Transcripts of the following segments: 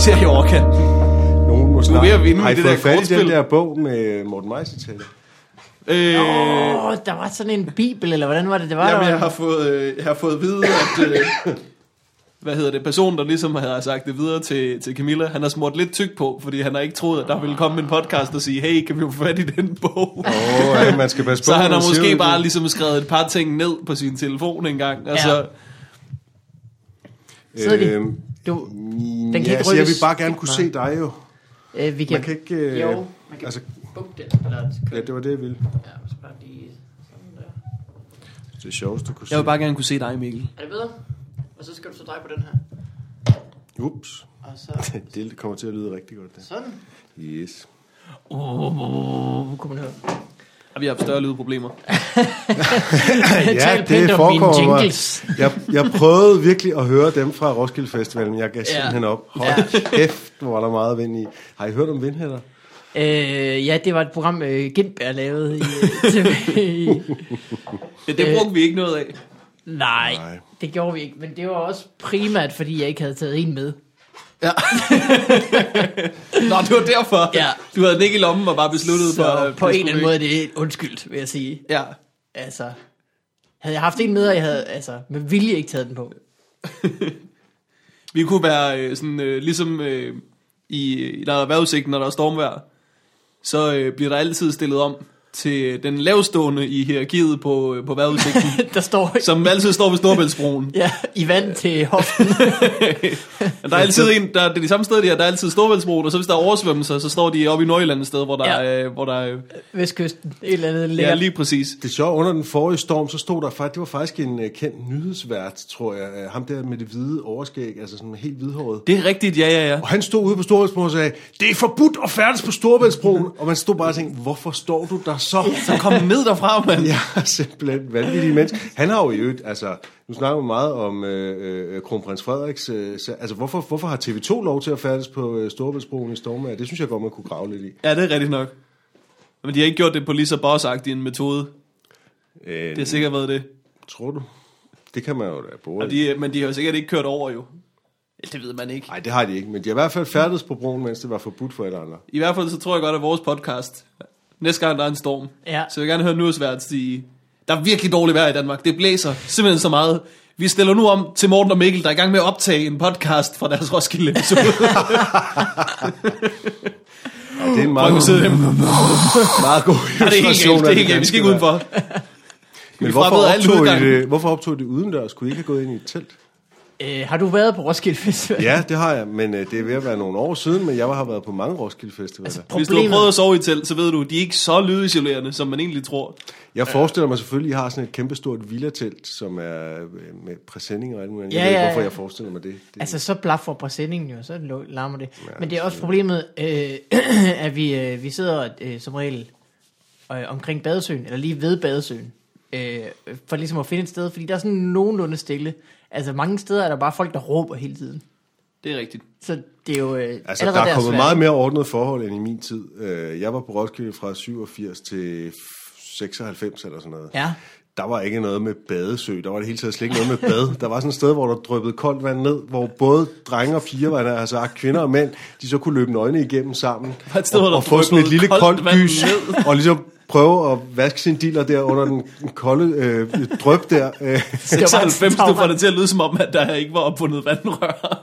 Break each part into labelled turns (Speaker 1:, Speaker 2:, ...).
Speaker 1: kanten.
Speaker 2: Nogen må
Speaker 1: Du er ved at vinde
Speaker 2: Har I
Speaker 1: med det
Speaker 2: fået
Speaker 1: der
Speaker 2: fat i
Speaker 1: kortspil?
Speaker 2: den der bog med Morten Meiser-citater?
Speaker 1: Øh,
Speaker 3: Åh, oh, der var sådan en bibel, eller hvordan var det, det var?
Speaker 1: Jamen,
Speaker 3: der
Speaker 1: jeg har
Speaker 3: var
Speaker 1: fået, øh, jeg har fået at vide, at... Øh, hvad hedder det? Personen, der ligesom havde sagt det videre til, til Camilla, han har smurt lidt tyk på, fordi han har ikke troet, at der ville komme en podcast og sige, hey, kan vi få fat i den bog?
Speaker 2: Åh, oh, ja, man skal passe på.
Speaker 1: Så han
Speaker 2: hvad
Speaker 1: har
Speaker 2: man siger
Speaker 1: måske
Speaker 2: ud.
Speaker 1: bare ligesom skrevet et par ting ned på sin telefon engang, og
Speaker 3: Ja.
Speaker 1: så...
Speaker 3: Sidder de? du,
Speaker 2: mm,
Speaker 3: Den kan
Speaker 2: Øhm, ja,
Speaker 3: ikke
Speaker 2: så jeg
Speaker 3: rykkes.
Speaker 2: vil bare gerne kunne se dig jo.
Speaker 3: øh, vi kan,
Speaker 2: Man kan ikke... Øh,
Speaker 3: Jo, man kan-
Speaker 2: Altså,
Speaker 3: Bum, den, eller,
Speaker 2: ja, det var det, jeg ville.
Speaker 3: ja, så bare lige sådan der.
Speaker 2: Det sjoveste kunne
Speaker 1: Jeg vil
Speaker 2: se.
Speaker 1: bare gerne kunne se dig, Mikkel.
Speaker 3: Er det bedre? Og så skal du så dreje på den her.
Speaker 2: Ups.
Speaker 3: Og så
Speaker 2: Det kommer til at lyde rigtig godt. Det.
Speaker 3: sådan.
Speaker 2: Yes.
Speaker 3: Åh, oh, kunne man høre.
Speaker 1: Og vi har haft større lydproblemer.
Speaker 3: Tal pænt om mine jingles.
Speaker 2: mig. Jeg, jeg prøvede virkelig at høre dem fra Roskilde Festival, men jeg gav
Speaker 1: Ja.
Speaker 2: simpelthen op. Hold kæft, hvor er der meget vind i. Har I hørt om vindhætter?
Speaker 3: Øh, ja, det var et program, øh, Gindberg lavede i, øh, tilbage i
Speaker 1: Det, det brugte vi ikke noget af.
Speaker 2: Nej.
Speaker 3: Nej, Nej, det gjorde vi ikke. Men det var også primært, fordi jeg ikke havde taget en med.
Speaker 1: Ja. Nå, det var derfor.
Speaker 3: Ja.
Speaker 1: Du havde den ikke i lommen og bare besluttet for...
Speaker 3: Så
Speaker 1: at-
Speaker 3: på en eller anden
Speaker 1: ikke-
Speaker 3: måde er det et undskyldt, vil jeg sige.
Speaker 1: Ja.
Speaker 3: Altså, havde jeg haft en med, og jeg havde altså, med vilje ikke taget den på.
Speaker 1: Vi kunne være øh, sådan, øh, ligesom øh, i, der er vejrudsigten, når der er stormvejr, så øh, bliver der altid stillet om til den lavstående i hierarkiet på, øh, på vejrudsigten,
Speaker 3: Der står
Speaker 1: som altid står ved Storbæltsbroen.
Speaker 3: ja, i vand til hoften.
Speaker 1: Der er altid en, der, det er de samme sted, der, der er altid Storbæltsbroen, og så hvis der er oversvømmelser, så står de oppe i Nordjylland et sted, hvor der, ja.
Speaker 3: Ja.
Speaker 1: øh, hvor der øh,
Speaker 3: Vestkysten, et eller andet
Speaker 1: ja,
Speaker 3: lækkert.
Speaker 1: lige præcis.
Speaker 2: Det er sjovt, under den forrige storm, så stod der faktisk, det var faktisk en uh, kendt nyhedsvært, tror jeg, uh, ham der med det hvide overskæg, altså sådan helt hvidhåret.
Speaker 1: Det er rigtigt, ja, ja, ja.
Speaker 2: Og han stod ude på Storebæltsbroen og sagde, det er forbudt at færdes på Storebæltsbroen. og man stod bare og tænkte, hvorfor står du der så?
Speaker 1: Så kom ned derfra, mand.
Speaker 2: Jeg er simpelthen vanvittig menneske. Han har jo i øvrigt, altså, nu snakker vi meget om øh, øh, kronprins Frederiks, øh, sag. altså hvorfor, hvorfor har TV2 lov til at færdes på øh, Storebæltsbroen i Stormager? Det synes jeg godt, man kunne grave lidt i.
Speaker 1: Ja, det er rigtigt nok. Men de har ikke gjort det på lige så boss en metode.
Speaker 2: Øh,
Speaker 1: Det har sikkert været det.
Speaker 2: Tror du? Det kan man jo da bruge.
Speaker 1: Og de, men de har jo sikkert ikke kørt over, jo. Ja, Det ved man ikke.
Speaker 2: Nej, det har de ikke, men de har i hvert fald færdes på broen, mens det var forbudt for et eller andet.
Speaker 1: I hvert fald så tror jeg godt, at vores podcast, næste gang der er en storm,
Speaker 3: Ja.
Speaker 1: så jeg vil gerne høre nyhedsvært sige, der er virkelig dårligt vejr i Danmark. Det blæser simpelthen så meget. Vi stiller nu om til Morten og Mikkel, der er i gang med at optage en podcast fra deres Roskilde episode.
Speaker 2: Ja, det er en
Speaker 1: Og
Speaker 2: meget,
Speaker 1: nu sidder dem.
Speaker 2: meget god
Speaker 1: Ja, det er helt
Speaker 2: illustration
Speaker 1: galt, det
Speaker 2: af
Speaker 1: er helt galt. Vi skal
Speaker 2: danske
Speaker 1: ikke udenfor.
Speaker 2: vejr. Men
Speaker 1: Vi frabeder alle
Speaker 2: hvorfor optog, I
Speaker 1: udgangen.
Speaker 2: det, hvorfor optog I det udendørs? Skulle I ikke have gået ind i et telt?
Speaker 3: Øh, har du været på Roskilde Festival? Altså,
Speaker 2: Ja, det har jeg, men øh, det er ved at være nogle år siden, men jeg har været på mange Roskilde Festivaler. Altså,
Speaker 1: Hvis du har prøvet at sove i et telt, så ved du, de er ikke så lydisolerende, som man egentlig tror.
Speaker 2: Jeg forestiller mig selvfølgelig, at I har sådan et kæmpestort villatelt, som er øh, med præsending og alt muligt. Jeg
Speaker 3: Ja,
Speaker 2: ved ikke,
Speaker 3: ja, ja.
Speaker 2: hvorfor jeg forestiller mig det. det
Speaker 3: Altså, så blaffer præsendingen jo, så lo- larmer det. Men det er også problemet, øh, at vi, øh, vi sidder øh, som regel øh, omkring badesøen, eller lige ved badesøen, øh, for ligesom at finde et sted, fordi der er sådan nogenlunde stille. Altså, mange steder er der bare folk, der råber hele tiden.
Speaker 1: Det er rigtigt.
Speaker 3: Så det er jo øh,
Speaker 2: altså der
Speaker 3: allerede
Speaker 2: er kommet
Speaker 3: svært.
Speaker 2: meget mere ordnet forhold end i min tid. Øh, Jeg var på Roskilde fra 87 til 96 eller sådan noget.
Speaker 3: Ja.
Speaker 2: Der var ikke noget med badesø, der var det hele taget slet ikke noget med bad. Der var sådan et sted, hvor der dryppede koldt vand ned, hvor både drenge og piger, var der, altså ah, kvinder og mænd, de så kunne løbe nøgne igennem sammen.
Speaker 1: var et sted,
Speaker 2: og,
Speaker 1: hvor der
Speaker 2: og få sådan et
Speaker 1: dryppede
Speaker 2: lille
Speaker 1: koldt
Speaker 2: koldt
Speaker 1: vand
Speaker 2: gys, og ligesom prøve at vaske sin diller der under den kolde øh, drøb der. Øh.
Speaker 3: var bare en
Speaker 1: 96, du får
Speaker 3: trauma.
Speaker 1: det til at lyde som om, at der ikke var opfundet vandrør.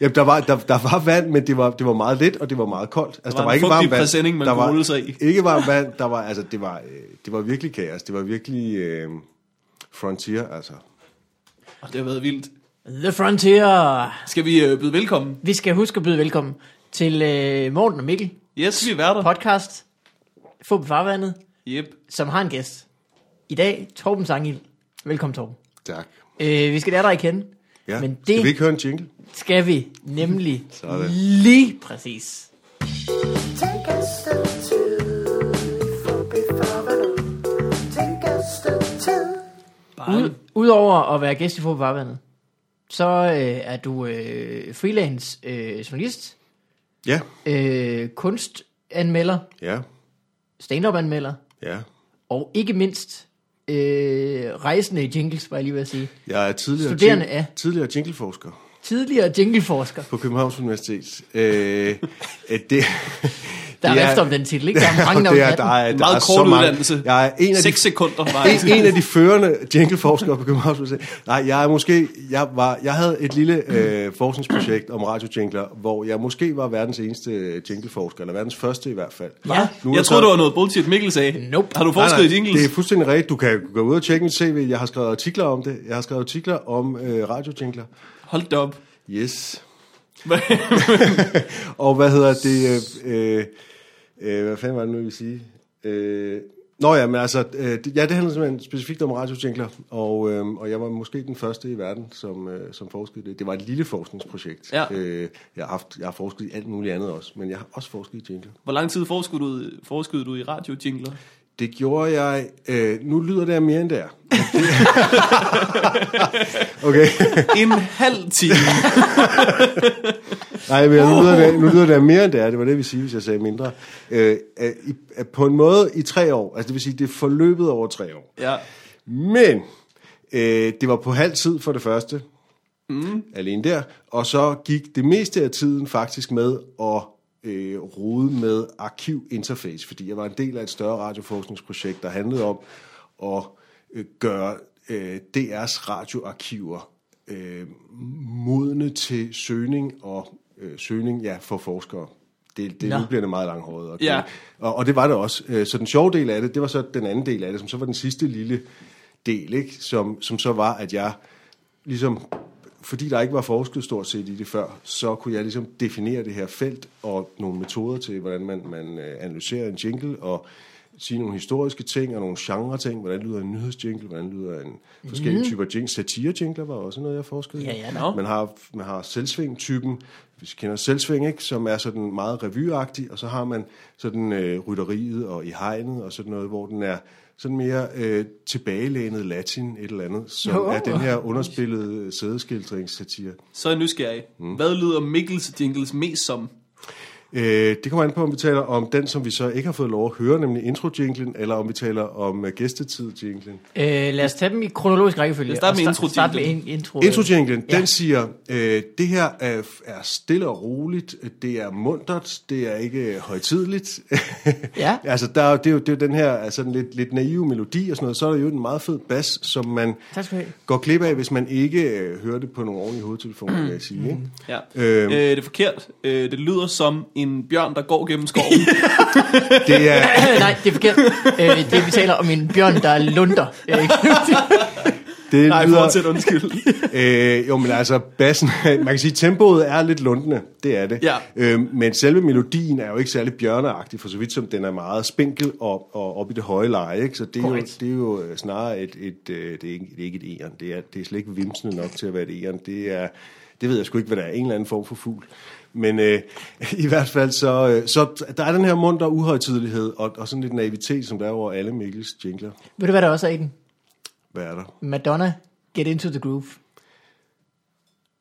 Speaker 2: Jamen, der var, der, der var vand, men det var, det var meget lidt, og det var meget koldt. Altså, der,
Speaker 1: var
Speaker 2: var,
Speaker 1: en
Speaker 2: ikke
Speaker 1: fugtig
Speaker 2: varmt vand.
Speaker 1: præsending, man
Speaker 2: der
Speaker 1: kunne
Speaker 2: var
Speaker 1: rulle sig i.
Speaker 2: ikke varmt vand. Der var, altså, det, var, øh, det var virkelig kaos. Det var virkelig øh, frontier, altså.
Speaker 1: Og det har været vildt.
Speaker 3: The Frontier!
Speaker 1: Skal vi øh, byde velkommen?
Speaker 3: Vi skal huske at byde velkommen til øh, Morten og Mikkel
Speaker 1: Yes, vi er værter.
Speaker 3: podcast Få på farvandet,
Speaker 1: Yep.
Speaker 3: som har en gæst. I dag, Torben Sangil. Velkommen, Torben.
Speaker 2: Tak.
Speaker 3: Øh, vi skal lære dig at kende.
Speaker 2: Ja.
Speaker 3: Men det
Speaker 2: Skal vi ikke høre en jingle?
Speaker 3: skal vi nemlig
Speaker 2: Sådan.
Speaker 3: lige præcis.
Speaker 4: Take a step two for befarvandet. Take a step two.
Speaker 3: Ud, udover at være gæst i Fodbold Farvandet, så øh, er du øh, freelance øh, journalist,
Speaker 2: Ja,
Speaker 3: øh, kunstanmelder,
Speaker 2: ja,
Speaker 3: stand-up-anmelder,
Speaker 2: ja.
Speaker 3: og ikke mindst øh, rejsende i jingles, var jeg lige ved at sige.
Speaker 2: Jeg er tidligere,
Speaker 3: Studerende
Speaker 2: jing-
Speaker 3: af?
Speaker 2: tidligere jingleforsker.
Speaker 3: Tidligere jingleforsker.
Speaker 2: på Københavns Universitet. Øh, øh, det,
Speaker 3: Der er
Speaker 2: det
Speaker 3: rift om den titel, ikke? Der er mange, der
Speaker 2: det er,
Speaker 3: vil
Speaker 2: der
Speaker 3: have den.
Speaker 2: er, der
Speaker 1: Meget
Speaker 2: er
Speaker 1: kort
Speaker 2: så mange.
Speaker 1: uddannelse.
Speaker 2: Jeg er en af de
Speaker 1: 6 sekunder var
Speaker 2: en, en af de førende jingleforskere på Københavns Universitet. Nej, jeg er måske, jeg, var, jeg havde et lille øh, forskningsprojekt om radiojingler, hvor jeg måske var verdens eneste øh, jingleforsker, eller verdens første i hvert fald.
Speaker 3: Ja.
Speaker 2: Nu er
Speaker 1: Jeg
Speaker 2: der
Speaker 1: troede,
Speaker 2: så-
Speaker 1: det var noget bullshit, Mikkel sagde.
Speaker 3: Nope.
Speaker 1: Har du
Speaker 2: Nej,
Speaker 1: forsket
Speaker 2: nej,
Speaker 1: i jingles?
Speaker 2: Det er fuldstændig rigtigt. Du kan gå ud og tjekke mit CV. Jeg har skrevet artikler om det. Jeg har skrevet artikler om øh, radiojingler.
Speaker 1: Hold da op.
Speaker 2: Yes.
Speaker 1: Hvad-
Speaker 2: Og hvad hedder det? Øh, øh, øh, hvad fanden var det nu, jeg ville sige? Øh, Nå ja, men altså, øh, det- ja, det handler simpelthen specifikt om radiojingler, og, øh, og jeg var måske den første i verden, som, øh, som forskede i det. Det var et lille forskningsprojekt.
Speaker 1: Ja.
Speaker 2: Øh, jeg, har haft, jeg har forsket i alt muligt andet også, men jeg har også forsket i jingler.
Speaker 1: Hvor lang tid forskede du, forskede du i radiojingler?
Speaker 2: Det gjorde jeg... Øh, nu lyder det af mere end det er. okay.
Speaker 1: En halv time.
Speaker 2: Nej, men nu lyder, det, nu lyder det af mere end det er. Det var det, vi siger, hvis jeg sagde mindre. Øh, øh, i, øh, på en måde i tre år. Altså det vil sige, det er forløbet over tre år.
Speaker 1: Ja.
Speaker 2: Men øh, det var på halv tid for det første. Mm. Alene der. Og så gik det meste af tiden faktisk med at øh, rode med arkivinterface, fordi jeg var en del af et større radioforskningsprojekt, der handlede om at øh, gøre øh, DR's radioarkiver øh, modne til søgning og øh, søgning ja, for forskere. Det, det,
Speaker 3: Nå.
Speaker 2: nu bliver det meget langhåret. Okay?
Speaker 1: Ja.
Speaker 2: Og, og det var det også. Øh, Så den sjove del af det, det var så den anden del af det, som så var den sidste lille del, ikke? Som, som så var, at jeg ligesom, fordi der ikke var forsket stort set i det før, så kunne jeg ligesom definere det her felt og nogle metoder til, hvordan man, man øh, analyserer en jingle og sige nogle historiske ting og nogle genre ting. Hvordan lyder en nyhedsjingle? Hvordan lyder en forskellige typer jingle? Satire-jingler var også noget, jeg forskede i.
Speaker 3: Ja, ja, da.
Speaker 1: Nå.
Speaker 2: Man har, man har selvsving-typen, hvis I kender selvsving, ikke? som er sådan meget revyagtig, og så har man sådan øh, rytteriet og i hegnet og sådan noget, hvor den er sådan mere øh, tilbagelænet latin, et eller andet, som
Speaker 3: Nå.
Speaker 2: oh. er den her underspillede sædeskildringssatire.
Speaker 1: Så er jeg nysgerrig.
Speaker 2: Mm.
Speaker 1: Hvad lyder Mikkels jingles mest som?
Speaker 2: Øh, det kommer an på, om vi taler om den, som vi så ikke har fået lov at høre, nemlig intro-jinglen, eller om vi taler om øh, gæstetid-jinglen.
Speaker 3: Øh, lad os tage dem i kronologisk rækkefølge.
Speaker 1: Lad os starte
Speaker 3: og
Speaker 1: med
Speaker 3: sta-
Speaker 1: intro-jinglen.
Speaker 3: starte med in- intro.
Speaker 2: Introjinglen,
Speaker 3: Ja.
Speaker 2: ja. den siger, øh, det her er, er stille og roligt, det er muntert, det er ikke øh, højtidligt.
Speaker 3: Ja.
Speaker 2: altså, der er, jo- det, er jo, det er jo den her altså, den lidt, lidt naive melodi og sådan noget, så er der jo en meget fed bas, som man
Speaker 3: Tak skal du have.
Speaker 2: går glip af, hvis man ikke øh, hører det på nogle ordentlige hovedtelefoner, vil jeg sige. Ikke?
Speaker 3: Mm.
Speaker 1: Ja.
Speaker 2: Øhm.
Speaker 1: Øh, det er forkert. Øh, det lyder som en bjørn, der går gennem skoven.
Speaker 2: Det er,
Speaker 3: Nej, det er forkert. Øh, det vi taler om en bjørn, der lunder. Øh,
Speaker 2: det
Speaker 1: Nej,
Speaker 2: lyder,
Speaker 1: fortsæt undskyld.
Speaker 2: øh, jo, men altså, bassen, man kan sige, tempoet er lidt lundende, det er det.
Speaker 1: Ja.
Speaker 2: Øh, men selve melodien er jo ikke særlig bjørneagtig, for så vidt som den er meget spinkel og, og op i det høje leje, ikke? så det er, jo,
Speaker 3: Korrekt.
Speaker 2: det er jo øh, snarere et, et, øh, det, er ikke, det er ikke et æren, det er, det er slet ikke vimsende nok til at være et æren, det er, det ved jeg sgu ikke, hvad der er, en eller anden form for fugl. Men øh, i hvert fald, så, øh, så der er den her munter uhøjtidelighed og, og sådan lidt naivitet, som der er over alle Mikkels jingler.
Speaker 3: ved du, hvad der også er i den?
Speaker 2: Hvad er der?
Speaker 3: Madonna, Get Into The Groove.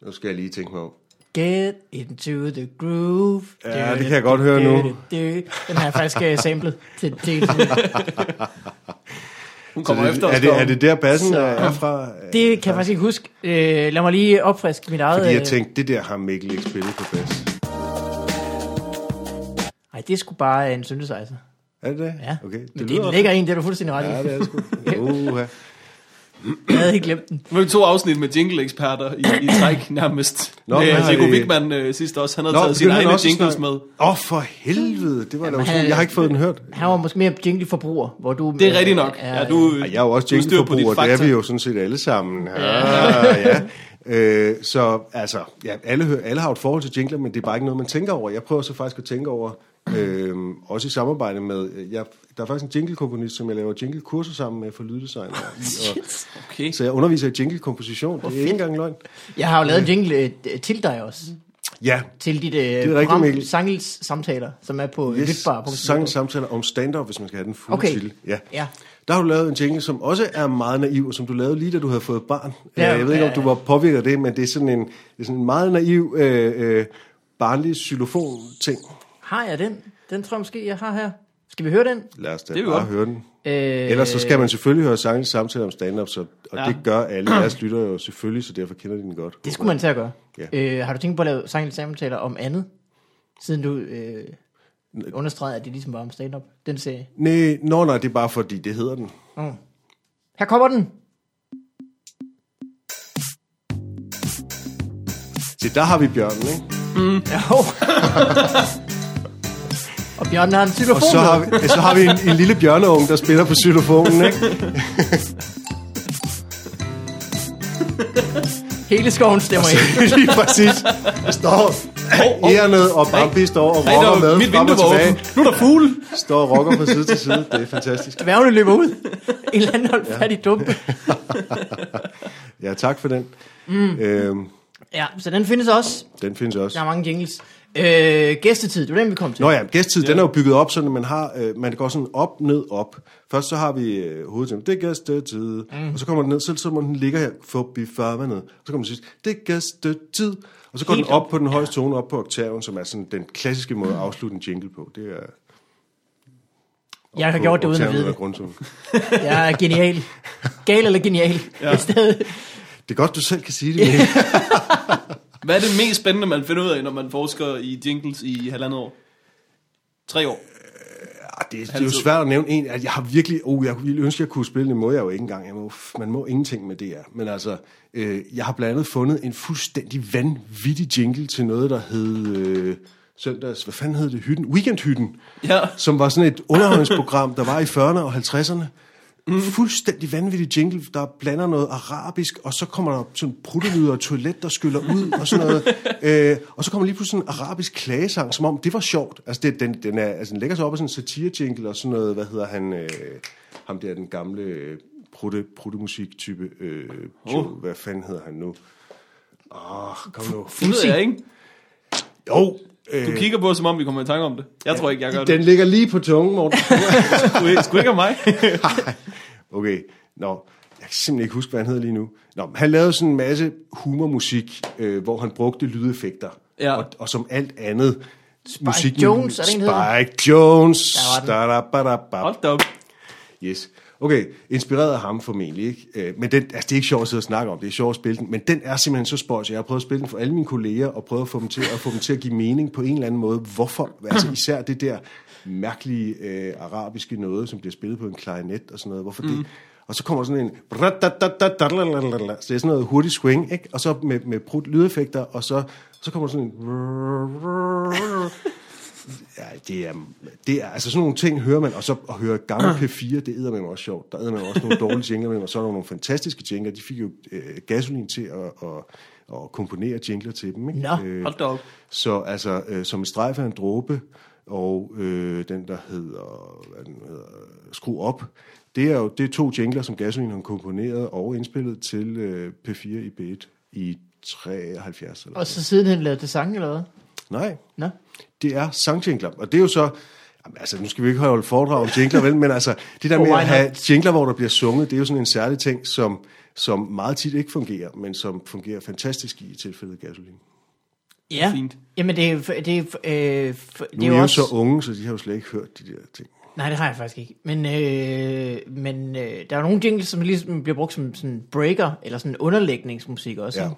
Speaker 2: Nu skal jeg lige tænke mig om.
Speaker 3: Get into the groove.
Speaker 2: Ja, det kan jeg godt høre nu.
Speaker 3: Den har jeg faktisk øh, samlet til, til
Speaker 1: Hun
Speaker 2: Så
Speaker 1: kommer
Speaker 2: det,
Speaker 1: efter os.
Speaker 2: er, det, er det der bassen
Speaker 3: Så-
Speaker 2: er, er fra?
Speaker 3: Det kan jeg faktisk ikke huske. Øh, lad mig lige opfriske mit eget...
Speaker 2: Fordi jeg
Speaker 3: øh,
Speaker 2: tænkte, det der har Mikkel ikke spillet på bas.
Speaker 3: Ej, det er sgu bare en synthesizer.
Speaker 2: Er det det?
Speaker 3: Ja,
Speaker 2: Okay, det,
Speaker 3: men det er
Speaker 2: lyder...
Speaker 3: en lækker en, det er du fuldstændig ret i.
Speaker 2: Ja, det er sgu. Uha.
Speaker 3: Jeg havde ikke glemt den.
Speaker 1: Nu har vi to afsnit med jingle-eksperter i, i træk nærmest.
Speaker 2: Nå,
Speaker 1: Nå, med
Speaker 2: hvad har
Speaker 1: Jacob
Speaker 2: I-
Speaker 1: Wigman øh, sidste også. Han havde Nå,
Speaker 2: Nå,
Speaker 1: taget sine
Speaker 2: begynder han
Speaker 1: egne
Speaker 2: også at
Speaker 1: jingles
Speaker 2: snakke-
Speaker 1: med.
Speaker 2: Åh, oh, for helvede. Det var da
Speaker 3: Jamen, han-
Speaker 2: utroligt. Jeg har ikke fået den hørt.
Speaker 3: Han var måske mere jingle-forbruger, hvor du...
Speaker 1: Det er
Speaker 3: øh,
Speaker 1: rigtigt nok. Ja, du,
Speaker 2: Ej, jeg er jo også
Speaker 1: du styrer på dit
Speaker 2: jingleforbruger. Det er
Speaker 1: fakta.
Speaker 2: vi jo sådan set alle sammen. Ah, ja. Øh, så altså, ja, alle, hø- alle har jo et forhold til jingler, men det er bare ikke noget, man tænker over. Jeg prøver så faktisk at tænke over, øh, også i samarbejde med, øh, jeg, der er faktisk en jinglekomponist, som jeg laver jinglekurser sammen med for lyddesigner. Og,
Speaker 1: Okay.
Speaker 2: Så jeg underviser i jinglekomposition. Det er ikke engang løgn.
Speaker 3: Jeg har jo lavet en jingle øh, til dig også.
Speaker 2: Ja,
Speaker 3: Til dit
Speaker 2: rigtigt,
Speaker 3: øh, program,
Speaker 2: Mikkel.
Speaker 3: sangsamtaler, som er på yes,
Speaker 2: yes.
Speaker 3: lytbar.
Speaker 2: sang samtaler om stand-up, hvis man skal have den fulde
Speaker 3: Okay.
Speaker 2: titel. Ja.
Speaker 3: Ja.
Speaker 2: Der har du lavet en jingle, som også er meget naiv, og som du lavede lige da du havde fået barn.
Speaker 3: Ja,
Speaker 2: Ja, jeg ved ikke,
Speaker 3: ja,
Speaker 2: om du var påvirket af det, men det er sådan en, det er sådan en meget naiv, øh, øh, barnlig xylofon-ting.
Speaker 3: Har jeg den? Den tror jeg måske, jeg har her. Skal vi høre den?
Speaker 2: Lad os da
Speaker 1: Det er
Speaker 2: det
Speaker 1: vi
Speaker 2: bare
Speaker 1: godt.
Speaker 2: høre den.
Speaker 3: Øh,
Speaker 2: Ellers så skal man selvfølgelig høre sangen samtale om stand-up, så, og
Speaker 1: Ja.
Speaker 2: ja. det gør alle jeres lytter jo selvfølgelig, så derfor kender de den godt.
Speaker 3: Det skulle man til at gøre.
Speaker 2: Ja.
Speaker 3: Øh, har du tænkt på at lave sang samtaler om andet? Siden du øh, understregede, at det ligesom var om stand-up. Den serie.
Speaker 2: Nej, nå, nej, det er bare fordi, det hedder den.
Speaker 3: Mm. Her kommer den.
Speaker 2: Se, der har vi bjørnen, ikke?
Speaker 3: Ja, hov. Og Bjørn har en
Speaker 2: Og
Speaker 3: telefon.
Speaker 2: så har vi, så har vi en, en lille bjørneunge, der spiller på xylofonen, ikke?
Speaker 3: Hele skoven stemmer ind.
Speaker 2: Lige præcis. Der står Ærnet og Bambi står og
Speaker 1: Nej, der
Speaker 2: rocker
Speaker 1: var,
Speaker 2: med
Speaker 1: mit
Speaker 2: frem
Speaker 1: vindue
Speaker 2: og
Speaker 1: var
Speaker 2: tilbage.
Speaker 1: åbent. Nu er der fugle.
Speaker 2: Står og rocker fra side til side. Det er fantastisk.
Speaker 3: Dværgene løber ud. En eller anden holdt fat i dumpe.
Speaker 2: Ja, tak for den. Mm. Øhm,
Speaker 3: Ja, så den findes også.
Speaker 2: den findes
Speaker 3: Der
Speaker 2: også.
Speaker 3: er mange jingles. Øh, gæstetid, det var den, vi kom til.
Speaker 2: Nå ja, gæsttid, den er jo bygget op, sådan at man, har, øh, man går sådan op, ned, op. Først så har vi øh, hovedtiden, det er gæstetid, mm. og så kommer den ned, så, så må den ligge her forbi farvandet. Og så kommer den sidst, det er gæstetid, og så går
Speaker 3: Helt
Speaker 2: den op på den højeste tone, op på oktaven, som er sådan den klassiske måde at afslutte en jingle på. Det er
Speaker 3: jeg har
Speaker 2: på
Speaker 3: gjort det uden at
Speaker 2: oktaven
Speaker 3: vide
Speaker 2: eller
Speaker 3: det.
Speaker 2: grundtonen.
Speaker 3: Jeg er genial. Gal eller genial. Ja. I stedet.
Speaker 2: Det er godt, du selv kan sige det. Mikkel.
Speaker 1: Hvad er det mest spændende, man finder ud af, når man forsker i jingles i halvandet år? Tre år.
Speaker 2: Ah, det, det er jo svært at nævne en. at Jeg har virkelig, oh, jeg ville ønske, jeg kunne spille, det må jeg jo ikke engang. Jeg må, f- man må ingenting med det her. Men altså, øh, jeg har blandt andet fundet en fuldstændig vanvittig jingle til noget, der hed... Øh, søndags, hvad fanden hed det, hytten? Weekendhytten,
Speaker 1: Ja.
Speaker 2: som var sådan et underholdningsprogram, der var i 40'erne og 50'erne. Mm. Fuldstændig vanvittig jingle, der blander noget arabisk, og så kommer der sådan pruttelyder og toilet, der skyller ud og sådan noget. øh, og så kommer lige pludselig en arabisk klagesang, som om det var sjovt. Altså, det, den, den, er, altså, den lægger sig op af sådan en satire-jingle og sådan noget, hvad hedder han, øh, ham der, den gamle øh, prutte, musik-type. Øh,
Speaker 1: Oh.
Speaker 2: Joe, Hvad fanden hedder han nu? Åh, oh, kom nu.
Speaker 1: Det ved jeg ikke.
Speaker 2: Jo, øh,
Speaker 1: Du kigger på os, som om vi kommer i tanke om det. Jeg tror ikke, jeg gør det.
Speaker 2: den ligger lige på tungen, Morten.
Speaker 1: Skulle ikke- Skulle ikke af mig.
Speaker 2: Okay, nå, jeg kan simpelthen ikke huske, hvad han hedder lige nu. Nå, men han lavede sådan en masse humormusik, øh, hvor han brugte lydeffekter.
Speaker 1: Ja.
Speaker 2: Og, og som alt andet... Spike
Speaker 3: Jones, er det en, hedder?
Speaker 2: Spike Jones.
Speaker 3: Der
Speaker 2: Da, da, ba, da, ba.
Speaker 1: Hold da op.
Speaker 2: Yes. Okay, inspireret af ham formentlig, ikke? Øh, Men den, altså, det er ikke sjovt at sidde og snakke om, det er sjovt at spille den, men den er simpelthen så spøjs. Jeg har prøvet at spille den for alle mine kolleger, og prøvet at få dem til at, få dem til at give mening på en eller anden måde. Hvorfor? Altså især det der mærkelige øh, arabiske noget, som bliver spillet på en klarinet og sådan noget. Hvorfor mm. det? Og så kommer der sådan en... Så det er sådan noget hurtigt swing, ikke? Og så med, med brudt lydeffekter, og så, så kommer der sådan en... Ja, det er, det er, altså sådan nogle ting hører man, og så at høre gammel
Speaker 1: Ah.
Speaker 2: P4, det æder man også sjovt. Der æder man også nogle dårlige jingler med, og så er der nogle fantastiske jingler. De fik jo øh, gasolin til at, at, at komponere jingler til dem. Ikke? Øh,
Speaker 3: Nå.
Speaker 1: Hold da op.
Speaker 2: Så altså, øh, som et strejf af en dråbe, og øh, den, der hedder, hvad den hedder, Skru op, det er jo det er to jingler, som gasolin har komponeret og indspillet til øh, P4 i B1 i 73 eller
Speaker 3: Og så sidenhen lavede det sang, eller hvad?
Speaker 2: Nej,
Speaker 3: Nå.
Speaker 2: det er sangjingler. Og det er jo så, jamen, altså nu skal vi ikke holde foredrag om jingler, vel, men altså det der
Speaker 3: Oh,
Speaker 2: med
Speaker 3: why
Speaker 2: at have
Speaker 3: not?
Speaker 2: jingler, hvor der bliver sunget, det er jo sådan en særlig ting, som, som meget tit ikke fungerer, men som fungerer fantastisk i tilfældet gasolin.
Speaker 3: Ja.
Speaker 1: Fint.
Speaker 3: Jamen, det er, jo- det er, øh, for- det
Speaker 2: Nu er
Speaker 3: er jo
Speaker 2: de jo
Speaker 3: også...
Speaker 2: så unge, så de har jo slet ikke hørt de der ting.
Speaker 3: Nej, det har jeg faktisk ikke. Men, øh, men øh, der er jo nogle jingles, som ligesom bliver brugt som sådan breaker, eller sådan underlægningsmusik også.
Speaker 2: Ja.
Speaker 3: Ja.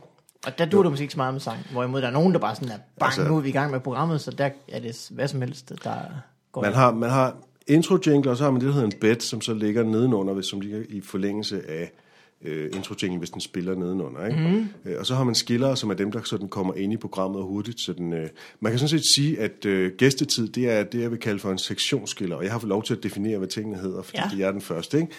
Speaker 3: Og der dur det måske ikke så meget med sang. Hvorimod der er nogen, der bare sådan er, bang, altså,
Speaker 2: Altså-
Speaker 3: nu er vi i gang med programmet, så der er det hvad som helst, der går.
Speaker 2: Man har, man har intro jingler, og så har man det, der hedder en bed, som så ligger nedenunder, hvis- som ligger i forlængelse af øh, intro jingle, hvis den spiller nedenunder. Ikke?
Speaker 3: Mhm.
Speaker 2: Mm. Øh, og så har man skillere, som er dem, der sådan kommer ind i programmet hurtigt. Så den, øh, man kan sådan set sige, at øh, gæstetid, det er det, jeg vil kalde for en sektionsskiller, og jeg har fået lov til at definere, hvad tingene hedder, fordi
Speaker 3: Ja.
Speaker 2: ja. jeg er den første. Ikke?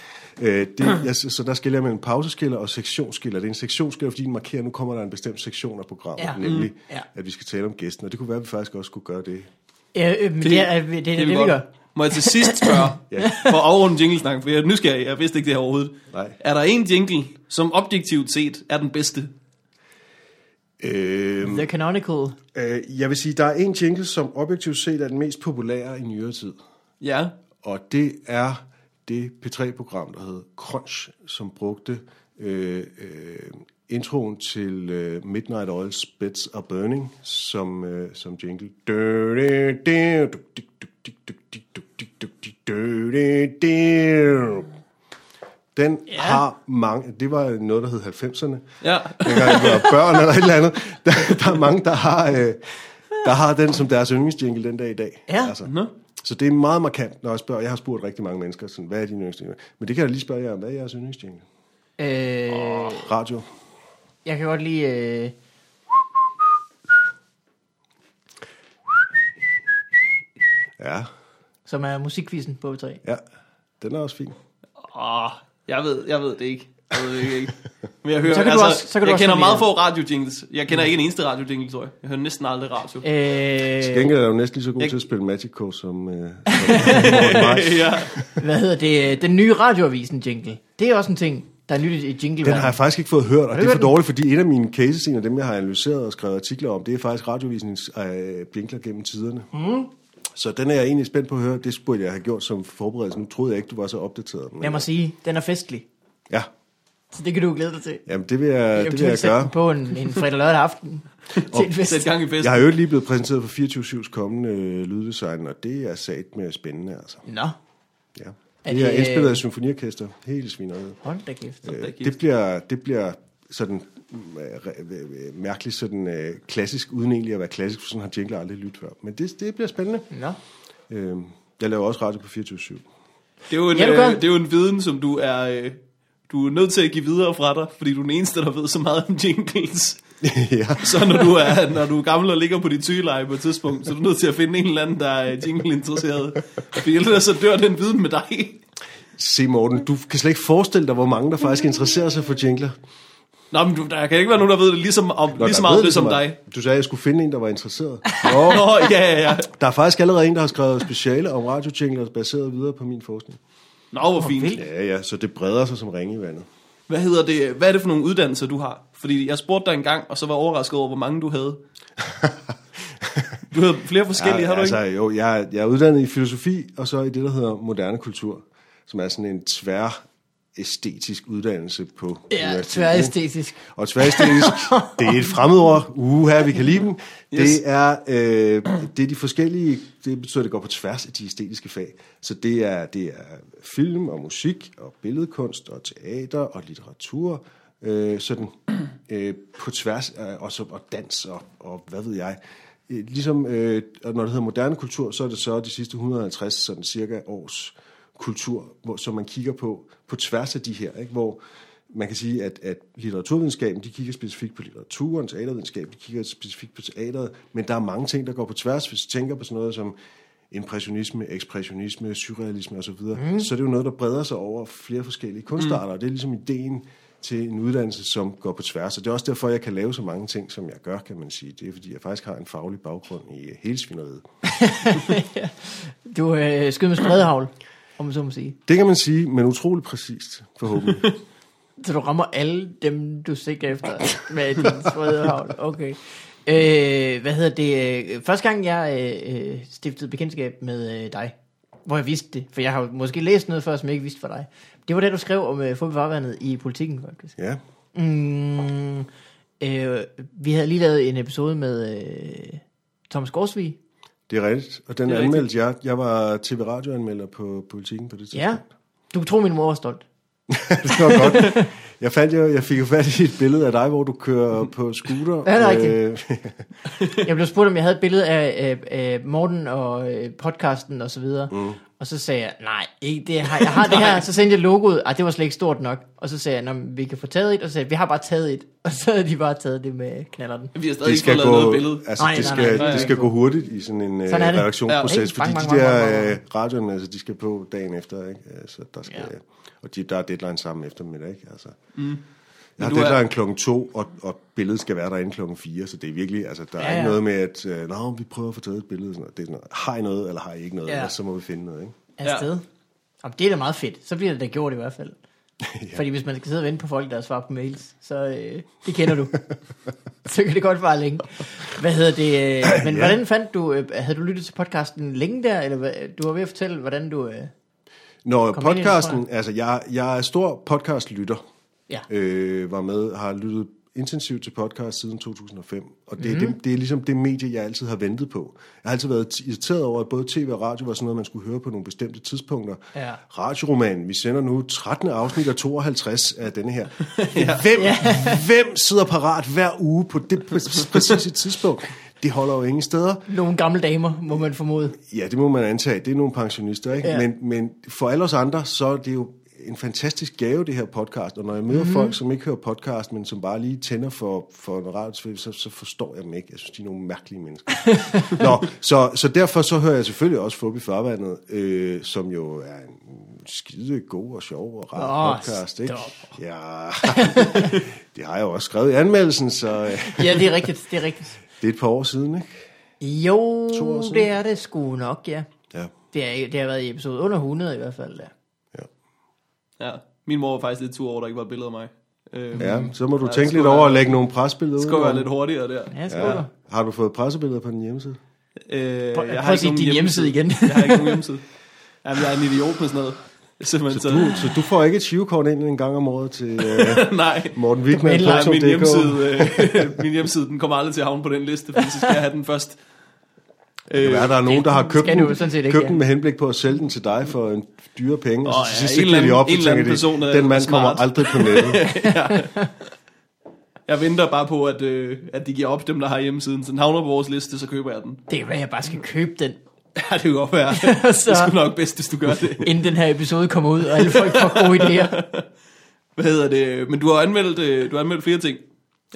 Speaker 2: Øh, det, jeg, så så der skiller jeg mellem pauseskiller og sektionsskiller. Det er en sektionsskiller, fordi den markerer, at nu kommer der en bestemt sektion af programmet,
Speaker 3: Ja.
Speaker 2: ja. nemlig
Speaker 3: Mm. Ja.
Speaker 2: ja. at vi skal tale om gæsten, og det kunne være, at vi faktisk også skulle gøre det
Speaker 3: Ja, øh, men det, det, er, det, det, det, det,
Speaker 1: vil
Speaker 3: det vi
Speaker 1: godt.
Speaker 3: gør.
Speaker 1: Må jeg til sidst spørge,
Speaker 2: Ja.
Speaker 1: for at afrunde jinglesnakken, for jeg er nysgerrig, jeg vidste ikke det her overhovedet.
Speaker 2: Nej.
Speaker 1: Er der en jingle, som objektivt set er den bedste?
Speaker 2: Øhm,
Speaker 3: The Canonical.
Speaker 2: Øh, jeg vil sige, der er en jingle, som objektivt set er den mest populære i nyere tid.
Speaker 1: Ja.
Speaker 2: Og det er det P3-program, der hed Crunch, som brugte øh, øh, introen til øh, Midnight Oil Spits Are Burning som, øh, som jingle. Du, du, du. Den ja. har mange... Det var noget, der hed 90'erne.
Speaker 1: Ja.
Speaker 2: Dengang vi var børn eller et eller andet. Der, der er mange, der har, øh, der har den som deres yndlingsjingle den dag i dag. altså.
Speaker 3: Ja.
Speaker 1: Nå.
Speaker 2: Så det er meget markant, når jeg spørger. Jeg har spurgt rigtig mange mennesker, sådan, hvad er din yndlingsjingle? Men det kan jeg lige spørge jer om. Hvad er jeres yndlingsjingle?
Speaker 3: Øh,
Speaker 2: Radio.
Speaker 3: jeg kan godt lide... Øh,
Speaker 2: Ja,
Speaker 3: som er musikquizzen på B3.
Speaker 2: ja. Den er også fin.
Speaker 1: Åh, jeg ved, jeg ved det ikke. Jeg ved det ikke. Men jeg hører,
Speaker 3: Så kan du
Speaker 1: altså,
Speaker 3: også- så kan du
Speaker 1: jeg
Speaker 3: også Mm.
Speaker 1: kender
Speaker 3: lide
Speaker 1: meget
Speaker 3: det.
Speaker 1: få radiojingles. Jeg kender ikke en eneste radiojingle, tror jeg. Jeg hører næsten aldrig radio.
Speaker 2: Til
Speaker 3: Øh,
Speaker 2: gengæld er jeg jo næsten lige så god
Speaker 1: Jeg-
Speaker 2: til at spille Magico som... Øh, som Morten Maj.
Speaker 1: ja.
Speaker 3: hvad hedder det? Øh, Den nye radioavisen jingle. Det er også en ting, der er nyt i jingle.
Speaker 2: Den har jeg faktisk ikke fået hørt, og det
Speaker 3: du
Speaker 2: er for
Speaker 3: hørt den?
Speaker 2: dårligt, fordi en af mine cases, en af dem, jeg har analyseret og skrevet artikler om, det er faktisk radiovisningens øh, blinkler gennem tiderne. Mm. Så den er jeg egentlig spændt på at høre. Det burde jeg have gjort som forberedelse. Nu troede jeg ikke, du var så opdateret. Men,
Speaker 3: Lad mig sige, den er festlig.
Speaker 2: ja,
Speaker 3: Så det kan du glæde dig til.
Speaker 2: jamen det vil jeg, det vil jeg
Speaker 3: sætte den
Speaker 2: gøre.
Speaker 3: på en, en fredag lørdag aften til en fest.
Speaker 1: Sæt gang i festen.
Speaker 2: Jeg har jo ikke lige blevet præsenteret for 24-7's kommende øh, lyddesign, og det er sat med spændende, altså.
Speaker 3: Nå,
Speaker 2: Ja.
Speaker 3: Er
Speaker 2: det er
Speaker 3: det,
Speaker 2: indspillet
Speaker 3: øh,
Speaker 2: af symfoniorkester. Helt svineriet.
Speaker 3: hold da kæft.
Speaker 1: da
Speaker 2: Øh,
Speaker 1: gift.
Speaker 2: det bliver, det bliver sådan mm, øh, re- øh, øh, mærkeligt sådan øh, klassisk, uden egentlig at være klassisk, for sådan har jingler aldrig lyttet før. Men det, det bliver spændende.
Speaker 3: Nå.
Speaker 2: Øh, jeg laver også radio på 24-7.
Speaker 1: Det er, jo en,
Speaker 3: Ja,
Speaker 1: ja,
Speaker 3: du gør.
Speaker 1: øh, det er jo en viden, som du er, øh, du er nødt til at give videre fra dig, fordi du er den eneste, der ved så meget om jingles.
Speaker 2: ja.
Speaker 1: Så når du er, når du er gammel og ligger på dit sygeleje på et tidspunkt, så er du nødt til at finde en eller anden, der er jingle-interesseret. Fordi ellers så dør den viden med dig.
Speaker 2: Se Morten, du kan slet ikke forestille dig, hvor mange der faktisk interesserer sig for jingler.
Speaker 1: Nå, men du, der kan ikke være nogen, der ved det lige så, om,
Speaker 2: Nå,
Speaker 1: lige så
Speaker 2: der
Speaker 1: meget
Speaker 2: ved
Speaker 1: om det
Speaker 2: så
Speaker 1: som
Speaker 2: meget.
Speaker 1: dig.
Speaker 2: Du sagde, at jeg skulle finde en, der var interesseret. Nå,
Speaker 1: Nå, ja, ja, ja.
Speaker 2: der er faktisk allerede en, der har skrevet speciale om radiojingler, baseret videre på min forskning.
Speaker 1: Nå, hvor fint.
Speaker 3: vildt.
Speaker 2: Ja, ja, så det breder sig som ringe i vandet.
Speaker 1: Hvad hedder det? Hvad er det for nogle uddannelser, du har? Fordi jeg spurgte dig en gang, og så var jeg overrasket over, hvor mange du havde. Du havde flere forskellige, ja, har du
Speaker 2: altså,
Speaker 1: ikke?
Speaker 2: Jo, jeg, er- jeg er uddannet i filosofi, og så i det, der hedder moderne kultur, som er sådan en tvær æstetisk uddannelse på
Speaker 3: Ja,
Speaker 2: universitetet,
Speaker 3: tvær
Speaker 2: ikke?
Speaker 3: æstetisk.
Speaker 2: Og tværstillisk, det er et fremmedord. Uha, vi kan lide dem.
Speaker 1: Yes.
Speaker 2: Det, er, øh, det er de forskellige, det betyder, at det går på tværs af de æstetiske fag. Så det er, det er film og musik og billedkunst og teater og litteratur, øh, sådan øh, på tværs, øh, og, så, og dans og, og hvad ved jeg. Øh, Ligesom øh, og når det hedder moderne kultur, så er det så de sidste 150 sådan cirka års kultur, hvor, som man kigger på på tværs af de her, ikke? hvor man kan sige, at, at litteraturvidenskaben, de kigger specifikt på litteraturen, teatervidenskaben, de kigger specifikt på teateret, men der er mange ting, der går på tværs. Hvis du tænker på sådan noget som impressionisme, ekspressionisme, surrealisme osv., så, videre, så er det jo noget, der breder sig over flere forskellige kunstarter, og det er ligesom ideen til en uddannelse, som går på tværs. Og det er også derfor, jeg kan lave så mange ting, som jeg gør, kan man sige. Det er, fordi jeg faktisk har en faglig baggrund i øh, hele svineriet.
Speaker 3: Du øh, skød med spredhavl, om man så må sige.
Speaker 2: Det kan man sige, men utrolig præcist, forhåbentlig.
Speaker 3: Så du rammer alle dem, du sigter efter med din spredhavl. Okay. Øh, hvad hedder det? øh, Første gang, jeg øh, øh, stiftede bekendtskab med øh, dig, hvor jeg vidste det, for jeg har jo måske læst noget før, som jeg ikke vidste for dig. Det var det, du skrev om øh, fodboldvarvandet i politikken, faktisk.
Speaker 2: Ja.
Speaker 3: Mm, øh, vi havde lige lavet en episode med øh, Thomas Gårdsvig.
Speaker 2: Det er rigtigt, og den
Speaker 1: Det er
Speaker 2: anmeldte jeg. Jeg var tv-radioanmelder på Politiken på det tidspunkt.
Speaker 3: Ja. Du kan tro, min mor var stolt.
Speaker 2: det var godt. Jeg, fandt jo, jeg fik jo fat i et billede af dig, hvor du kører på scooter.
Speaker 3: Ja, det er rigtigt.
Speaker 2: Øh,
Speaker 3: Jeg blev spurgt, om jeg havde et billede af, af, af Morten og øh, podcasten og så videre. Mm. Og så sagde jeg, nej, ikke det har, jeg har det her. Så sendte jeg logoet, ah, det var slet ikke stort nok. Og så sagde jeg, "Nå, men vi kan få taget et. Og så sagde jeg, vi har bare taget et. Og så havde de bare taget det med knallerten.
Speaker 1: Vi har stadig
Speaker 2: det
Speaker 1: ikke fået
Speaker 2: skal,
Speaker 1: lavet noget
Speaker 2: gå,
Speaker 1: billede.
Speaker 2: altså,
Speaker 3: Nej,
Speaker 2: det
Speaker 3: nej,
Speaker 2: skal,
Speaker 3: nej, nej,
Speaker 1: nej.
Speaker 2: det skal gå hurtigt i sådan en
Speaker 3: Sådan er
Speaker 2: sådan
Speaker 3: det.
Speaker 2: redaktionsproces,
Speaker 3: Ja.
Speaker 2: fordi
Speaker 3: Bang,
Speaker 2: de
Speaker 3: bang, bang,
Speaker 2: der
Speaker 3: bang,
Speaker 2: øh, radioen, altså, de skal på dagen efter, ikke? Øh, Så der skal,
Speaker 3: Ja.
Speaker 2: Og de, der er deadline sammen eftermiddag, ikke? Altså. Mm. Jeg har
Speaker 1: du er-
Speaker 2: deadline er... klokken to, og, og billedet skal være derinde klokken 4, så det er virkelig, altså der ja,
Speaker 3: Ja,
Speaker 2: er ikke
Speaker 3: ja.
Speaker 2: noget med, at øh, Nå, vi prøver at få taget et billede, sådan noget. Det er sådan noget, har I noget, eller har I ikke noget,
Speaker 3: Ja.
Speaker 2: ja. ellers så må vi finde noget, ikke?
Speaker 3: Afsted. Ja. Jamen, det er da meget fedt. Så bliver det da gjort i hvert fald. ja. Fordi hvis man skal sidde og vente på folk, der svarer på mails, så øh, det kender du. så kan det godt vare længe. Hvad hedder det? Øh, men ja. hvordan fandt du, øh, havde du lyttet til podcasten længe der? Eller hvad, du var ved at fortælle, hvordan du... Øh,
Speaker 2: Når
Speaker 3: Kom ind i det, tror
Speaker 2: podcasten, altså jeg, jeg er stor podcastlytter,
Speaker 3: ja.
Speaker 2: øh, var med, har lyttet intensivt til podcast siden 2005, og det,
Speaker 3: Mhm.
Speaker 2: mm. det, det er ligesom det medie, jeg altid har ventet på. Jeg har altid været irriteret over, at både tv og radio var sådan noget, man skulle høre på nogle bestemte tidspunkter.
Speaker 3: Ja.
Speaker 2: Radioroman, vi sender nu 13. afsnit og 52 af denne her. Hvem, hvem sidder parat hver uge på det præ- præcise tidspunkt? Det holder jo ingen steder.
Speaker 3: Nogle gamle damer, må man formode.
Speaker 2: Ja, det må man antage. Det er nogle pensionister, ikke?
Speaker 3: Ja.
Speaker 2: Ja. Men, men for alle os andre, så er det jo en fantastisk gave, det her podcast. Og når jeg møder mm. folk, som ikke hører podcast, men som bare lige tænder for, for en radio, så, så forstår jeg dem ikke. Jeg synes, de er nogle mærkelige mennesker. Nå, så, så derfor så hører jeg selvfølgelig også Fubi Farvandet, øh, som jo er en skide god og sjov og rar
Speaker 3: Nå,
Speaker 2: oh, podcast. Ikke?
Speaker 3: stop.
Speaker 2: Ja, det har jeg jo også skrevet i anmeldelsen, så øh,
Speaker 3: Ja, det er rigtigt, det er rigtigt.
Speaker 2: det er et par år siden, ikke?
Speaker 3: Jo,
Speaker 2: To år siden.
Speaker 3: det er det sgu nok, ja.
Speaker 2: Ja.
Speaker 3: Det, er, det har været i episode under 100 i hvert fald, ja.
Speaker 1: Ja. Min mor var faktisk lidt tur over, at der ikke var et billede af mig. Øhm,
Speaker 2: Ja, så må du
Speaker 1: Ja,
Speaker 2: ja, tænke
Speaker 1: skulle
Speaker 2: lidt over
Speaker 1: være-
Speaker 2: at lægge nogle presbilleder ud.
Speaker 1: Det skulle
Speaker 2: Morten.
Speaker 1: være lidt hurtigere der.
Speaker 3: Ja, sgu
Speaker 2: Ja.
Speaker 3: da.
Speaker 2: Har du fået pressebilleder på din hjemmeside?
Speaker 1: Øh,
Speaker 3: Prøv- prøv at sige din hjemmeside igen.
Speaker 1: jeg har ikke nogen hjemmeside. Jamen, jeg er en idiot med sådan noget. Simpelthen så,
Speaker 2: Du, så du får ikke et shivekort ind en gang om året til uh,
Speaker 1: nej.
Speaker 2: Morten Wigman.
Speaker 3: Du
Speaker 1: Nej, min hjemmeside, øh, min hjemmeside, den kommer aldrig til at havne på den liste, fordi så skal jeg have den først. Øh,
Speaker 2: Ja, der er nogen, der har købt,
Speaker 3: Skal du jo sådan
Speaker 2: den,
Speaker 3: set ikke,
Speaker 2: købt
Speaker 3: ja.
Speaker 2: den med henblik på at sælge den til dig for en dyre penge. Og
Speaker 1: Åh,
Speaker 2: så til
Speaker 1: ja,
Speaker 2: sidst
Speaker 1: en
Speaker 2: så
Speaker 1: eller
Speaker 2: kigger de
Speaker 1: anden-
Speaker 2: op,
Speaker 1: en
Speaker 2: og
Speaker 1: eller anden person
Speaker 2: tænker
Speaker 1: er-
Speaker 2: de, den mand
Speaker 1: er
Speaker 2: kommer
Speaker 1: smart."
Speaker 2: aldrig på nettet.
Speaker 1: jeg venter bare på, at, øh, at de giver op dem, der har hjemmesiden. Så den havner på vores liste, så køber jeg den.
Speaker 3: Det kan være, jeg bare skal købe den,
Speaker 1: Ja, det kan godt være. Det er sgu nok bedst, hvis du gør det.
Speaker 3: inden den her episode kommer ud, og alle folk får gode idéer.
Speaker 1: Hvad hedder det? Men du har anmeldt, øh, du har anmeldt flere ting.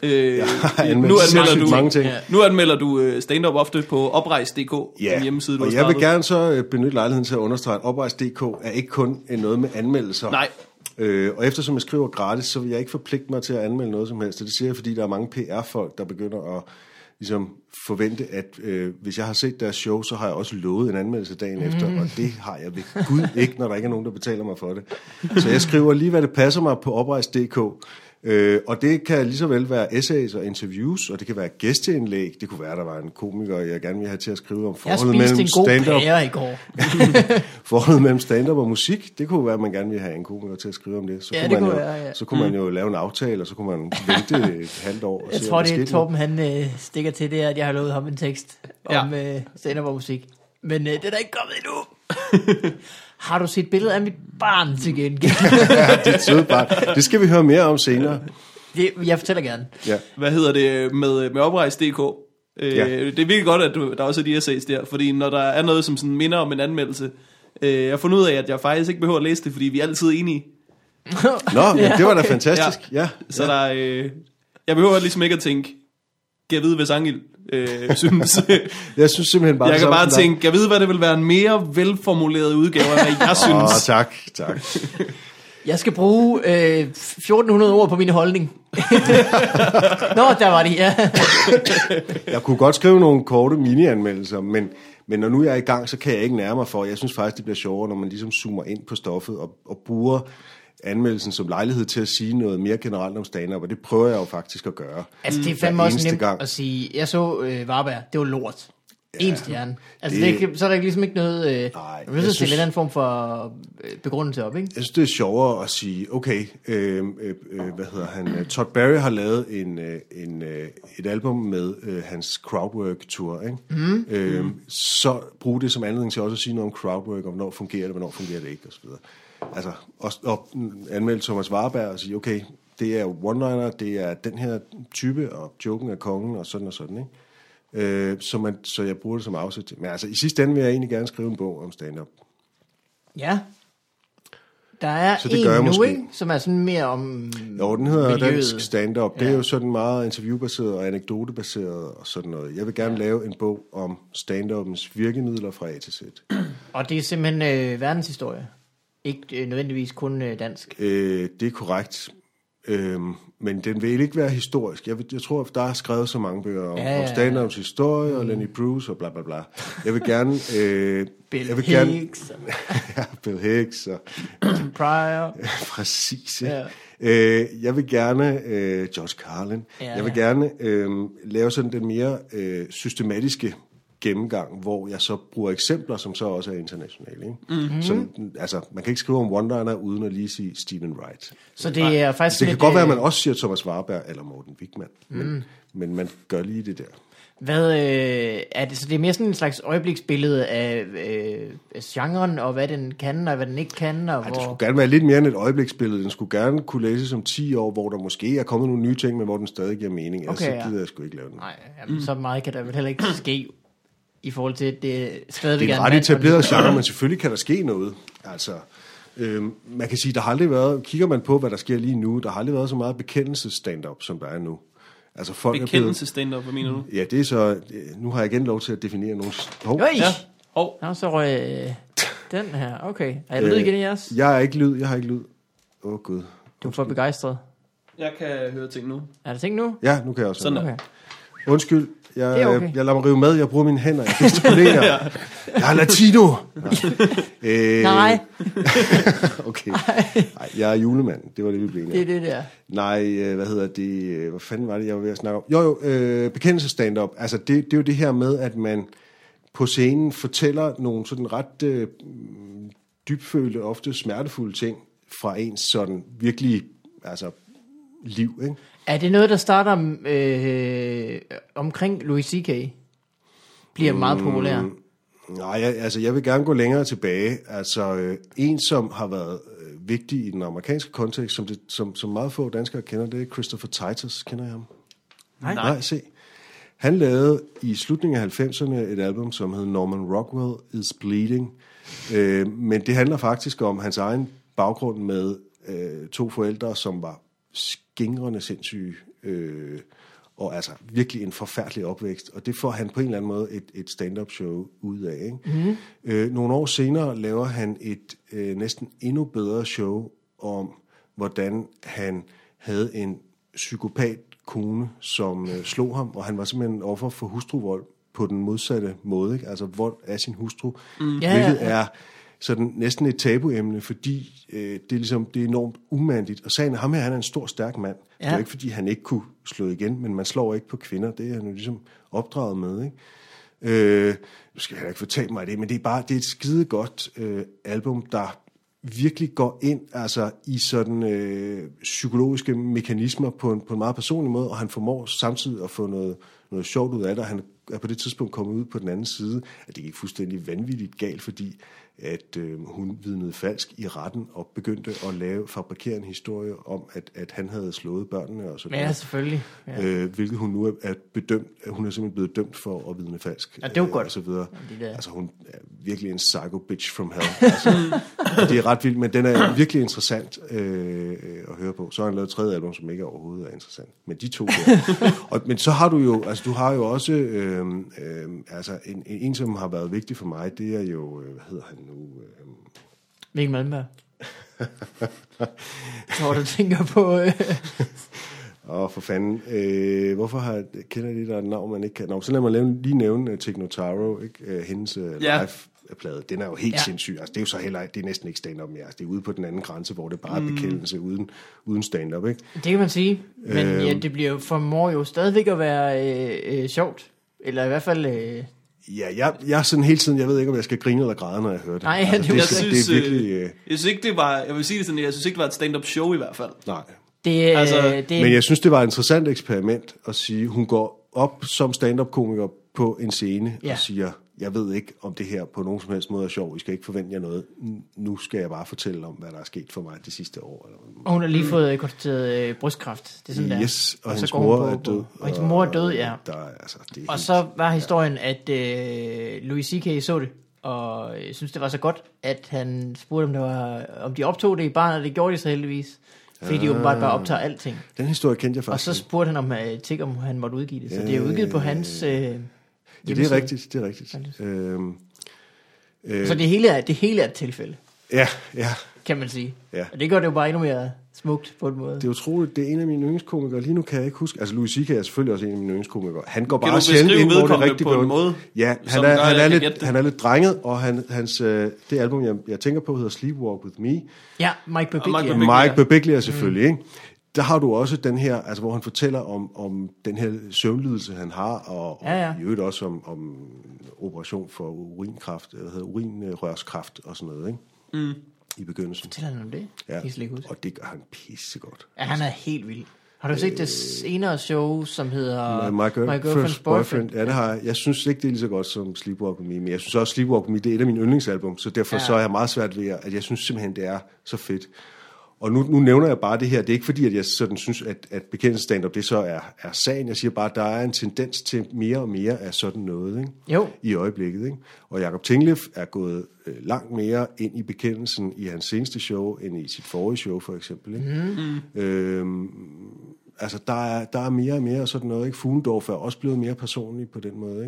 Speaker 1: Øh, jeg
Speaker 2: anmeldt
Speaker 1: nu anmelder
Speaker 2: sindssygt
Speaker 1: du
Speaker 2: mange ting.
Speaker 3: Ja.
Speaker 1: Nu anmelder du øh, stand-up ofte på oprejs.dk,
Speaker 2: Ja,
Speaker 1: den hjemmeside, du
Speaker 2: og
Speaker 1: har
Speaker 2: jeg vil
Speaker 1: startet.
Speaker 2: gerne så øh, benytte lejligheden til at understrege, at Oprejs.dk er ikke kun øh, noget med anmeldelser.
Speaker 1: Nej.
Speaker 2: Øh, og eftersom jeg skriver gratis, så vil jeg ikke forpligte mig til at anmelde noget som helst. Og det siger jeg, fordi der er mange PR-folk, der begynder at ligesom, forvente, at øh, hvis jeg har set deres show, så har jeg også lovet en anmeldelse dagen mm. efter. Og det har jeg ved Gud ikke, når der ikke er nogen, der betaler mig for det. Så jeg skriver lige, hvad det passer mig på oprejs.dk. Øh, og det kan lige så vel være essays og interviews, og det kan være gæsteindlæg. Det kunne være, der var en komiker, jeg gerne ville have til at skrive om
Speaker 3: Jeg
Speaker 2: forholdet
Speaker 3: spiste
Speaker 2: mellem
Speaker 3: en god
Speaker 2: stand-up
Speaker 3: pære i går.
Speaker 2: forholdet mellem stand-up og musik, det kunne jo være, at man gerne ville have en komiker til at skrive om det. Så
Speaker 3: Ja,
Speaker 2: kunne,
Speaker 3: det
Speaker 2: man,
Speaker 3: kunne
Speaker 2: jo,
Speaker 3: være, ja. Mm.
Speaker 2: så kunne man jo lave en aftale, og så kunne man vente et halvt år. Og
Speaker 3: Jeg
Speaker 2: se, om
Speaker 3: tror,
Speaker 2: der
Speaker 3: det er
Speaker 2: skete
Speaker 3: Torben, han øh, stikker til det, at jeg har lovet ham en tekst
Speaker 1: Ja.
Speaker 3: om øh, stand-up og musik. Men øh, det er der ikke kommet endnu. har du set billedet af mit barn til gengæld?
Speaker 2: noget. Det, er søde barn. det skal vi høre mere om senere.
Speaker 3: det, jeg fortæller gerne.
Speaker 2: Ja.
Speaker 1: Hvad hedder det? øh, Med, med oprejs.dk. Øh,
Speaker 2: Ja.
Speaker 1: ja. Det er virkelig godt, at du, der også er de essays der, fordi når der er noget, som sådan minder om en anmeldelse, øh, jeg har fundet ud af, at jeg faktisk ikke behøver at læse det, fordi vi er altid enige.
Speaker 2: Nå, ja, men det var da fantastisk.
Speaker 1: Ja.
Speaker 2: Ja.
Speaker 1: Så ja. der, øh, jeg behøver ligesom ikke at tænke, kan jeg vide, hvad Sangil øh, synes?
Speaker 2: Jeg synes simpelthen bare...
Speaker 1: jeg kan
Speaker 2: det samme
Speaker 1: bare
Speaker 2: som dig.
Speaker 1: tænke, kan jeg vide, hvad det vil være en mere velformuleret udgave af, hvad jeg
Speaker 2: Åh,
Speaker 1: synes?
Speaker 2: tak, tak.
Speaker 3: Jeg skal bruge øh, 1400 ord på min holdning. Nå, der var det, ja.
Speaker 2: Jeg kunne godt skrive nogle korte mini-anmeldelser, men, men når nu jeg er i gang, så kan jeg ikke nærme mig for. Jeg synes faktisk, det bliver sjovere, når man ligesom zoomer ind på stoffet og, og bruger anmeldelsen som lejlighed til at sige noget mere generelt om stand-up, og det prøver jeg jo faktisk at gøre.
Speaker 3: Altså, det er fandme
Speaker 2: Hver
Speaker 3: også
Speaker 2: eneste
Speaker 3: nemt
Speaker 2: gang.
Speaker 3: gang. at sige, jeg så øh, Varberg, det var lort. Ja, en stjerne. Altså,
Speaker 2: det-
Speaker 3: det, det, så er der ikke ligesom ikke noget... Øh,
Speaker 2: jeg
Speaker 3: Nej, jeg synes... en
Speaker 2: synes-
Speaker 3: eller anden form for øh, begrundelse op, ikke?
Speaker 2: Jeg synes, det er sjovere at sige, okay, øh, øh, øh, hvad hedder han? øh, Todd Barry har lavet en, øh, en, øh, et album med øh, hans crowdwork-tour, ikke? Mm. Øh, så brug det som anledning til også at sige noget om crowdwork, og hvornår fungerer det, hvornår fungerer det ikke, osv. Altså, og, og anmelde Thomas Warberg og sige, okay, det er one-liner, det er den her type, og joken er kongen, og sådan og sådan, ikke? Øh, så, man, så jeg bruger det som afsæt til. Men altså, i sidste ende vil jeg egentlig gerne skrive en bog om stand-up.
Speaker 3: Ja. Der er
Speaker 2: Så
Speaker 3: så
Speaker 2: det
Speaker 3: det en
Speaker 2: gør jeg
Speaker 3: nu,
Speaker 2: måske.
Speaker 3: ikke? Som er sådan mere om...
Speaker 2: Jo, den hedder
Speaker 3: miljøet.
Speaker 2: Miljøet. Dansk Stand-Up. Det er
Speaker 3: Ja.
Speaker 2: jo sådan meget interviewbaseret og anekdotebaseret og sådan noget. Jeg vil gerne ja. lave en bog om stand-uppens virkemidler fra A til Z.
Speaker 3: Og det er simpelthen øh, verdenshistorie. Ikke øh, nødvendigvis kun øh, dansk.
Speaker 2: Øh, det er korrekt. Øhm, men den vil ikke være historisk. Jeg, vil, jeg tror, der er skrevet så mange bøger om,
Speaker 3: Ja,
Speaker 2: ja,
Speaker 3: ja,
Speaker 2: ja,
Speaker 3: ja. Mm.
Speaker 2: om stand-ups historie og Lenny Bruce og bla bla bla. Jeg vil gerne... Øh,
Speaker 3: Bill
Speaker 2: jeg vil
Speaker 3: Hicks.
Speaker 2: ja, Bill Hicks og
Speaker 3: Prior.
Speaker 2: Præcis. Ja. Øh, jeg vil gerne, øh, George Carlin,
Speaker 3: Ja,
Speaker 2: ja, jeg vil
Speaker 3: ja.
Speaker 2: gerne øh, lave sådan den mere øh, systematiske gennemgang, hvor jeg så bruger eksempler, som så også er internationale. Ikke?
Speaker 3: Mhm.
Speaker 2: Mm-hmm. Så, altså, man kan ikke skrive om one-liner uden at lige sige Stephen Wright.
Speaker 3: Så det er Mm. faktisk
Speaker 2: Det kan
Speaker 3: lidt,
Speaker 2: godt være, at
Speaker 3: øh,
Speaker 2: man også siger Thomas Warberg eller Morten Wigman, men, men man gør lige det der.
Speaker 3: Hvad øh, er det? Så det er mere sådan en slags øjebliksbillede af øh, af genren, og hvad den kan, og hvad den ikke kan, og
Speaker 2: Ej, det
Speaker 3: hvor...
Speaker 2: skulle gerne være lidt mere end et øjebliksbillede. Den skulle gerne kunne læses om 10 år, hvor der måske er kommet nogle nye ting, men hvor den stadig giver mening. Ellers
Speaker 3: Okay,
Speaker 2: så
Speaker 3: ja.
Speaker 2: gider jeg sgu ikke lave den.
Speaker 3: Nej, jamen, så meget kan der vel heller ikke ske i forhold til, at det stadigvæk
Speaker 2: Det er
Speaker 3: en
Speaker 2: en ret
Speaker 3: mand, og en-
Speaker 2: etableret genre, men selvfølgelig kan der ske noget. Altså, øhm, man kan sige, der har aldrig været, kigger man på, hvad der sker lige nu, der har aldrig været så meget bekendelsesstand-up, som der er nu. Altså folk er blevet,
Speaker 1: Bekendelse stand-up, hvad mener du?
Speaker 2: Ja, det er så, øh, nu har jeg igen lov til at definere nogle... Hov,
Speaker 3: Øj!
Speaker 1: Ja. Og
Speaker 3: Nå, så røg øh, den her. Okay. Er det lyd igen i jeres?
Speaker 2: jeg er ikke lyd, jeg har ikke lyd. Åh, oh, Gud.
Speaker 3: Du er for begejstret.
Speaker 1: jeg kan høre ting nu.
Speaker 3: Er der ting nu?
Speaker 2: Ja, nu kan jeg også.
Speaker 1: Sådan der.
Speaker 3: Okay.
Speaker 2: Undskyld, jeg,
Speaker 3: Det er okay.
Speaker 2: okay. jeg lader mig rive med, jeg bruger mine hænder, jeg gestikulerer. Jeg er latino. Nej.
Speaker 3: Nej,
Speaker 2: Okay. Nej, jeg er julemanden, det var det, vi blev enige
Speaker 3: det
Speaker 2: om.
Speaker 3: er det der.
Speaker 2: Nej, øh, hvad hedder det? øh, Hvad fanden var det, jeg var ved at snakke om? Jo, jo, øh, bekendelsesstand-up. Altså, det, det er jo det her med, at man på scenen fortæller nogle sådan ret øh, mm, dybfølte, ofte smertefulde ting fra ens sådan virkelig altså, liv, ikke?
Speaker 3: Er det noget, der starter øh, omkring Louis C.K.? Bliver meget populær.
Speaker 2: Mm. Nej, jeg, altså jeg vil gerne gå længere tilbage. Altså øh, en, som har været øh, vigtig i den amerikanske kontekst, som, det, som, som meget få danskere kender, det er Christopher Titus. Kender jeg ham?
Speaker 3: Nej.
Speaker 2: Nej, se. Han lavede i slutningen af 90'erne et album, som hed Norman Rockwell is Bleeding. Øh, men det handler faktisk om hans egen baggrund med øh, to forældre, som var skingrende sindssyge, øh, og altså virkelig en forfærdelig opvækst. Og det får han på en eller anden måde et, et stand-up show ud af. Ikke? Mm. Øh, nogle år senere laver han et øh, næsten endnu bedre show om, hvordan han havde en psykopat kone, som øh, slog ham, og han var simpelthen offer for hustruvold på den modsatte måde, ikke? altså vold af sin hustru, mm.
Speaker 3: Ja, ja,
Speaker 2: hvilket
Speaker 3: ja.
Speaker 2: er sådan næsten et tabuemne, fordi øh, det, er ligesom, det er enormt umandigt. Og sagen er, ham her, han er en stor, stærk mand. Ja. Det
Speaker 3: Ja.
Speaker 2: er jo ikke, fordi han ikke kunne slå igen, men man slår ikke på kvinder. Det er han jo ligesom opdraget med. Ikke? Øh, nu skal jeg heller ikke fortælle mig det, men det er bare det er et skide godt øh, album, der virkelig går ind altså, i sådan øh, psykologiske mekanismer på en, på en meget personlig måde, og han formår samtidig at få noget, noget sjovt ud af det, og han er på det tidspunkt kommet ud på den anden side, at det gik fuldstændig vanvittigt galt, fordi at øh, hun vidnede falsk i retten og begyndte at lave, fabrikere en historie om, at, at han havde slået børnene og sådan
Speaker 3: Ja, selvfølgelig. Ja.
Speaker 2: øh, hvilket hun nu er, er bedømt, hun er simpelthen blevet dømt for at vidne falsk.
Speaker 3: Ja, det er jo
Speaker 2: øh,
Speaker 3: godt.
Speaker 2: Og så videre.
Speaker 3: Ja, det
Speaker 2: Ja,
Speaker 3: der.
Speaker 2: altså hun er virkelig en psycho bitch from hell. Altså, det er ret vildt, men den er virkelig interessant øh, øh, at høre på. Så har han lavet et tredje album, som ikke overhovedet er interessant. Men de to der. og, men så har du jo, altså du har jo også, øh, øh, altså en, en, en, som har været vigtig for mig, det er jo, øh, hvad hedder han nu? Øh,
Speaker 3: Mikkel Malmberg. Jeg tror, du tænker på... Øh,
Speaker 2: Åh, for fanden. Øh, hvorfor har, kender de der et navn, man ikke kan? Nå, så lad mig lave, lige nævne uh, Technotaro, ikke? Uh, hendes uh,
Speaker 1: Ja.
Speaker 2: live-plade. Den er jo helt
Speaker 3: Ja.
Speaker 2: ja. sindssyg. Altså, det er jo så heller ikke- det er næsten ikke stand-up mere. Altså, det er ude på den anden grænse, hvor det bare er
Speaker 1: Mm.
Speaker 2: bekendelse uden, uden stand-up, ikke?
Speaker 3: det kan man sige. Men
Speaker 2: Øhm.
Speaker 3: ja, det bliver jo formår jo stadigvæk at være øh, øh, sjovt. Eller i hvert fald... Øh,
Speaker 2: Ja, jeg, jeg er sådan hele tiden, jeg ved ikke, om jeg skal grine eller græde, når jeg hører det.
Speaker 3: Nej,
Speaker 2: altså,
Speaker 3: det
Speaker 2: det,
Speaker 3: var-
Speaker 1: Jeg
Speaker 2: er,
Speaker 1: synes,
Speaker 2: det er virkelig...
Speaker 1: øh,
Speaker 2: Øh,
Speaker 1: jeg synes ikke, det var, jeg vil sige det sådan, jeg synes ikke, det var et stand-up show i hvert fald.
Speaker 2: nej.
Speaker 3: det, øh,
Speaker 1: Altså,
Speaker 3: det,
Speaker 2: Men jeg synes, det var et interessant eksperiment at sige, hun går op som stand-up-komiker på en scene
Speaker 3: Ja.
Speaker 2: og siger, jeg ved ikke, om det her på nogen som helst måde er sjov. I skal ikke forvente jer noget. N- Nu skal jeg bare fortælle om, hvad der er sket for mig det sidste år. Eller
Speaker 3: Og hun har lige fået øh, konstateret øh, brystkræft. Det er sådan der.
Speaker 2: yes, og, og hendes
Speaker 3: går hun
Speaker 2: mor
Speaker 3: på-
Speaker 2: er
Speaker 3: på-
Speaker 2: død.
Speaker 3: Og hendes mor er død, ja.
Speaker 2: Der, er- altså, det er
Speaker 3: Og
Speaker 2: helt-
Speaker 3: så var historien, at øh, Louis C.K. så det, og øh, synes det var så godt, at han spurgte, om, det var, om de optog det i barnet, og det gjorde de så heldigvis. Fordi de åbenbart bare optager alting.
Speaker 2: Den historie kendte jeg
Speaker 3: Og
Speaker 2: faktisk.
Speaker 3: så spurgte han, om, øh, tænk, om han måtte udgive det. Så det er udgivet på hans... Øh,
Speaker 2: ja, det er rigtigt, det er rigtigt. Øhm,
Speaker 3: Så det hele, er, det hele er et tilfælde,
Speaker 2: ja, ja.
Speaker 3: kan man sige.
Speaker 2: Ja.
Speaker 3: Og det gør det jo bare endnu mere smukt på en måde.
Speaker 2: Det er utroligt, det er en af mine yndlingskomikere. Lige nu kan jeg ikke huske. Altså, Louis C.K. er selvfølgelig også en af mine yndlingskomikere. Han går
Speaker 1: Kan
Speaker 2: bare
Speaker 1: du
Speaker 2: sjældent
Speaker 1: beskrive
Speaker 2: ind, hvor det
Speaker 1: vedkommende
Speaker 2: rigtig
Speaker 1: på en
Speaker 2: ondt.
Speaker 1: måde,
Speaker 2: Ja,
Speaker 1: som
Speaker 2: han er,
Speaker 1: gør, at
Speaker 2: han, er
Speaker 1: jeg kan gætte
Speaker 2: lidt,
Speaker 1: det?
Speaker 2: han er lidt drenget, og han, hans, øh, det album, jeg, jeg tænker på, hedder Sleepwalk With Me.
Speaker 3: Ja, Mike Birbiglia.
Speaker 1: Mike Mm.
Speaker 2: Mike Birbiglia selvfølgelig, ikke? der har du også den her, altså hvor han fortæller om, om den her søvnlidelse, han har, og, og
Speaker 3: Ja, ja.
Speaker 2: i øvrigt også om, om operation for urinkraft, eller hvad hedder det, urinrørskræft og sådan noget, ikke? Mm. I begyndelsen.
Speaker 3: Fortæller han om det? Ja. Kan I slet ikke huske?
Speaker 2: Og det gør han pissegodt.
Speaker 3: Ja, han er helt vild. Har du set det senere show, som hedder
Speaker 2: Uh, Øh, my, girl, my Girlfriend's Boyfriend. Ja, det har jeg. Jeg synes ikke, det er lige så godt som Sleepwalk With Me, men jeg synes også, Sleepwalk With Me, det er et af mine yndlingsalbum, så derfor
Speaker 3: Ja.
Speaker 2: ja. så er jeg meget svært ved, at at jeg synes simpelthen, det er så fedt. Og nu, nu nævner jeg bare det her. Det er ikke fordi, at jeg sådan synes, at, at bekendelsesstand-up, det så er, er sagen. Jeg siger bare, at der er en tendens til mere og mere af sådan noget, ikke?
Speaker 3: Jo.
Speaker 2: I øjeblikket, ikke? Og Jakob Tinglef er gået øh, langt mere ind i bekendelsen i hans seneste show, end i sit forrige show, for eksempel, ikke? Mm. Øhm, altså, der er, der er mere og mere og sådan noget, ikke? Fuglendorf er også blevet mere personlig på den måde,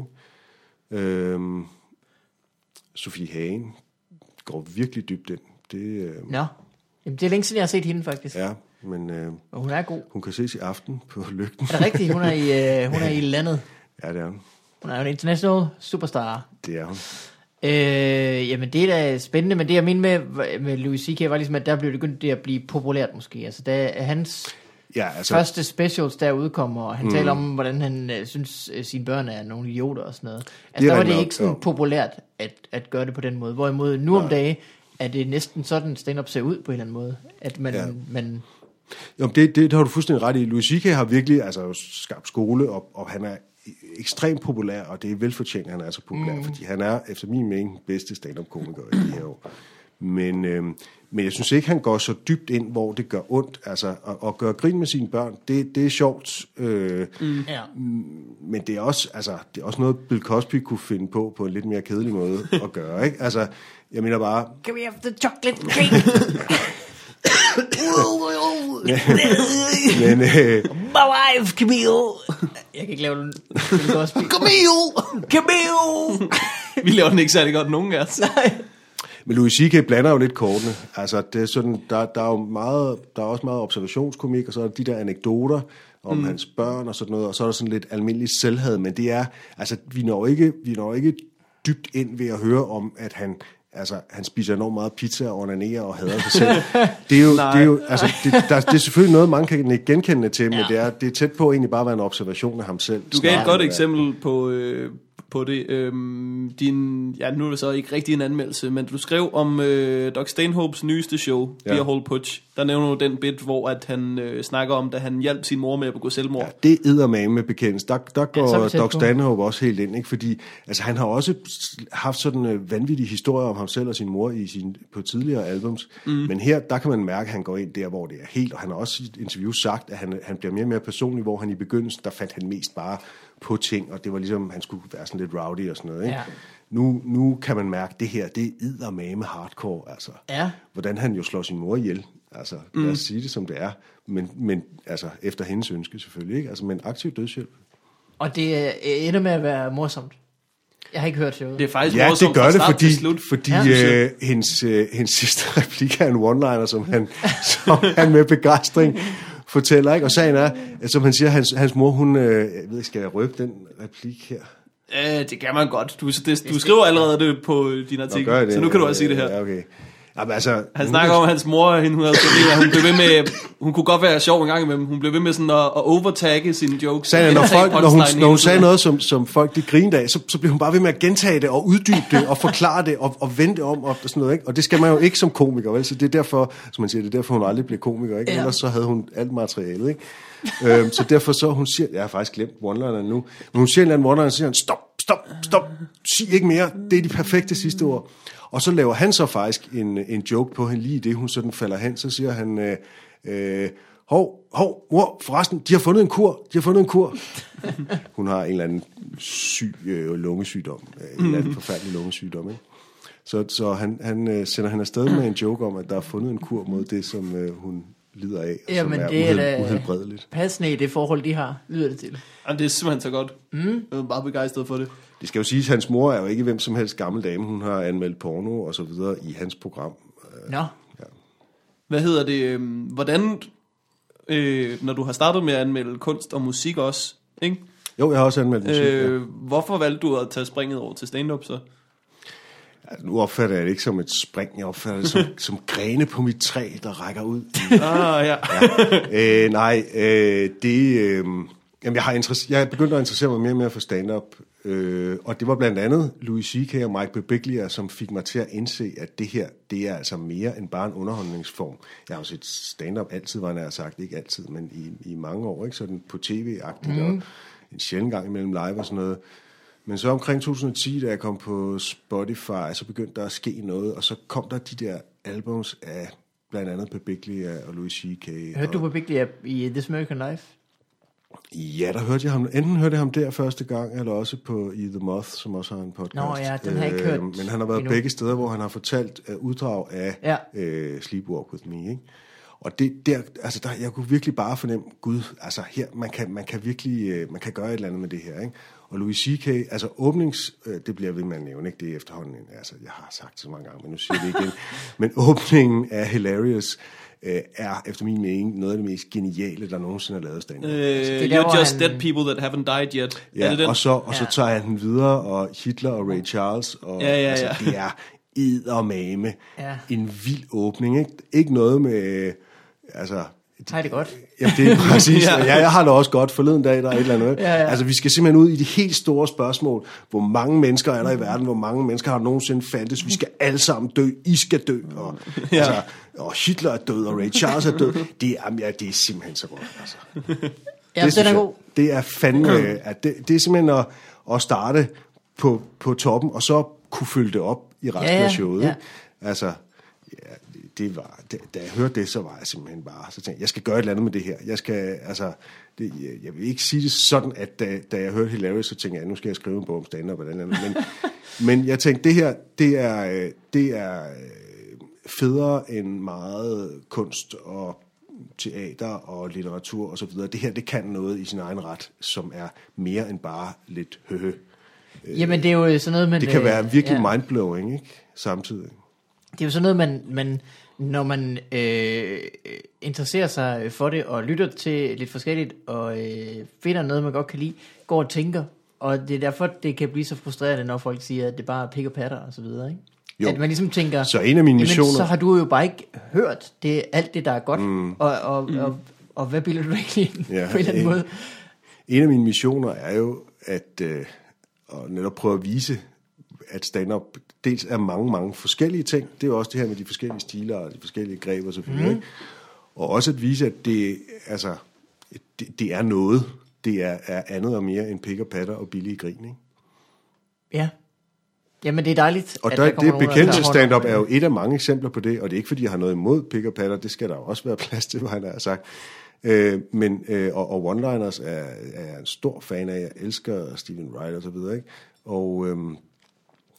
Speaker 2: ikke? Øhm, Sofie Hagen går virkelig dybt ind. Det, øh,
Speaker 3: Nå. Jamen, det er længe siden, jeg har set hende, faktisk. Ja.
Speaker 2: Ja, men øh,
Speaker 3: Og hun er god.
Speaker 2: hun kan ses i aften på lygten.
Speaker 3: Er det rigtigt? Hun er i, øh, hun er i landet.
Speaker 2: Ja, det er hun.
Speaker 3: Hun er jo en international superstar.
Speaker 2: Det er hun.
Speaker 3: Øh, jamen, det er da spændende, men det jeg mener med, med Louis C.K. var ligesom, at der blev det begyndt det at blive populært, måske. Altså, da hans
Speaker 2: Ja, altså, Først...
Speaker 3: første specials der udkommer, og han mm. taler om, hvordan han øh, synes, øh, sine børn er nogle idioter og sådan noget. Altså,
Speaker 2: Det er
Speaker 3: der var
Speaker 2: rigtig
Speaker 3: det
Speaker 2: nok,
Speaker 3: ikke sådan
Speaker 2: jo.
Speaker 3: populært at, at gøre det på den måde. Hvorimod nu om dagen er det næsten sådan, stand-up ser ud på en eller anden måde. At man, ja.
Speaker 2: Ja.
Speaker 3: man
Speaker 2: jo, det, det, det har du fuldstændig ret i. Louis C.K. har virkelig altså, skabt skole, og, og han er ekstremt populær, og det er velfortjent, at han er så populær, mm. fordi han er, efter min mening, den bedste stand-up-komiker i de her år. Men, øh, men jeg synes ikke, han går så dybt ind, hvor det gør ondt. Altså, at, at gøre grin med sine børn, det, det er sjovt. Øh, mm.
Speaker 3: ja.
Speaker 2: men det er også, altså, det er også noget, Bill Cosby kunne finde på på en lidt mere kedelig måde at gøre. Ikke? Altså, jeg mener bare,
Speaker 3: Can we have the chocolate cake?
Speaker 2: men, øh,
Speaker 3: My wife, Camille! Jeg kan ikke lave den. Camille! Camille!
Speaker 1: Vi laver den ikke særlig godt nogen af os.
Speaker 2: men Louis C.K. blander jo lidt kortene. Altså, det er sådan, der, der er jo meget, der er også meget observationskomik, og så er der de der anekdoter om mm. hans børn og sådan noget, og så er der sådan lidt almindelig selvhed, men det er, altså, vi når ikke, vi når ikke dybt ind ved at høre om, at han, altså, han spiser enormt meget pizza og onanerer og hader sig selv. Det er jo, det er jo altså, det, der, det er selvfølgelig noget, mange kan ikke genkende til, men
Speaker 3: Ja.
Speaker 2: ja. det, er, det er tæt på egentlig bare at være en observation af ham selv.
Speaker 1: Du gav
Speaker 2: snarere
Speaker 1: et godt
Speaker 2: end at-
Speaker 1: eksempel på, øh, på det. Øhm, din, ja, nu er det så ikke rigtig en anmeldelse, men du skrev om øh, Doc Stanhopes nyeste show, ja.
Speaker 2: Ja.
Speaker 1: Dear Hole Putch. Der nævner du den bit, hvor at han øh, snakker om, da han hjalp sin mor med at begå selvmord.
Speaker 2: Ja, det æder med med bekendelsen. Der, der
Speaker 3: så er
Speaker 2: går
Speaker 3: vi
Speaker 2: ja,
Speaker 3: tæt
Speaker 2: Doc
Speaker 3: på.
Speaker 2: Stanhope også helt ind, ikke? fordi altså, han har også haft sådan øh, vanvittige historier om ham selv og sin mor i sin, på tidligere albums, mm. men her, der kan man mærke, at han går ind der, hvor det er helt, og han har også i et interview sagt, at han, han bliver mere og mere personlig, hvor han i begyndelsen, der fandt han mest bare på ting, og det var ligesom, han skulle være sådan lidt rowdy og sådan noget. Ikke?
Speaker 3: Ja.
Speaker 2: Nu, nu kan man mærke, at det her, det er med hardcore, altså.
Speaker 3: Ja.
Speaker 2: Hvordan han jo slår sin mor ihjel. Altså, mm. lad os sige det, som det er. Men, men altså, efter hendes ønske selvfølgelig, ikke? Altså, men aktiv dødshjælp.
Speaker 3: Og det øh, ender med at være morsomt. Jeg har ikke hørt showet.
Speaker 1: Det er faktisk
Speaker 2: Ja,
Speaker 1: morsomt
Speaker 2: det gør
Speaker 1: fra
Speaker 2: det,
Speaker 1: start
Speaker 2: fordi,
Speaker 1: til slut.
Speaker 2: fordi
Speaker 1: Ja.
Speaker 2: ja. øh, hendes, øh, hendes sidste replik er en one-liner, som han, som han med begejstring fortæller. Ikke? Og sagen er, at som han siger, hans, hans mor, hun... Øh, jeg ved ikke, skal jeg røbe den replik her?
Speaker 1: Øh, det kan man godt. Du, det, du skriver allerede det på øh, din
Speaker 2: Nå,
Speaker 1: artikel,
Speaker 2: gør jeg det?
Speaker 1: så nu kan du også sige det her.
Speaker 2: Ja, okay. Jamen, altså,
Speaker 1: Han snakker om, at hans mor, hende, hun, havde problemer. hun blev ved med, hun kunne godt være sjov en gang imellem, hun blev ved med sådan at, at overtagge sine jokes.
Speaker 2: Sagen er, når,
Speaker 1: Gentage
Speaker 2: folk, når, hun,
Speaker 1: punchline hele
Speaker 2: når hun
Speaker 1: tiden.
Speaker 2: sagde noget, som, som folk de grinede af, så, så blev hun bare ved med at gentage det, og uddybe det, og forklare det, og, og vende det om, og sådan noget. Ikke? Og det skal man jo ikke som komiker, vel? Så det er derfor, som man siger, det er derfor, hun aldrig blev komiker, ikke?
Speaker 3: Ja.
Speaker 2: Ellers så havde hun alt materialet, ikke? øhm, så derfor så, hun siger, jeg har faktisk glemt one nu, men hun siger en eller anden one så siger han, stop, stop, stop, sig ikke mere, det er de perfekte sidste ord. Og så laver han så faktisk en, en joke på hende, lige i det hun sådan falder hen, så siger han, øh, øh, hov, hov, mor, forresten, de har fundet en kur, de har fundet en kur. Hun har en eller anden syg øh, lungesygdom, øh, en eller anden forfærdelig lungesygdom, ikke? Så, så han, han øh, sender han afsted med en joke om, at der er fundet en kur mod det, som øh, hun lider af, og
Speaker 3: Jamen,
Speaker 2: som er,
Speaker 3: det er
Speaker 2: uhel-
Speaker 3: da-
Speaker 2: uhelbredeligt.
Speaker 3: passende i det forhold, de har, lyder det til.
Speaker 1: Jamen, det er simpelthen så godt. Mm. Jeg er bare begejstret for det.
Speaker 2: Det skal jo siges, at hans mor er jo ikke hvem som helst gammel dame. Hun har anmeldt porno og så videre i hans program. Øh.
Speaker 3: Nå,
Speaker 1: Hvad hedder det? øhm, Hvordan, øh, når du har startet med at anmelde kunst og musik også, ikke?
Speaker 2: Jo, jeg har også anmeldt musik. Øh, ja.
Speaker 1: Øh, hvorfor valgte du at tage springet over til stand-up så?
Speaker 2: Altså, nu opfatter jeg det ikke som et spring, jeg opfatter det som, som grene på mit træ, der rækker ud.
Speaker 1: Ah, ja.
Speaker 2: øh, nej, øh, det... Øh, jamen, jeg har interesse, jeg er begyndt at interessere mig mere og mere for stand-up, øh, og det var blandt andet Louis C.K. og Mike Birbiglia, som fik mig til at indse, at det her, det er altså mere end bare en underholdningsform. Jeg har jo set stand-up altid, var jeg nær sagt, ikke altid, men i, i mange år, ikke? Sådan på tv-agtigt, mm. og en sjældent gang imellem live og sådan noget. Men så omkring 2010, da jeg kom på Spotify, så begyndte der at ske noget, og så kom der de der albums af blandt andet Birbiglia og Louis C.K.
Speaker 3: Hørte
Speaker 2: og-
Speaker 3: du på Big Lip i This American Life?
Speaker 2: Ja, der hørte jeg ham. Enten hørte jeg ham der første gang, eller også på i The Moth, som også har en podcast. Øh,
Speaker 3: Nå ja, den har jeg ikke hørt
Speaker 2: Men han har været
Speaker 3: endnu.
Speaker 2: endnu. begge steder, hvor han har fortalt uh, uddrag af
Speaker 3: Ja.
Speaker 2: øh, Sleepwalk With Me. Ikke? Og det der, altså der, jeg kunne virkelig bare fornemme, gud, altså her, man kan, man kan virkelig, øh, man kan gøre et eller andet med det her, ikke? Og Louis C.K., altså åbnings, øh, det bliver jeg ved med at nævne, ikke? Det er efterhånden, en- altså jeg har sagt det så mange gange, men nu siger jeg det igen. men åbningen af Hilarious øh, er efter min mening noget af det mest geniale, der nogensinde er lavet stand
Speaker 1: Øh,
Speaker 3: er der,
Speaker 1: you're
Speaker 3: hvor
Speaker 1: just
Speaker 3: han-
Speaker 1: dead people that haven't died yet. er det
Speaker 2: Ja,
Speaker 1: Altså, den?
Speaker 2: og så, og så
Speaker 3: Ja.
Speaker 2: tager han den videre, og Hitler og Ray Charles, og
Speaker 1: Ja, ja, ja.
Speaker 2: altså, det er eddermame.
Speaker 3: Ja.
Speaker 2: En vild åbning, ikke? Ikke noget med, øh, altså...
Speaker 3: Har I det godt?
Speaker 2: Jamen, det er præcis,
Speaker 1: Ja.
Speaker 2: ja. ja, jeg har det også godt forleden dag, der er et eller andet.
Speaker 3: Ja, ja.
Speaker 2: Altså, vi skal simpelthen ud i de helt store spørgsmål. Hvor mange mennesker er der i verden? Hvor mange mennesker har nogensinde fandtes? Vi skal alle sammen dø. I skal dø. Og, ja. altså, og Hitler er død, og Ray Charles er død. Det, er, ja, det er simpelthen så godt, altså.
Speaker 3: Ja, det den
Speaker 2: synes
Speaker 3: er
Speaker 2: jeg-
Speaker 3: god.
Speaker 2: Det er fandme, øh, at det, det er simpelthen at, at starte på, på toppen, og så kunne følge det op i resten
Speaker 3: Ja,
Speaker 2: ja,
Speaker 3: ja,
Speaker 2: af showet.
Speaker 3: ja.
Speaker 2: Ja. Altså, ja, det- det var, da, da jeg hørte det, så var jeg simpelthen bare, så tænkte jeg, jeg skal gøre et eller andet med det her. Jeg skal, altså, det, jeg, jeg vil ikke sige det sådan, at da, da jeg hørte Hilarious, så tænkte jeg, nu skal jeg skrive en bog om stand-up eller andet. Men, men jeg tænkte, det her, det er, øh, det er øh, federe end meget kunst og teater og litteratur og så videre. Det her, det kan noget i sin egen ret, som er mere end bare lidt høhø.
Speaker 3: Jamen, det er jo sådan noget, man...
Speaker 2: Det kan
Speaker 3: øh,
Speaker 2: være virkelig
Speaker 3: ja.
Speaker 2: ja. mindblowing, ikke? Samtidig.
Speaker 3: Det er jo sådan noget, man, man når man øh, interesserer sig for det, og lytter til lidt forskelligt, og øh, finder noget, man godt kan lide, går og tænker. Og det er derfor, det kan blive så frustrerende, når folk siger, at det bare er pik og patter og så videre, ikke?
Speaker 2: Jo.
Speaker 3: At man ligesom tænker,
Speaker 2: Så en af mine
Speaker 3: "Jamen,
Speaker 2: missioner-
Speaker 3: så har du jo bare ikke hørt det, alt det, der er godt, mm. og, og, mm. og, og hvad bilder du dig egentlig ind
Speaker 2: Ja,
Speaker 3: på en eller anden
Speaker 2: øh,
Speaker 3: måde?
Speaker 2: En af mine missioner er jo at øh, og netop prøve at vise, at stand-up dels er mange, mange forskellige ting. Det er jo også det her med de forskellige stiler og de forskellige greb og så videre. Mm. Og også at vise, at det, altså, det, det er noget. Det er, er andet og mere end pik og patter og billige grin, ikke?
Speaker 3: Ja. Jamen, det er dejligt,
Speaker 2: Og
Speaker 3: at
Speaker 2: der,
Speaker 3: der
Speaker 2: der det
Speaker 3: kommer nogen, der tager
Speaker 2: bekendte
Speaker 3: hånd om
Speaker 2: stand-up
Speaker 3: det.
Speaker 2: er jo et af mange eksempler på det, og det er ikke, fordi jeg har noget imod pick og patter, det skal der jo også være plads til, hvad han har sagt. Øh, men, øh, og, og one-liners er, er jeg en stor fan af, jeg elsker Steven Wright og så videre, ikke? Og øhm,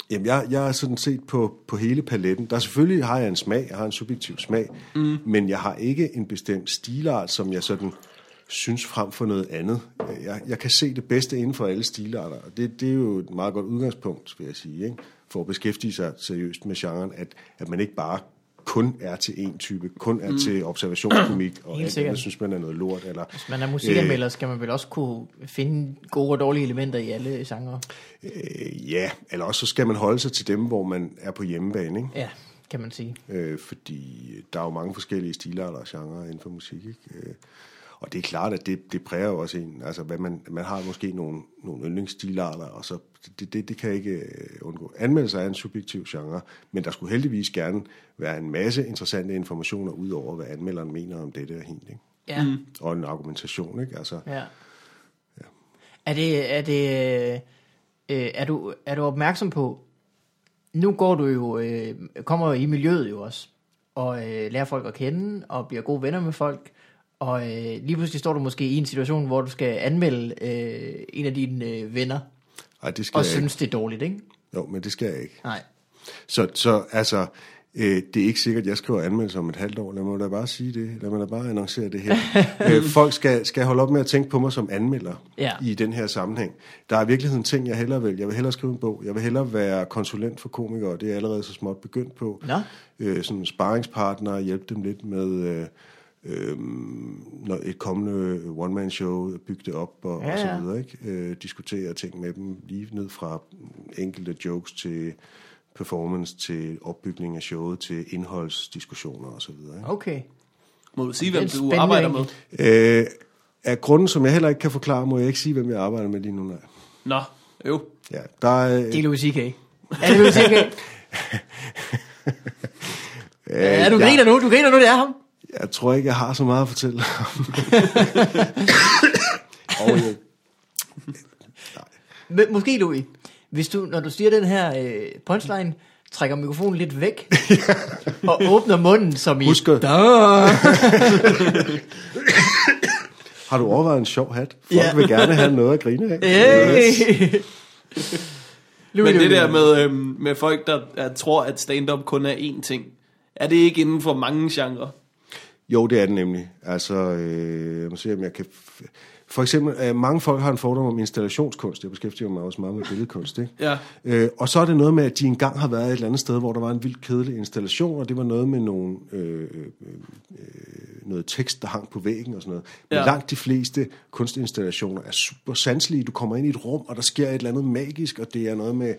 Speaker 2: jamen jeg, jeg er sådan set på, på hele paletten. Der selvfølgelig har jeg en smag, jeg har en subjektiv smag, mm. men jeg har ikke en bestemt stilart, som jeg sådan synes frem for noget andet. Jeg, jeg kan se det bedste inden for alle stilarter, og det, det er jo et meget godt udgangspunkt, vil jeg sige, ikke? for at beskæftige sig seriøst med genren, at, at man ikke bare kun er til en type, kun er mm. til observationskomik, og
Speaker 3: Helt
Speaker 2: alt
Speaker 3: sikkert.
Speaker 2: andet synes man er noget lort. Eller,
Speaker 3: Hvis man er musikanmelder,
Speaker 2: Øh.
Speaker 3: skal man vel også kunne finde gode og dårlige elementer i alle genrer.
Speaker 2: øh, ja, eller også så skal man holde sig til dem, hvor man er på hjemmebane. Ikke?
Speaker 3: Ja, kan man sige.
Speaker 2: øh, fordi der er jo mange forskellige stilarter og genrer inden for musik, ikke? Øh, og det er klart, at det, det præger jo også en, altså hvad man, man har måske nogle, nogle yndlingsstilarter, og så, det, det, det kan jeg ikke øh, undgå. Anmeldelser er en subjektiv genre, men der skulle heldigvis gerne være en masse interessante informationer ud over, hvad anmelderen mener om dette og hent, ikke?
Speaker 3: Ja. Mm.
Speaker 2: Og en argumentation, ikke? Altså,
Speaker 3: ja. Er det, er det, øh, er du, er du opmærksom på, nu går du jo, øh, kommer jo i miljøet jo også, og øh, lærer folk at kende, og bliver gode venner med folk, og øh, lige pludselig står du måske i en situation, hvor du skal anmelde øh, en af dine øh, venner,
Speaker 2: ej, det skal
Speaker 3: og
Speaker 2: jeg ikke.
Speaker 3: synes det er dårligt, ikke?
Speaker 2: Jo, men det skal jeg ikke.
Speaker 3: Nej.
Speaker 2: Så, så altså, øh, det er ikke sikkert, at jeg skriver anmeldelser om et halvt år. Lad mig da bare sige det. Lad mig da bare annoncere det her. øh, folk skal, skal holde op med at tænke på mig som anmelder
Speaker 3: Ja.
Speaker 2: i den her sammenhæng. Der er i virkeligheden ting, jeg hellere vil. Jeg vil hellere skrive en bog. Jeg vil hellere være konsulent for komikere. Det er jeg allerede så småt begyndt på.
Speaker 3: Nå.
Speaker 2: Øh, sådan en sparringspartner, hjælpe dem lidt med... Øh, øh, når et kommende one-man-show, bygge det op og,
Speaker 3: Ja,
Speaker 2: og så
Speaker 3: ja.
Speaker 2: videre, ikke? Øh, diskutere ting med dem, lige ned fra enkelte jokes til performance til opbygning af showet, til indholdsdiskussioner osv.
Speaker 3: Okay.
Speaker 1: Må du sige,
Speaker 3: Det er
Speaker 1: hvem
Speaker 3: en
Speaker 1: du
Speaker 3: spændende
Speaker 1: arbejder med?
Speaker 3: vinkel.
Speaker 2: Øh, af grunden, som jeg heller ikke kan forklare, må jeg ikke sige, hvem jeg arbejder med lige nu. Nej.
Speaker 1: Nå, jo.
Speaker 2: Ja, der øh, er,
Speaker 3: Det er Louis C.K. Er det Louis C.K.?
Speaker 1: Øh,
Speaker 3: ja, du
Speaker 2: jeg-
Speaker 3: griner nu, du griner nu, det er ham.
Speaker 2: Jeg tror ikke, jeg har så meget at fortælle om. og øh, jeg,
Speaker 3: Men, måske, Louis, hvis du, når du siger den her øh, punchline, trækker mikrofonen lidt væk, og åbner munden som i...
Speaker 2: Husk at-
Speaker 3: Da.
Speaker 2: har du overvejet en sjov hat? Folk
Speaker 3: Ja.
Speaker 2: yeah. vil gerne have noget at grine af.
Speaker 3: Hey. Louis,
Speaker 1: Men det
Speaker 3: Louis,
Speaker 1: der
Speaker 3: Louis.
Speaker 1: med, øhm, med folk, der er, tror, at stand-up kun er én ting, er det ikke inden for mange genrer?
Speaker 2: Jo, det er den nemlig. Altså, øh, jeg må se, om jeg kan... f- For eksempel, øh, mange folk har en fordom om installationskunst. Jeg beskæftiger mig også meget med billedkunst, ikke?
Speaker 1: Ja.
Speaker 2: Øh, og så er det noget med, at de engang har været et eller andet sted, hvor der var en vildt kedelig installation, og det var noget med nogle, øh, øh, øh, noget tekst, der hang på væggen og sådan noget. Men
Speaker 1: Ja.
Speaker 2: ja. langt de fleste kunstinstallationer er super sanselige. Du kommer ind i et rum, og der sker et eller andet magisk, og det er noget med,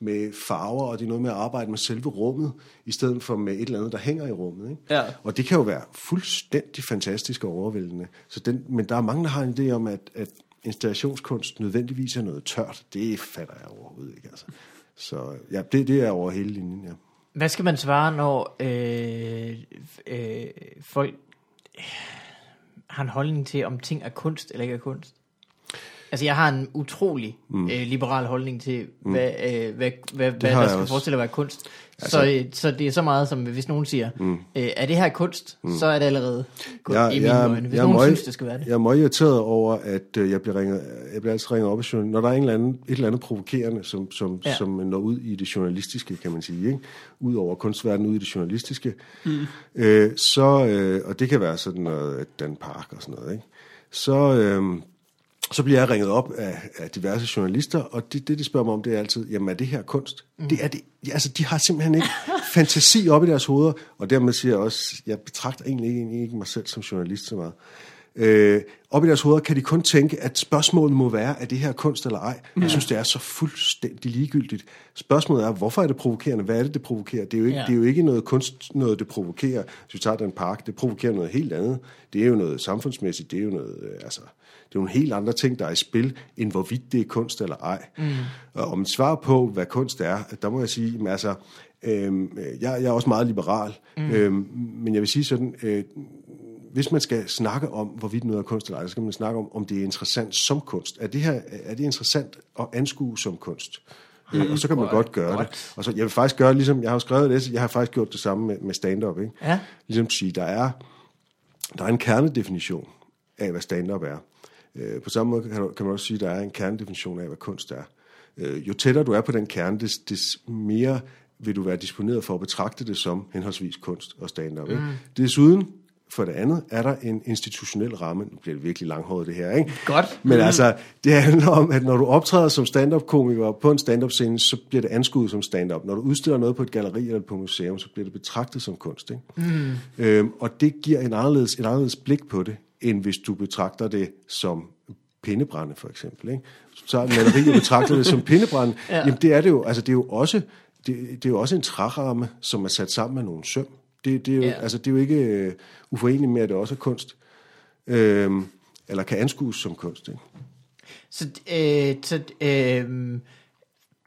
Speaker 2: med farver, og det er noget med at arbejde med selve rummet, i stedet for med et eller andet, der hænger i rummet. Ikke?
Speaker 1: Ja.
Speaker 2: Og det kan jo være fuldstændig fantastisk og overvældende. Så den, men der er mange, der har en idé om, at, at installationskunst nødvendigvis er noget tørt. Det fatter jeg overhovedet ikke. Altså. Så ja, det, det er over hele linjen, ja.
Speaker 3: Hvad skal man svare, når øh, øh, folk øh, har en holdning til, om ting er kunst eller ikke er kunst? Altså, jeg har en utrolig mm. øh, liberal holdning til, hvad, øh, hvad, hvad, hvad
Speaker 2: Mm. har
Speaker 3: der
Speaker 2: jeg
Speaker 3: skal
Speaker 2: også.
Speaker 3: forestille at være kunst. Altså, så, øh, så det er så meget, som hvis nogen siger, mm. øh, er det her kunst, mm. så er det allerede kunst i mine øjne. Hvis
Speaker 2: jeg er
Speaker 3: nogen
Speaker 2: møg-
Speaker 3: synes, det skal være det.
Speaker 2: Jeg er meget irriteret over, at øh, jeg bliver, ringet, jeg bliver altid ringet op af journal- Når der er en eller anden, et eller andet provokerende, som, som,
Speaker 3: Ja.
Speaker 2: ja. som når ud i det journalistiske, kan man sige, ikke? ud over kunstverdenen, ud i det journalistiske, mm. øh, så, øh, og det kan være sådan noget, at Dan Park og sådan noget, ikke? så... Øh, så bliver jeg ringet op af, af diverse journalister, og det, det, de spørger mig om, det er altid, jamen er det her kunst? Mm. Det er det. Ja, altså, de har simpelthen ikke fantasi op i deres hoveder, og dermed siger jeg også, jeg betragter egentlig ikke, egentlig ikke mig selv som journalist så meget. Øh, op i deres hoveder kan de kun tænke, at spørgsmålet må være, er det her kunst eller ej? Jeg synes, det er så fuldstændig ligegyldigt. Spørgsmålet er, hvorfor er det provokerende? Hvad er det, det provokerer? Det er jo ikke,
Speaker 3: Ja.
Speaker 2: ja. det er jo ikke noget kunst, noget det provokerer. Hvis vi tager den park, det provokerer noget helt andet. Det er jo noget samfundsmæssigt, det er jo noget, øh, altså, det er nogle helt andre ting, der er i spil, end hvorvidt det er kunst eller ej. Mm. Og om et svar på, hvad kunst er, der må jeg sige, jamen, altså, øhm, øh, jeg, jeg er også meget liberal, mm. øhm, men jeg vil sige sådan, øh, hvis man skal snakke om, hvorvidt noget er kunst eller ej, så skal man snakke om, om det er interessant som kunst. Er det her er det interessant at anskue som kunst? Mm, og så kan man godt gøre det. Og så, jeg vil faktisk gøre, ligesom jeg har jo skrevet det, så jeg har faktisk gjort det samme med, med stand-up. Ikke?
Speaker 3: Ja.
Speaker 2: Ligesom at sige, der er, der er en kernedefinition af, hvad stand-up er. Øh, på samme måde kan, du- kan man også sige, at der er en kernedefinition af, hvad kunst er. Øh, jo tættere du er på den kerne, des, des mere vil du være disponeret for at betragte det som henholdsvis kunst og stand-up. Mm. Desuden, for det andet, er der en institutionel ramme. Nu bliver det virkelig langhåret det her, ikke?
Speaker 3: Godt.
Speaker 2: Men altså, det handler om, at når du optræder som stand-up-komiker på en stand-up-scene, så bliver det anskuet som stand-up. Når du udstiller noget på et galleri eller på et museum, så bliver det betragtet som kunst. Ikke? Mm. Øhm, og det giver en anderledes, en anderledes blik på det, end hvis du betragter det som pindebrænde, for eksempel. Ikke? Så er malerier betragter det som pindebrænde. ja. Jamen, det er det jo. Altså, det er jo også, det, det er jo også en træramme, som er sat sammen med nogle søm. Det, det, er jo,
Speaker 3: Ja.
Speaker 2: ja. altså, det er jo ikke øh, uforeneligt med, at det også er kunst. Øhm, eller kan anskues som kunst. Ikke?
Speaker 3: Så, øh, så øh,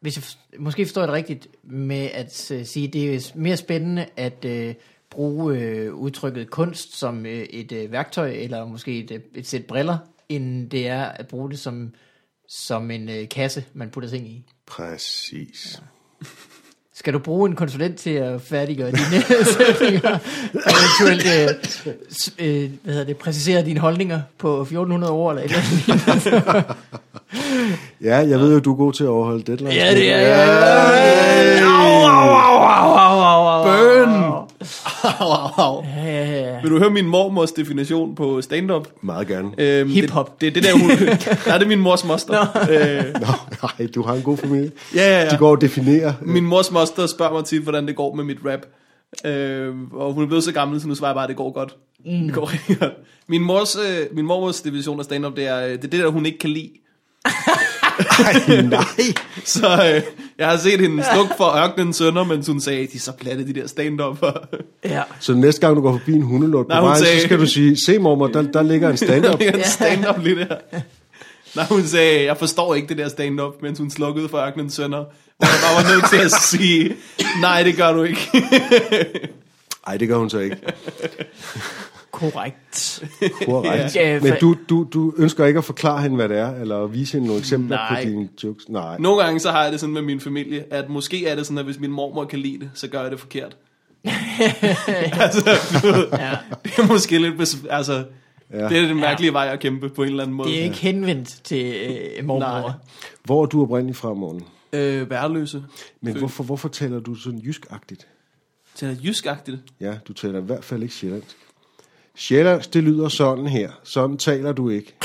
Speaker 3: hvis jeg for- måske forstår jeg det rigtigt med at øh, sige, det er mere spændende at øh, bruge øh, udtrykket kunst som øh, et øh, værktøj, eller måske et, øh, et sæt briller, end det er at bruge det som, som en øh, kasse, man putter ting i.
Speaker 2: Præcis. Ja.
Speaker 3: Skal du bruge en konsulent til at færdiggøre dine sætninger, og eventuelt øh, s- øh, hvad hedder det, præcisere dine holdninger på 1400 ord, eller et eller andet?
Speaker 2: Ja, jeg ved jo, du er god til at overholde deadlines.
Speaker 3: Ja, det er jeg. Ja. Au, au, au, au, au, au, au.
Speaker 1: Burn!
Speaker 3: Ja, ja, ja, ja.
Speaker 1: Vil du høre min mormors definition på stand-up?
Speaker 2: Meget gerne.
Speaker 1: Øhm,
Speaker 3: Hip-hop.
Speaker 1: Det, det er det der, hun... Nej, det er min mors moster. Øh,
Speaker 2: Nå, nej, du har en god familie.
Speaker 1: ja, ja, ja.
Speaker 2: De går og definerer.
Speaker 1: Min mors moster spørger mig tit, hvordan det går med mit rap. Øh, og hun er blevet så gammel, så nu svarer jeg bare, at det går godt. Mm. Det går rigtig godt. Min, mors, øh, min mormors division af stand-up, det er øh, det, er det der, hun ikke kan lide.
Speaker 2: Ej, nej.
Speaker 1: Så øh, jeg har set hende slukke for ørkenens sønder, mens hun sagde, de er så platte, de der stand up
Speaker 3: Ja.
Speaker 2: Så næste gang, du går forbi en hundelort på
Speaker 1: Nej, hun
Speaker 2: vejen,
Speaker 1: sagde-
Speaker 2: så skal du sige, se mormor, der, der ligger en
Speaker 1: Der
Speaker 2: stand-up.
Speaker 1: ligger en stand-up lige der. Nej, hun sagde, jeg forstår ikke det der stand-up, mens hun slukkede for ørkenens sønder. Og jeg bare var nødt til at sige, nej, det gør du ikke.
Speaker 2: Nej, det gør hun så ikke.
Speaker 3: Korrekt.
Speaker 2: Korrekt.
Speaker 3: Ja.
Speaker 2: Men du, du, du ønsker ikke at forklare hende, hvad det er, eller vise hende nogle eksempler
Speaker 1: Nej.
Speaker 2: på dine jokes? Nej.
Speaker 1: Nogle gange så har jeg det sådan med min familie, at måske er det sådan, at hvis min mormor kan lide det, så gør jeg det forkert. altså, du ved, det er måske lidt... Besv- altså,
Speaker 2: Ja.
Speaker 1: det er den mærkelige vej at kæmpe på en eller anden måde.
Speaker 3: Det er ikke henvendt til øh,
Speaker 1: Nej.
Speaker 3: mormor.
Speaker 2: Hvor er du oprindelig fra, morgen?
Speaker 1: Øh, værløse.
Speaker 2: Men hvorfor, hvorfor taler du sådan jyskagtigt?
Speaker 1: Det er jyskagtigt.
Speaker 2: Ja, du taler i hvert fald ikke sjællandsk. Sjællandsk, det lyder sådan her. Sådan taler du ikke.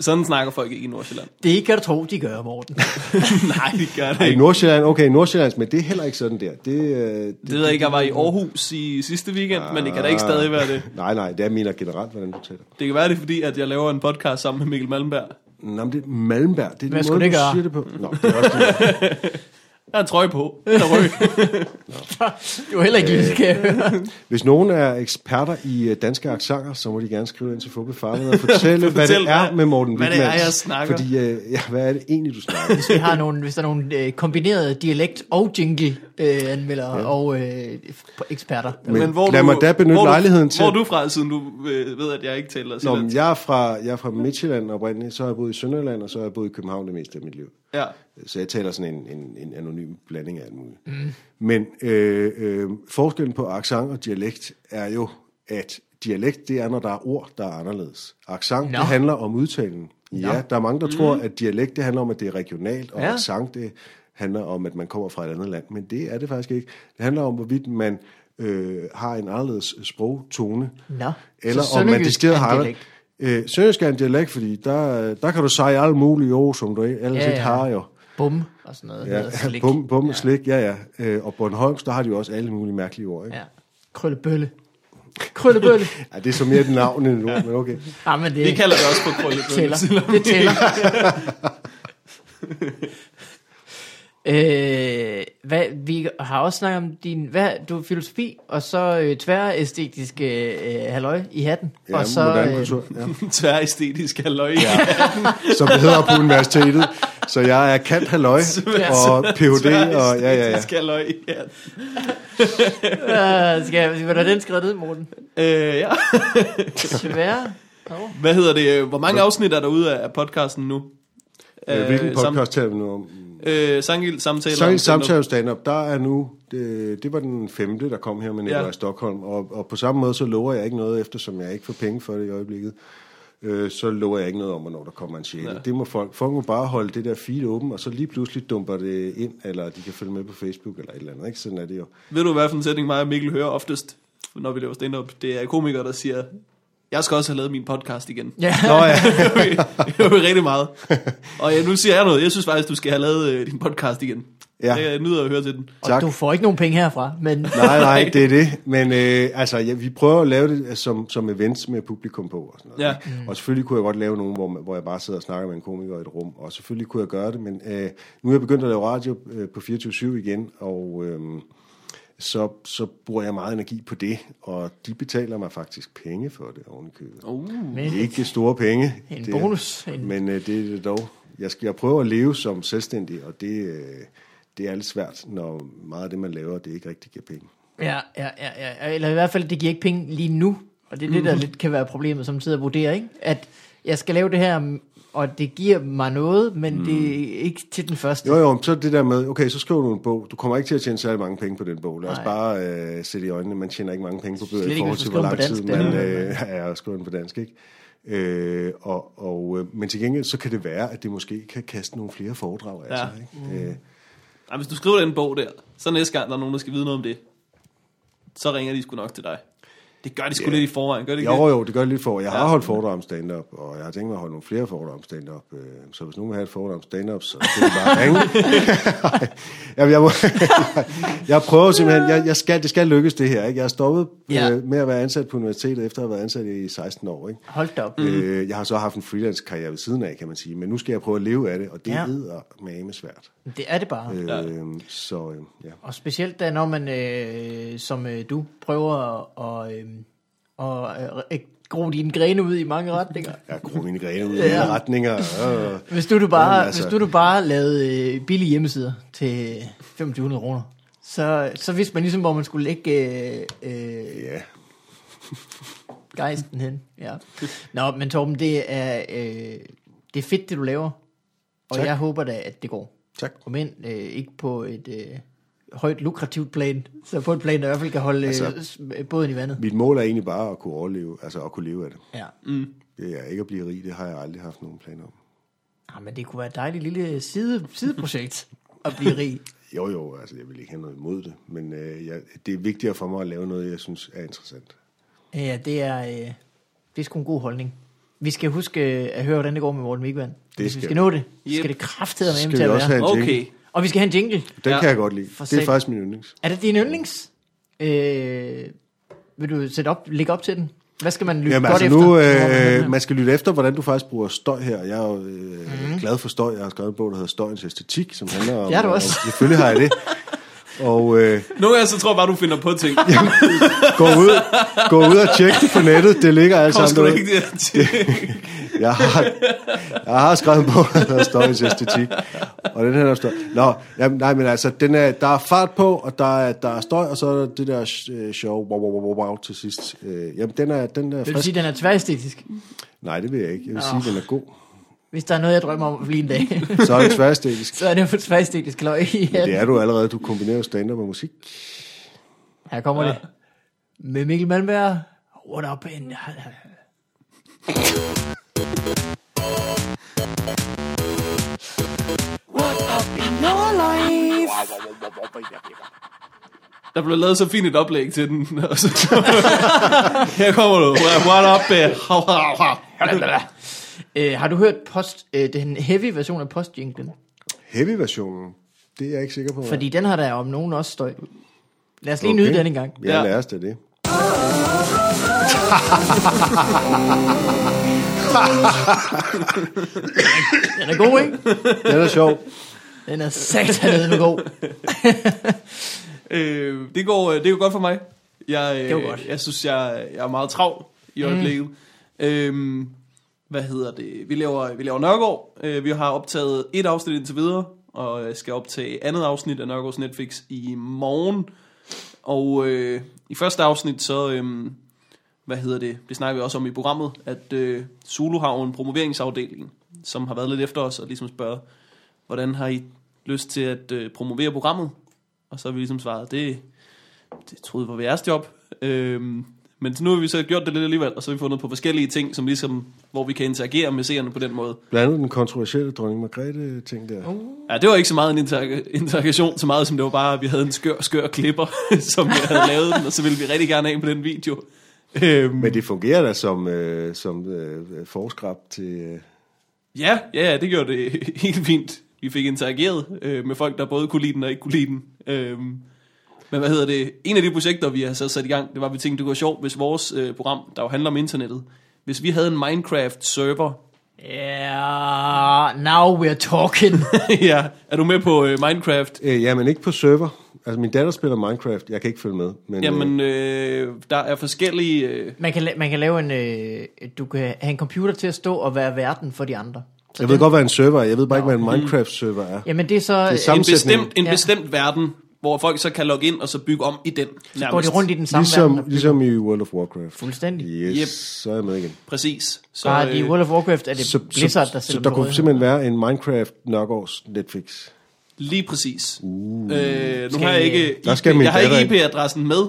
Speaker 1: Sådan snakker folk ikke i Nordsjælland.
Speaker 3: Det kan du tro, de gør, Morten.
Speaker 1: Nej, det gør det
Speaker 2: Ej,
Speaker 1: ikke.
Speaker 2: Nordsjælland, okay, Nordsjællands, men det er heller ikke sådan der. Det, øh, det,
Speaker 1: Det ved jeg ikke, jeg var i Aarhus i sidste weekend, men det kan da ikke
Speaker 2: Ah.
Speaker 1: stadig være det.
Speaker 2: Nej, nej, det er mener generelt, hvordan du taler.
Speaker 1: Det kan være det, er fordi at jeg laver en podcast sammen med Mikkel Malmberg.
Speaker 2: Nå, men det er Malmberg, det er
Speaker 3: Hvad
Speaker 2: den måde,
Speaker 3: skulle det
Speaker 2: du
Speaker 3: gøre?
Speaker 2: siger det på. Nå, det er også det.
Speaker 1: Jeg har en trøje på. Den er rød.
Speaker 3: Du er heller ikke jysk, kan jeg høre.
Speaker 2: Hvis nogen er eksperter i øh, danske accenter, så må de gerne skrive ind til Fuppe Farved og fortælle, hvad det
Speaker 1: Fortæl,
Speaker 2: er
Speaker 1: hvad-
Speaker 2: med Morten
Speaker 1: hvad det
Speaker 2: Wigmans.
Speaker 1: er, jeg snakker.
Speaker 2: Fordi, øh, ja, hvad er det egentlig, du snakker?
Speaker 3: Hvis, vi har nogle, hvis der er nogle øh, kombinerede dialekt- og jingle-anmeldere øh, ja. og øh, eksperter.
Speaker 2: Men lad mig da benytte
Speaker 1: hvor du-
Speaker 2: lejligheden til-
Speaker 1: Hvor er du fra, siden du øh, ved, at jeg ikke taler
Speaker 2: Nå, men
Speaker 1: sådan
Speaker 2: jeg er fra, jeg er fra Midtjylland oprindeligt, så har jeg boet i Sønderland, og så har jeg boet i København det meste af mit liv.
Speaker 1: Ja.
Speaker 2: Så jeg taler sådan en, en, en anonym blanding af alt muligt. Mm. Men øh, øh, forskellen på accent og dialekt er jo, at dialekt, det er, når der er ord, der er anderledes. Accent,
Speaker 3: Nå.
Speaker 2: det handler om udtalen. Ja, der er mange, der mm. tror, at dialekt, det handler om, at det er regionalt, og
Speaker 1: Ja.
Speaker 2: ja. accent, det handler om, at man kommer fra et andet land. Men det er det faktisk ikke. Det handler om, hvorvidt man øh, har en anderledes sprogtone.
Speaker 3: Nå,
Speaker 2: Eller
Speaker 3: så
Speaker 2: om man
Speaker 3: sønderjysk
Speaker 2: decideret
Speaker 3: er en
Speaker 2: har...
Speaker 3: dialekt.
Speaker 2: Øh, Sønderjysk er en dialekt, fordi der, øh, der kan du sige alle mulige ord, som du ellers
Speaker 3: Ja,
Speaker 2: ja, ikke
Speaker 3: ja.
Speaker 2: har jo.
Speaker 3: Bum og sådan noget.
Speaker 2: Ja,
Speaker 3: hedder slik.
Speaker 2: bum, bum, ja. slik, ja, ja. Øh, og Bornholms, der har de jo også alle mulige mærkelige ord, ikke? Ja.
Speaker 3: Ja. Krøllebølle. Krøllebølle.
Speaker 2: ja det er så mere et navn end et ord, men okay.
Speaker 3: Ah, men det,
Speaker 1: Vi kalder det også på
Speaker 3: det tæller.
Speaker 1: krølle.
Speaker 3: Det tæller. øh, hvad, vi har også snakket om din hvad, du er filosofi, og så øh, tværæstetisk øh, halløj i hatten.
Speaker 2: Ja,
Speaker 3: og så, øh,
Speaker 2: moderne kultur, ja.
Speaker 1: Tværæstetisk halløj. Ja.
Speaker 2: Som det hedder på universitetet. Så jeg er kant halløj og Ph.D. og ja, ja, ja.
Speaker 1: Tværæstetisk halløj. Ja.
Speaker 3: øh, skal, skal, var den skrevet ned, Morten?
Speaker 1: Øh, ja.
Speaker 3: Tvær. Oh.
Speaker 1: Hvad hedder det? øh, Hvor mange afsnit er der ude af af podcasten nu?
Speaker 2: Øh, Hvilken
Speaker 1: sam-
Speaker 2: podcast taler vi nu om?
Speaker 1: Øh, Sangild samtaler.
Speaker 2: Så
Speaker 1: om
Speaker 2: en
Speaker 1: stand-up.
Speaker 2: samtale om stand-up. Der er nu, det, det var den femte, der kom her med Nikolaj
Speaker 1: Ja.
Speaker 2: ja. Stockholm, og, og på samme måde, så lover jeg ikke noget, eftersom jeg ikke får penge for det i øjeblikket. Øh, så lover jeg ikke noget om, hvornår der kommer en sjæle.
Speaker 1: Ja.
Speaker 2: Ja. Det må folk, folk må bare holde det der feed åben, og så lige pludselig dumper det ind, eller de kan følge med på Facebook eller et eller andet. Ikke? Sådan er det jo.
Speaker 1: Ved du, hvad for en sætning mig og Mikkel hører oftest, når vi laver stand-up? Det er komikere, der siger, jeg skal også have lavet min podcast igen.
Speaker 3: Ja.
Speaker 2: Nå ja,
Speaker 1: det hører vi rigtig meget. Og ja, nu siger jeg noget. Jeg synes faktisk, du skal have lavet øh, din podcast igen.
Speaker 2: Ja.
Speaker 1: Det, jeg nyder at høre til den.
Speaker 3: Og
Speaker 2: tak.
Speaker 3: du får ikke nogen penge herfra, men
Speaker 2: Nej, nej, det er det. Men øh, altså, ja, vi prøver at lave det øh, som, som events med publikum på. Og, sådan noget,
Speaker 1: Ja.
Speaker 2: ikke?
Speaker 3: Mm.
Speaker 2: og selvfølgelig kunne jeg godt lave nogen, hvor, man- hvor jeg bare sidder og snakker med en komiker i et rum. Og selvfølgelig kunne jeg gøre det, men øh, nu er jeg begyndt at lave radio øh, på 24-7 igen, og øh, så, så bruger jeg meget energi på det. Og de betaler mig faktisk penge for det ovenikøbet.
Speaker 1: Uh.
Speaker 3: Men-
Speaker 2: Ikke store penge.
Speaker 3: En
Speaker 2: det,
Speaker 3: bonus, en-
Speaker 2: Men øh, det er det dog. Jeg, skal, jeg prøver at leve som selvstændig, og det, øh, det er lidt svært, når meget af det, man laver, det ikke rigtig giver penge.
Speaker 3: Ja, ja, ja, ja. Eller i hvert fald, det giver ikke penge lige nu. Og det er det, der lidt kan være problemet samtidig at vurdere, ikke? At jeg skal lave det her, og det giver mig noget, men mm. det er ikke til den første.
Speaker 2: Jo, jo, men så det der med, okay, så skriver du en bog. Du kommer ikke til at tjene særlig mange penge på den bog. Lad os
Speaker 3: Nej.
Speaker 2: bare øh, sætte i øjnene, man tjener ikke mange penge på bøger
Speaker 3: Slet
Speaker 2: i
Speaker 3: ikke,
Speaker 2: forhold
Speaker 3: hvis
Speaker 2: til,
Speaker 3: du
Speaker 2: hvor
Speaker 3: skriver
Speaker 2: lang
Speaker 3: den på
Speaker 2: tid
Speaker 3: dansk,
Speaker 2: man øh, er at skrive den på dansk, ikke? Øh, og, og, øh, men til gengæld, så kan det være, at det måske kan kaste nogle flere foredrag af
Speaker 1: Ja.
Speaker 2: ja. sig, ikke? Mm. Øh,
Speaker 1: Ej, hvis du skriver den bog der, så næste gang, der er nogen, der skal vide noget om det, så ringer de sgu nok til dig. Det gør de sgu lidt i forvejen, gør det ikke?
Speaker 2: Jo,
Speaker 1: det?
Speaker 2: jo, det gør det lidt for. Jeg har
Speaker 1: Ja.
Speaker 2: holdt foredrag om stand-up, og jeg har tænkt mig at holde nogle flere foredrag om stand-up. øh, Så hvis nogen vil have et foredrag om stand-up, så skal de bare ringe. Jamen, jeg, må, jeg prøver simpelthen, jeg, jeg skal, det skal lykkes det her. Ikke? Jeg er stoppet
Speaker 3: Ja.
Speaker 2: ja. med at være ansat på universitetet, efter at have været ansat i 16 år. Ikke?
Speaker 3: Hold da op.
Speaker 2: Mm. Jeg har så haft en freelance-karriere ved siden af, kan man sige. Men nu skal jeg prøve at leve af det, og det
Speaker 3: Ja.
Speaker 2: ja. med svært.
Speaker 3: Det er det bare.
Speaker 2: Ja.
Speaker 1: Ja.
Speaker 2: Øh, så øh, ja.
Speaker 3: Og specielt da, når man, øh, som øh, du, prøver at, øh, at øh, gro dine grene ud i mange retninger.
Speaker 2: Jeg gror mine grene ud i
Speaker 3: Ja.
Speaker 2: alle retninger. Øh.
Speaker 3: Hvis du, du bare,
Speaker 2: Jamen, altså.
Speaker 3: altså. hvis du, du bare lavede øh, billige hjemmesider til 2500 kroner, så, så vidste man ligesom, hvor man skulle lægge øh, øh,
Speaker 2: Ja,
Speaker 3: gejsten hen. Ja. Nå, men Torben, det er, øh, det er fedt, det du laver. Og tak. jeg håber da, at det går.
Speaker 2: tak.
Speaker 3: Om end øh, ikke på et øh, højt lukrativt plan, så på et plan, der i hvert fald kan holde altså.
Speaker 2: Altså.
Speaker 3: s- båden i vandet.
Speaker 2: Mit mål er egentlig bare at kunne overleve, altså at kunne leve af det.
Speaker 3: Ja.
Speaker 2: Det er ikke at blive rig, det har jeg aldrig haft nogen planer om.
Speaker 3: Ah, men det kunne være et dejligt lille side, sideprojekt at blive rig.
Speaker 2: Jo jo, altså jeg vil ikke have noget imod det, men øh, jeg, det er vigtigere for mig at lave noget, jeg synes er interessant.
Speaker 3: Ja, det er, øh, det er sgu en god holdning. Vi skal huske øh, at høre, hvordan det går med Morten Mikvand. Hvis vi
Speaker 2: skal
Speaker 3: skal
Speaker 2: vi.
Speaker 3: nå det, yep.
Speaker 1: Yep.
Speaker 3: skal det kraftedeme
Speaker 2: Skal
Speaker 3: med
Speaker 2: vi
Speaker 3: til at
Speaker 2: også
Speaker 3: være.
Speaker 2: have-
Speaker 1: Okay.
Speaker 3: Og vi skal have en jingle.
Speaker 2: Den
Speaker 1: Ja.
Speaker 2: ja, kan jeg godt lide.
Speaker 3: For
Speaker 2: det
Speaker 3: satan.
Speaker 2: er faktisk min yndlings.
Speaker 3: Er det din yndlings? Øh, vil du sætte op, lægge op til den? Hvad skal man lytte
Speaker 2: Jamen
Speaker 3: godt
Speaker 2: altså
Speaker 3: efter?
Speaker 2: nu,
Speaker 3: når
Speaker 2: øh,
Speaker 3: man
Speaker 2: man skal lytte efter, hvordan du faktisk bruger støj her. Jeg er jo øh, mm. glad for støj. Jeg har skrevet en bog, der hedder Støjens Æstetik, som handler om...
Speaker 3: Det er Mhm. du også.
Speaker 2: Om, selvfølgelig har jeg det. Og øh,
Speaker 1: Nogle gange så tror jeg bare, du finder på ting.
Speaker 2: gå, ud, gå ud og tjek det på nettet. Det ligger alt
Speaker 1: Kommer
Speaker 2: sammen
Speaker 1: sgu da
Speaker 2: derude.
Speaker 1: ikke det
Speaker 2: Jeg har, jeg har skrevet en bog, der hedder Støjens æstetik. Og den her der støj. Nå, jamen, nej, men altså, den er, der er fart på, og der er, der er støj, og så er der det der øh, sjove wow, wow, wow, wow, wow, til sidst. Øh, jamen, den er, den er
Speaker 3: Vil du
Speaker 2: frisk.
Speaker 3: sige, at den er tværestetisk?
Speaker 2: Nej, det vil jeg ikke. Jeg vil sige, den er god.
Speaker 3: Hvis der er noget, jeg drømmer om at blive en dag,
Speaker 2: Så er det tværstætisk.
Speaker 3: så er det for tværestetisk løg i
Speaker 2: Men det
Speaker 3: alt.
Speaker 2: er du allerede. Du kombinerer jo stand-up og musik.
Speaker 3: Her kommer
Speaker 1: Ja.
Speaker 3: det. Med Mikkel Malmberg. What up in...
Speaker 1: Der blev lavet så fint et oplæg til den. og så- Her kommer du. What up, eh, hav, hav, hav.
Speaker 3: Øh, har du hørt post, øh, den heavy version af postjinglen?
Speaker 2: Heavy-versionen, det er jeg ikke sikker på.
Speaker 3: Fordi den har der om nogen også støj. Lad os lige okay.
Speaker 2: Okay.
Speaker 3: nyde den en gang.
Speaker 2: Ja,
Speaker 1: Ja.
Speaker 2: lad os da det.
Speaker 3: Den er god, ikke?
Speaker 2: Den er sjov.
Speaker 3: Den er satanede god.
Speaker 1: Øh, det, går, øh, det går godt for mig. Jeg, øh,
Speaker 3: Det var godt.
Speaker 1: jeg synes, jeg, jeg er meget travl i øjeblikket. Mm. Øhm, hvad hedder det? Vi laver, vi laver Nørgaard. Øh, vi har optaget et afsnit indtil videre, og øh, skal optage andet afsnit af Nørgaards Netflix i morgen. Og øh, i første afsnit, så... Øh, hvad hedder det? Det snakker vi også om i programmet, at øh, Zulu har jo en promoveringsafdeling, som har været lidt efter os og ligesom spørger, hvordan har I lyst til at øh, promovere programmet? Og så har vi ligesom svaret, det, det troede vi var jeres job. Øhm, men nu har vi så gjort det lidt alligevel, og så har vi fundet på forskellige ting, som ligesom, hvor vi kan interagere med seerne på den måde.
Speaker 2: Blandt andet den kontroversielle dronning Margrethe-ting der.
Speaker 3: Uh.
Speaker 1: Ja, det var ikke så meget en inter- interaktion, så meget som det var bare, at vi havde en skør, skør klipper, som jeg havde lavet den, og så ville vi rigtig gerne have en på den video. Øhm,
Speaker 2: Men det fungerer da som, øh, som øh, forskrab til... Øh,
Speaker 1: Ja, ja, ja, det gjorde det helt fint. Vi fik interageret øh, med folk, der både kunne lide den og ikke kunne lide den. Øhm, men hvad hedder det? En af de projekter, vi har så sat i gang, det var, at vi tænkte, det var sjovt, hvis vores øh, program, der jo handler om internettet, hvis vi havde en Minecraft-server.
Speaker 3: Yeah, now we're talking.
Speaker 1: ja, er du med på øh, Minecraft?
Speaker 2: Øh, ja, men ikke på server. Altså, min datter spiller Minecraft. Jeg kan ikke følge med. Men,
Speaker 1: Jamen, øh, der er forskellige... Øh,
Speaker 3: Man kan, la- man kan lave en... Øh, du kan have en computer til at stå og være verden for de andre.
Speaker 2: øh, jeg ved godt, hvad en server er. Jeg ved bare ikke, hvad en Minecraft-server er.
Speaker 3: Jamen det er så... øh,
Speaker 2: er
Speaker 3: Det
Speaker 1: en
Speaker 2: Sammensætningen.
Speaker 1: bestemt, en
Speaker 3: Ja.
Speaker 1: ja. bestemt verden, hvor folk så kan logge ind og så bygge om i den. Nærmest.
Speaker 3: går de rundt i den samme verden.
Speaker 2: Ligesom,
Speaker 3: og-
Speaker 2: ligesom i World of Warcraft.
Speaker 3: Fuldstændig.
Speaker 2: Yes,
Speaker 1: Yep.
Speaker 2: yep. så er jeg med igen.
Speaker 1: Præcis. Så, øh,
Speaker 3: Bare i World of Warcraft er det
Speaker 2: øh, Så,
Speaker 3: Blizzard, der
Speaker 2: så, så
Speaker 3: stiller
Speaker 2: der
Speaker 3: dem
Speaker 2: kunne
Speaker 3: til
Speaker 2: simpelthen være en Minecraft Nørgaards Netflix.
Speaker 1: Lige præcis. Uh. Øh, nu
Speaker 3: Skal
Speaker 1: har jeg
Speaker 3: I-
Speaker 1: ikke,
Speaker 2: Der skal
Speaker 1: IP,
Speaker 2: min
Speaker 1: jeg har ikke
Speaker 2: datter ind.
Speaker 1: IP-adressen med,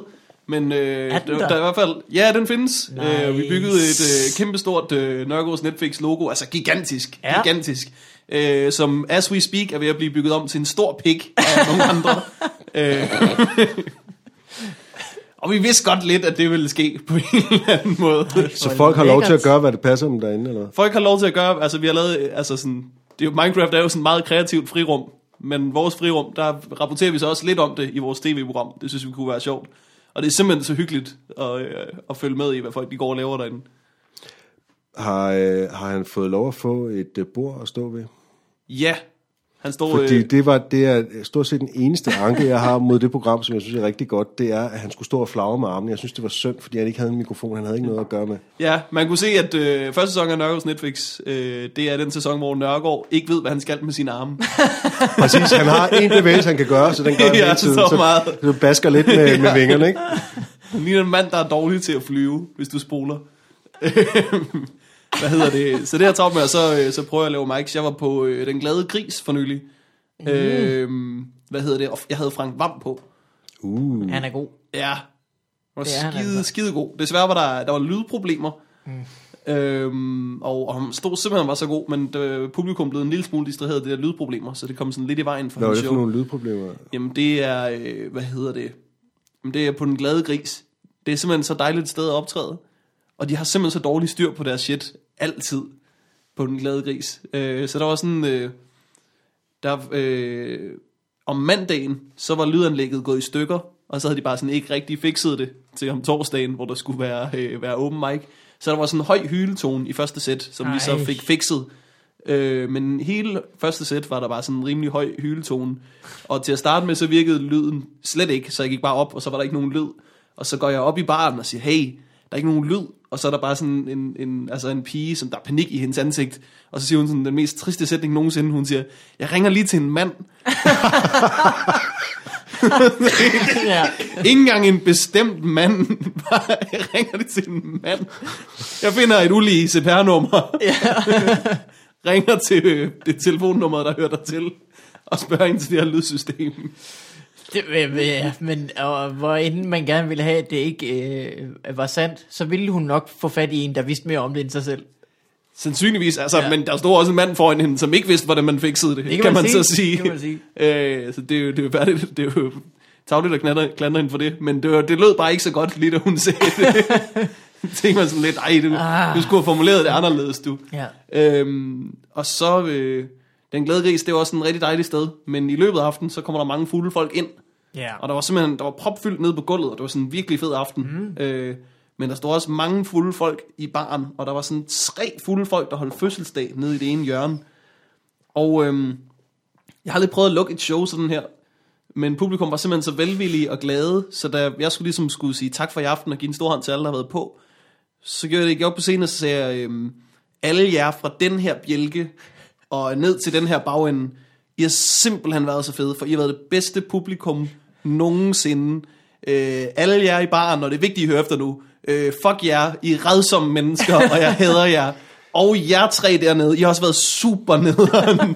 Speaker 1: men øh,
Speaker 3: Er
Speaker 1: der?
Speaker 3: den der?
Speaker 1: der er i hvert fald, ja, den findes.
Speaker 3: Nice.
Speaker 1: Øh, vi byggede et øh, kæmpestort øh, Nørgaards Netflix-logo, altså gigantisk,
Speaker 3: Ja.
Speaker 1: ja. gigantisk, øh, som as we speak er ved at blive bygget om til en stor pik af nogle andre. Øh, Og vi vidste godt lidt, at det ville ske på en eller anden måde.
Speaker 2: Så folk har lov til at gøre, hvad det passer dem derinde, eller hvad?
Speaker 1: Folk har lov til at gøre, altså vi har lavet, øh, altså sådan, det er jo, Minecraft er jo sådan meget kreativt frirum, men vores frirum, der rapporterer vi så også lidt om det i vores tv-program. Det synes vi kunne være sjovt. Og det er simpelthen så hyggeligt at, øh, at følge med i, hvad folk de går og laver derinde.
Speaker 2: Har, øh, har han fået lov at få et øh, bord at stå ved?
Speaker 1: Ja, han står...
Speaker 2: Fordi
Speaker 1: øh,
Speaker 2: det, var, det er stort set den eneste anke, jeg har mod det program, som jeg synes er rigtig godt, det er, at han skulle stå og flagre med armene. Jeg synes, det var synd, fordi han ikke havde en mikrofon, han havde ikke noget at gøre med.
Speaker 1: Ja, man kunne se, at øh, første sæson af Nørgaards Netflix, øh, det er den sæson, hvor Nørgaard ikke ved, hvad han skal med sine arme.
Speaker 2: Præcis, han har en bevægelse, han kan gøre, så den gør han
Speaker 1: Ja,
Speaker 2: hele tiden.
Speaker 1: så meget.
Speaker 2: så basker lidt med, med vingerne, ikke?
Speaker 1: Han ligner en mand, der er dårlig til at flyve, hvis du spoler. Hvad hedder det? Så det her travlt med, og så, øh, så prøver jeg at lave mics. Jeg var på øh, Den Glade Gris for nylig. Mm. Øh, hvad hedder det? Og Jeg havde Frank Vam på.
Speaker 2: Uh.
Speaker 3: Han er god.
Speaker 1: Ja. Det var
Speaker 3: Det er han
Speaker 1: skide,
Speaker 3: altså.
Speaker 1: skide god. Desværre var der, der var lydproblemer. Mm. Øhm, og, og han stod simpelthen og var så god, men øh, publikum blev en lille smule distraheret af det der lydproblemer, så det kom sådan lidt i vejen for
Speaker 2: Hvad var
Speaker 1: hans
Speaker 2: det
Speaker 1: show.
Speaker 2: for nogle lydproblemer?
Speaker 1: Jamen det er, øh, hvad hedder det? Jamen, det er på den glade gris. Det er simpelthen så dejligt et sted at optræde. Og de har simpelthen så dårlig styr på deres shit. Altid. På den glade gris. Øh, så der var sådan... Øh, der, øh, om mandagen, så var lydanlægget gået i stykker. Og så havde de bare sådan ikke rigtig fikset det til om torsdagen, hvor der skulle være, øh, være open mic. Så der var sådan en høj hyletone i første sæt, som Ej. vi så
Speaker 3: Ej.
Speaker 1: fik fikset. Øh, men hele første sæt var der bare sådan en rimelig høj hyletone. Og til at starte med, så virkede lyden slet ikke, så jeg gik bare op, og så var der ikke nogen lyd. Og så går jeg op i baren og siger, hey, der er ikke nogen lyd. Og så er der bare sådan en, en, altså en pige, som der er panik i hendes ansigt. Og så siger hun sådan den mest triste sætning nogensinde. Hun siger, jeg ringer lige til en mand.
Speaker 3: ja.
Speaker 1: Ikke engang en bestemt mand. Bare, jeg ringer lige til en mand. Jeg finder et ulige CPR-nummer. ringer til øh, det telefonnummer, der hører dig til. Og spørger ind til det her lydsystem.
Speaker 3: Det, øh, ja, men og, hvor inden man gerne ville have, at det ikke øh, var sandt, så ville hun nok få fat i en, der vidste mere om det end sig selv.
Speaker 1: Sandsynligvis, altså, ja.
Speaker 3: Ja.
Speaker 1: men der stod også en mand foran hende, som ikke vidste, hvordan man fiksede det, det
Speaker 3: kan man sige.
Speaker 1: så sige.
Speaker 3: Det kan man sige.
Speaker 1: Øh, så det er jo, det er jo, færdigt, det er jo tavligt at klandre, klandre hende for det, men det, var, det lød bare ikke så godt, lige da hun sagde det. tænkte man sådan lidt, ej, du, ah.
Speaker 3: Ah.
Speaker 1: du skulle have formuleret det anderledes, du.
Speaker 3: Ja.
Speaker 1: Øhm, og så, øh, den glade gris, det er jo også sådan et rigtig dejligt sted, men i løbet af aftenen, så kommer der mange fulde folk ind,
Speaker 3: Ja.
Speaker 1: og der var simpelthen, der var propfyldt nede på gulvet, og det var sådan en virkelig fed aften. Mm. Øh, men der stod også mange fulde folk i baren, og der var sådan tre fulde folk, der holdt fødselsdag nede i det ene hjørne. Og øhm, jeg har lidt prøvet at lukke et show sådan her, men publikum var simpelthen så velvillige og glade, så da jeg skulle ligesom skulle sige tak for i aften og give en stor hånd til alle, der har været på, så gjorde jeg det, jeg gik op på scenen, og så sagde jeg, øhm, alle jer fra den her bjælke og ned til den her bagende, I har simpelthen været så fede, for I har været det bedste publikum nogensinde. Øh, alle jer i baren, og det er vigtigt, I hører efter nu. Øh, fuck jer, I er redsomme mennesker, og jeg hader jer. Og jer tre dernede, I har også været super nederen.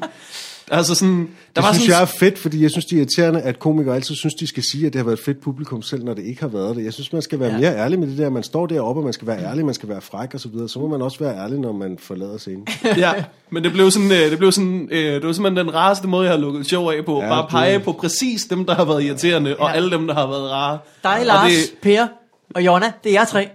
Speaker 1: altså sådan, der
Speaker 2: Det
Speaker 1: var
Speaker 2: synes
Speaker 1: sådan,
Speaker 2: jeg er fedt, fordi jeg synes, det er irriterende, at komikere altid synes, de skal sige, at det har været et fedt publikum, selv når det ikke har været det. Jeg synes, man skal være ja. mere ærlig med det der. Man står deroppe, og man skal være ærlig, man skal være fræk og så videre. Så må man også være ærlig, når man forlader scenen.
Speaker 1: ja, men det blev sådan, øh, det blev sådan, øh, det var simpelthen den rareste måde, jeg har lukket sjov af på. Ja,
Speaker 2: Ja,
Speaker 1: Bare
Speaker 2: det-
Speaker 1: pege på præcis dem, der har været irriterende, ja. og
Speaker 3: Ja.
Speaker 1: alle dem, der har været rare.
Speaker 3: Dig,
Speaker 1: Og
Speaker 3: Lars,
Speaker 1: det-
Speaker 3: det... Per og Jonna, det er jer tre.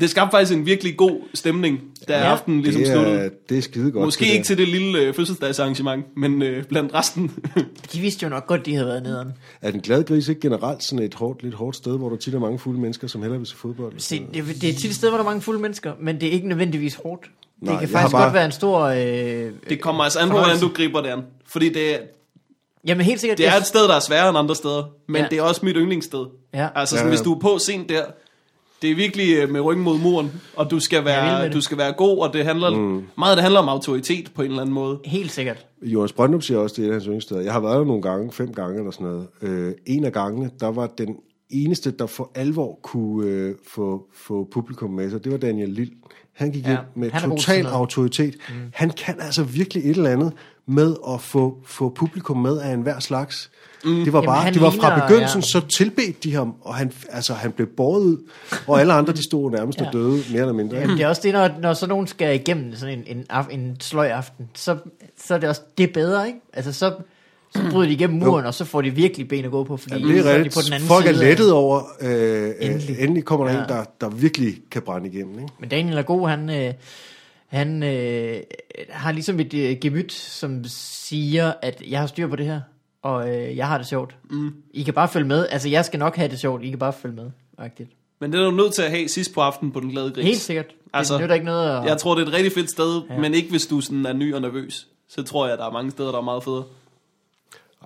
Speaker 1: Det skabte faktisk en virkelig god stemning, da ja.
Speaker 3: Ja.
Speaker 1: aftenen ligesom
Speaker 2: det, er,
Speaker 1: sluttede.
Speaker 2: det er skide godt.
Speaker 1: Måske ikke til det lille øh, fødselsdagsarrangement, men øh, blandt resten.
Speaker 3: de vidste jo nok godt, de havde været nederen.
Speaker 2: Er den glade gris ikke generelt sådan et hårdt, lidt hårdt sted, hvor der tit er mange fulde mennesker, som hellere vil se fodbold?
Speaker 3: Se, det, det er tit et sted, hvor der er mange fulde mennesker, men det er ikke nødvendigvis hårdt.
Speaker 2: Nej,
Speaker 3: det
Speaker 2: jeg
Speaker 3: kan
Speaker 2: har
Speaker 3: faktisk
Speaker 2: bare-
Speaker 3: godt være en stor... Øh,
Speaker 1: det kommer altså an på, hvordan du griber det an. Fordi det, er-
Speaker 3: jamen helt sikkert...
Speaker 1: det er
Speaker 3: jeg-
Speaker 1: et sted, der er sværere end andre steder, men ja.
Speaker 3: Ja.
Speaker 1: det er også mit yndlingssted.
Speaker 3: Ja.
Speaker 1: Altså sådan,
Speaker 2: Ja, ja.
Speaker 1: hvis du er på sent der, det er virkelig øh, med ryggen mod muren, og du skal
Speaker 3: Jeg er vild
Speaker 1: være,
Speaker 3: med det.
Speaker 1: du skal være god, og det handler, mm. meget af det handler om autoritet på en eller anden måde.
Speaker 3: Helt sikkert.
Speaker 2: Jonas Brøndum siger også, det er et af hans yndlingssteder. Jeg har været der nogle gange, fem gange eller sådan noget. Øh, en af gangene, der var den eneste, der for alvor kunne øh, få, få publikum med sig, det var Daniel Lille. Han gik ja,
Speaker 3: Ja,
Speaker 2: ind med
Speaker 3: han er god til
Speaker 2: total
Speaker 3: sådan noget.
Speaker 2: autoritet. Mm. Han kan altså virkelig et eller andet med at få, få publikum med af enhver slags. Mm. Det var bare,
Speaker 3: han
Speaker 2: det var fra
Speaker 3: ligner-
Speaker 2: begyndelsen,
Speaker 3: ja.
Speaker 2: så tilbedte de ham, og han, altså, han blev båret ud, og alle andre, de stod nærmest ja. og døde, mere eller mindre.
Speaker 3: Jamen, det er også det, når, når sådan nogen skal igennem sådan en, en, af, en sløj aften, så, så er det også det er bedre, ikke? Altså, så, så bryder de igennem muren, og så får de virkelig ben at gå på, fordi
Speaker 2: Ja, det
Speaker 3: så
Speaker 2: er
Speaker 3: de på den
Speaker 2: rigtigt.
Speaker 3: anden
Speaker 2: Folk er
Speaker 3: side af-
Speaker 2: lettet over, øh, endelig.
Speaker 3: Endelig.
Speaker 2: endelig kommer der ja.
Speaker 3: Ja.
Speaker 2: en, der, der virkelig kan brænde igennem. Ikke?
Speaker 3: Men Daniel er god, han, øh, han øh, har ligesom et øh, gemyt, som siger, at jeg har styr på det her, og øh, jeg har det sjovt. Mm. I kan bare følge med. Altså, jeg skal nok have det sjovt, I kan bare følge med. Agtigt.
Speaker 1: Men det er du nødt til at have sidst på aftenen på den glade gris.
Speaker 3: Helt sikkert. Det
Speaker 1: Altså,
Speaker 3: altså, nytter ikke noget at...
Speaker 1: Jeg tror, det er et rigtig fedt sted, ja. men ikke hvis du sådan er ny og nervøs. Så tror jeg, der er mange steder, der er meget federe.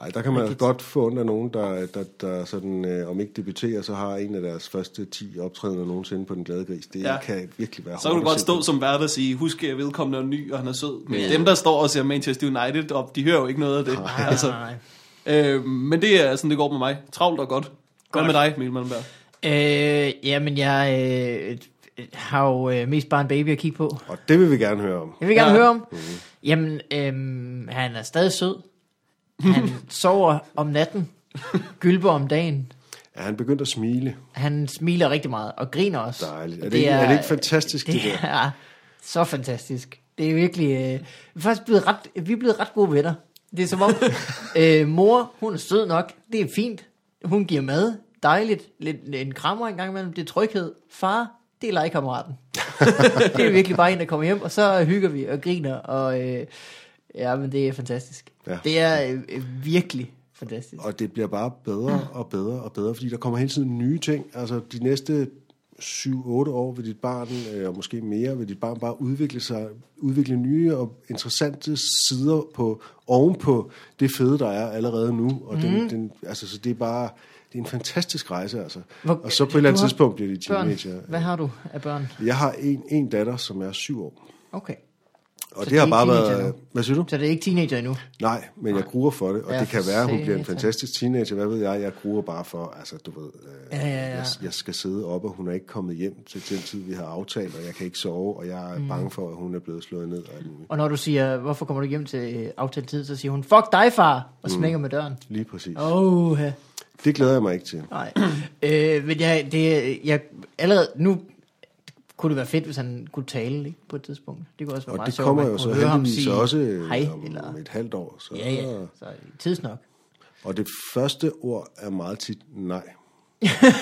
Speaker 2: Ej, der kan man godt få under nogen, der, der, der sådan, øh, om ikke debuterer, så har en af deres første 10 optrædener nogensinde på Den Glade Gris. Det ja.
Speaker 1: Ja.
Speaker 2: kan virkelig være
Speaker 1: Så kan du
Speaker 2: hårdt
Speaker 1: godt
Speaker 2: at se
Speaker 1: stå
Speaker 2: på.
Speaker 1: som vært og sige, husk, at vedkommende er ny, og han er sød. Men dem, der står og ser Manchester United op, de hører jo ikke noget af det.
Speaker 3: Nej,
Speaker 1: Altså,
Speaker 3: nej, nej.
Speaker 1: øh, men det er sådan, det går med mig. Travlt og godt. Hvad med dig, Mikkel Malmberg?
Speaker 3: Øh, jamen, jeg øh, har jo øh, mest bare en baby at kigge på.
Speaker 2: Og det vil vi gerne høre om.
Speaker 3: Jeg vil gerne
Speaker 1: Ja.
Speaker 3: ja. høre om.
Speaker 2: Mhm.
Speaker 3: Jamen, øhm, han er stadig sød. Han sover om natten, gylper om dagen.
Speaker 2: Er han begyndt at smile?
Speaker 3: Han smiler rigtig meget og griner også.
Speaker 2: Dejligt. Er det ikke- er det ikke fantastisk, det
Speaker 3: det
Speaker 2: der?
Speaker 3: er så fantastisk. Det er virkelig... Øh, vi, er faktisk blevet ret, vi er blevet ret gode venner. Det er som om, øh, mor, hun er sød nok. Det er fint. Hun giver mad. Dejligt. Lidt en krammer en gang imellem. Det er tryghed. Far, det er legekammeraten. det er virkelig bare en, der kommer hjem, og så hygger vi og griner. Og, øh, ja, men det er fantastisk.
Speaker 2: Ja.
Speaker 3: Ja. Det er øh, øh, virkelig fantastisk.
Speaker 2: Og det bliver bare bedre og bedre og bedre, fordi der kommer hele tiden nye ting. Altså de næste 7-8 år vil dit barn, øh, og måske mere, vil dit barn bare udvikle sig, udvikle nye og interessante sider på, oven på det fede, der er allerede nu. Og den,
Speaker 3: Mhm.
Speaker 2: den, altså, så det er bare, det er en fantastisk rejse, altså.
Speaker 3: Hvor-
Speaker 2: og så på et eller andet
Speaker 3: du har
Speaker 2: tidspunkt bliver de teenager.
Speaker 3: Børn, hvad har du af børn?
Speaker 2: Jeg har en, en datter, som er syv år.
Speaker 3: Okay.
Speaker 2: Og
Speaker 3: Så
Speaker 2: det
Speaker 3: de
Speaker 2: har
Speaker 3: er
Speaker 2: bare
Speaker 3: ikke teenager
Speaker 2: været...
Speaker 3: nu?
Speaker 2: Hvad siger du?
Speaker 3: Så det er ikke teenager endnu.
Speaker 2: Nej, men jeg gruer for det, og
Speaker 3: Ja,
Speaker 2: det kan være, at hun
Speaker 3: for
Speaker 2: bliver en
Speaker 3: satan.
Speaker 2: fantastisk teenager, hvad ved jeg, jeg gruer bare for, altså du ved, øh,
Speaker 3: Ja, ja, ja.
Speaker 2: Jeg, jeg skal sidde op, og hun er ikke kommet hjem til den tid, vi havde aftalt, og jeg kan ikke sove, og jeg er mm. bange for, at hun er blevet slået ned. Og alt muligt.
Speaker 3: Og når du siger, hvorfor kommer du ikke hjem til øh, aftalt tid, så siger hun, fuck dig far, og smækker
Speaker 2: Mm.
Speaker 3: med døren.
Speaker 2: Lige præcis. Oh.
Speaker 3: Åh,
Speaker 2: Det glæder jeg mig ikke til.
Speaker 3: nej. øh, men jeg, det, jeg, allerede nu kunne det være fedt, hvis han kunne tale ikke, på et tidspunkt. Det kunne også være
Speaker 2: Og
Speaker 3: meget
Speaker 2: det
Speaker 3: sjovt,
Speaker 2: kommer
Speaker 3: man
Speaker 2: jo
Speaker 3: kunne
Speaker 2: så
Speaker 3: høre ham
Speaker 2: heldigvis
Speaker 3: sige
Speaker 2: også øh,
Speaker 3: hej,
Speaker 2: om Ah.
Speaker 3: eller,
Speaker 2: et halvt år. Så.
Speaker 3: ja, ja, så tidsnok.
Speaker 2: Og det første ord er meget tit nej.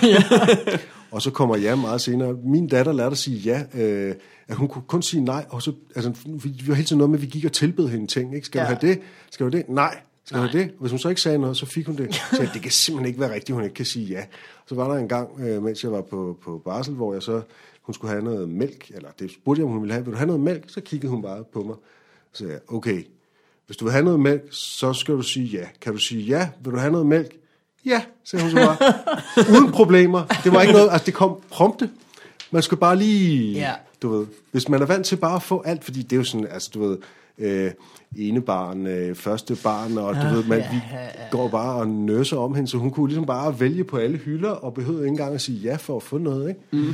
Speaker 2: og så kommer jeg meget senere. Min datter lærte at sige ja, øh, at hun kunne kun sige nej, og så, altså, vi, vi var hele tiden noget med, at vi gik og tilbød hende ting, ikke? Skal ja.
Speaker 3: Ja.
Speaker 2: du have det? Skal du have det? Nej. Skal du have det? Og hvis hun så ikke sagde noget, så fik hun det. Så jeg, det kan simpelthen ikke være rigtigt, hun ikke kan sige ja. Så var der en gang, øh, mens jeg var på, på barsel, hvor jeg så, hun skulle have noget mælk, eller det spurgte jeg, om hun ville have, vil du have noget mælk? Så kiggede hun bare på mig. Så sagde jeg, okay, hvis du vil have noget mælk, så skal du sige ja. Kan du sige ja? Vil du have noget mælk? Ja, sagde hun så bare. Uden problemer. Det var ikke noget, altså det kom prompte. Man skulle bare lige,
Speaker 3: Ja.
Speaker 2: du ved, hvis man er vant til bare at få alt, fordi det er jo sådan, altså du ved, øh, ene barn, øh, første barn, og du ved, man,
Speaker 3: Ah, ja,
Speaker 2: vi går bare og nøser om hende, så hun kunne ligesom bare vælge på alle hylder, og behøvede ikke engang at sige ja for at få noget, ikke? Mm.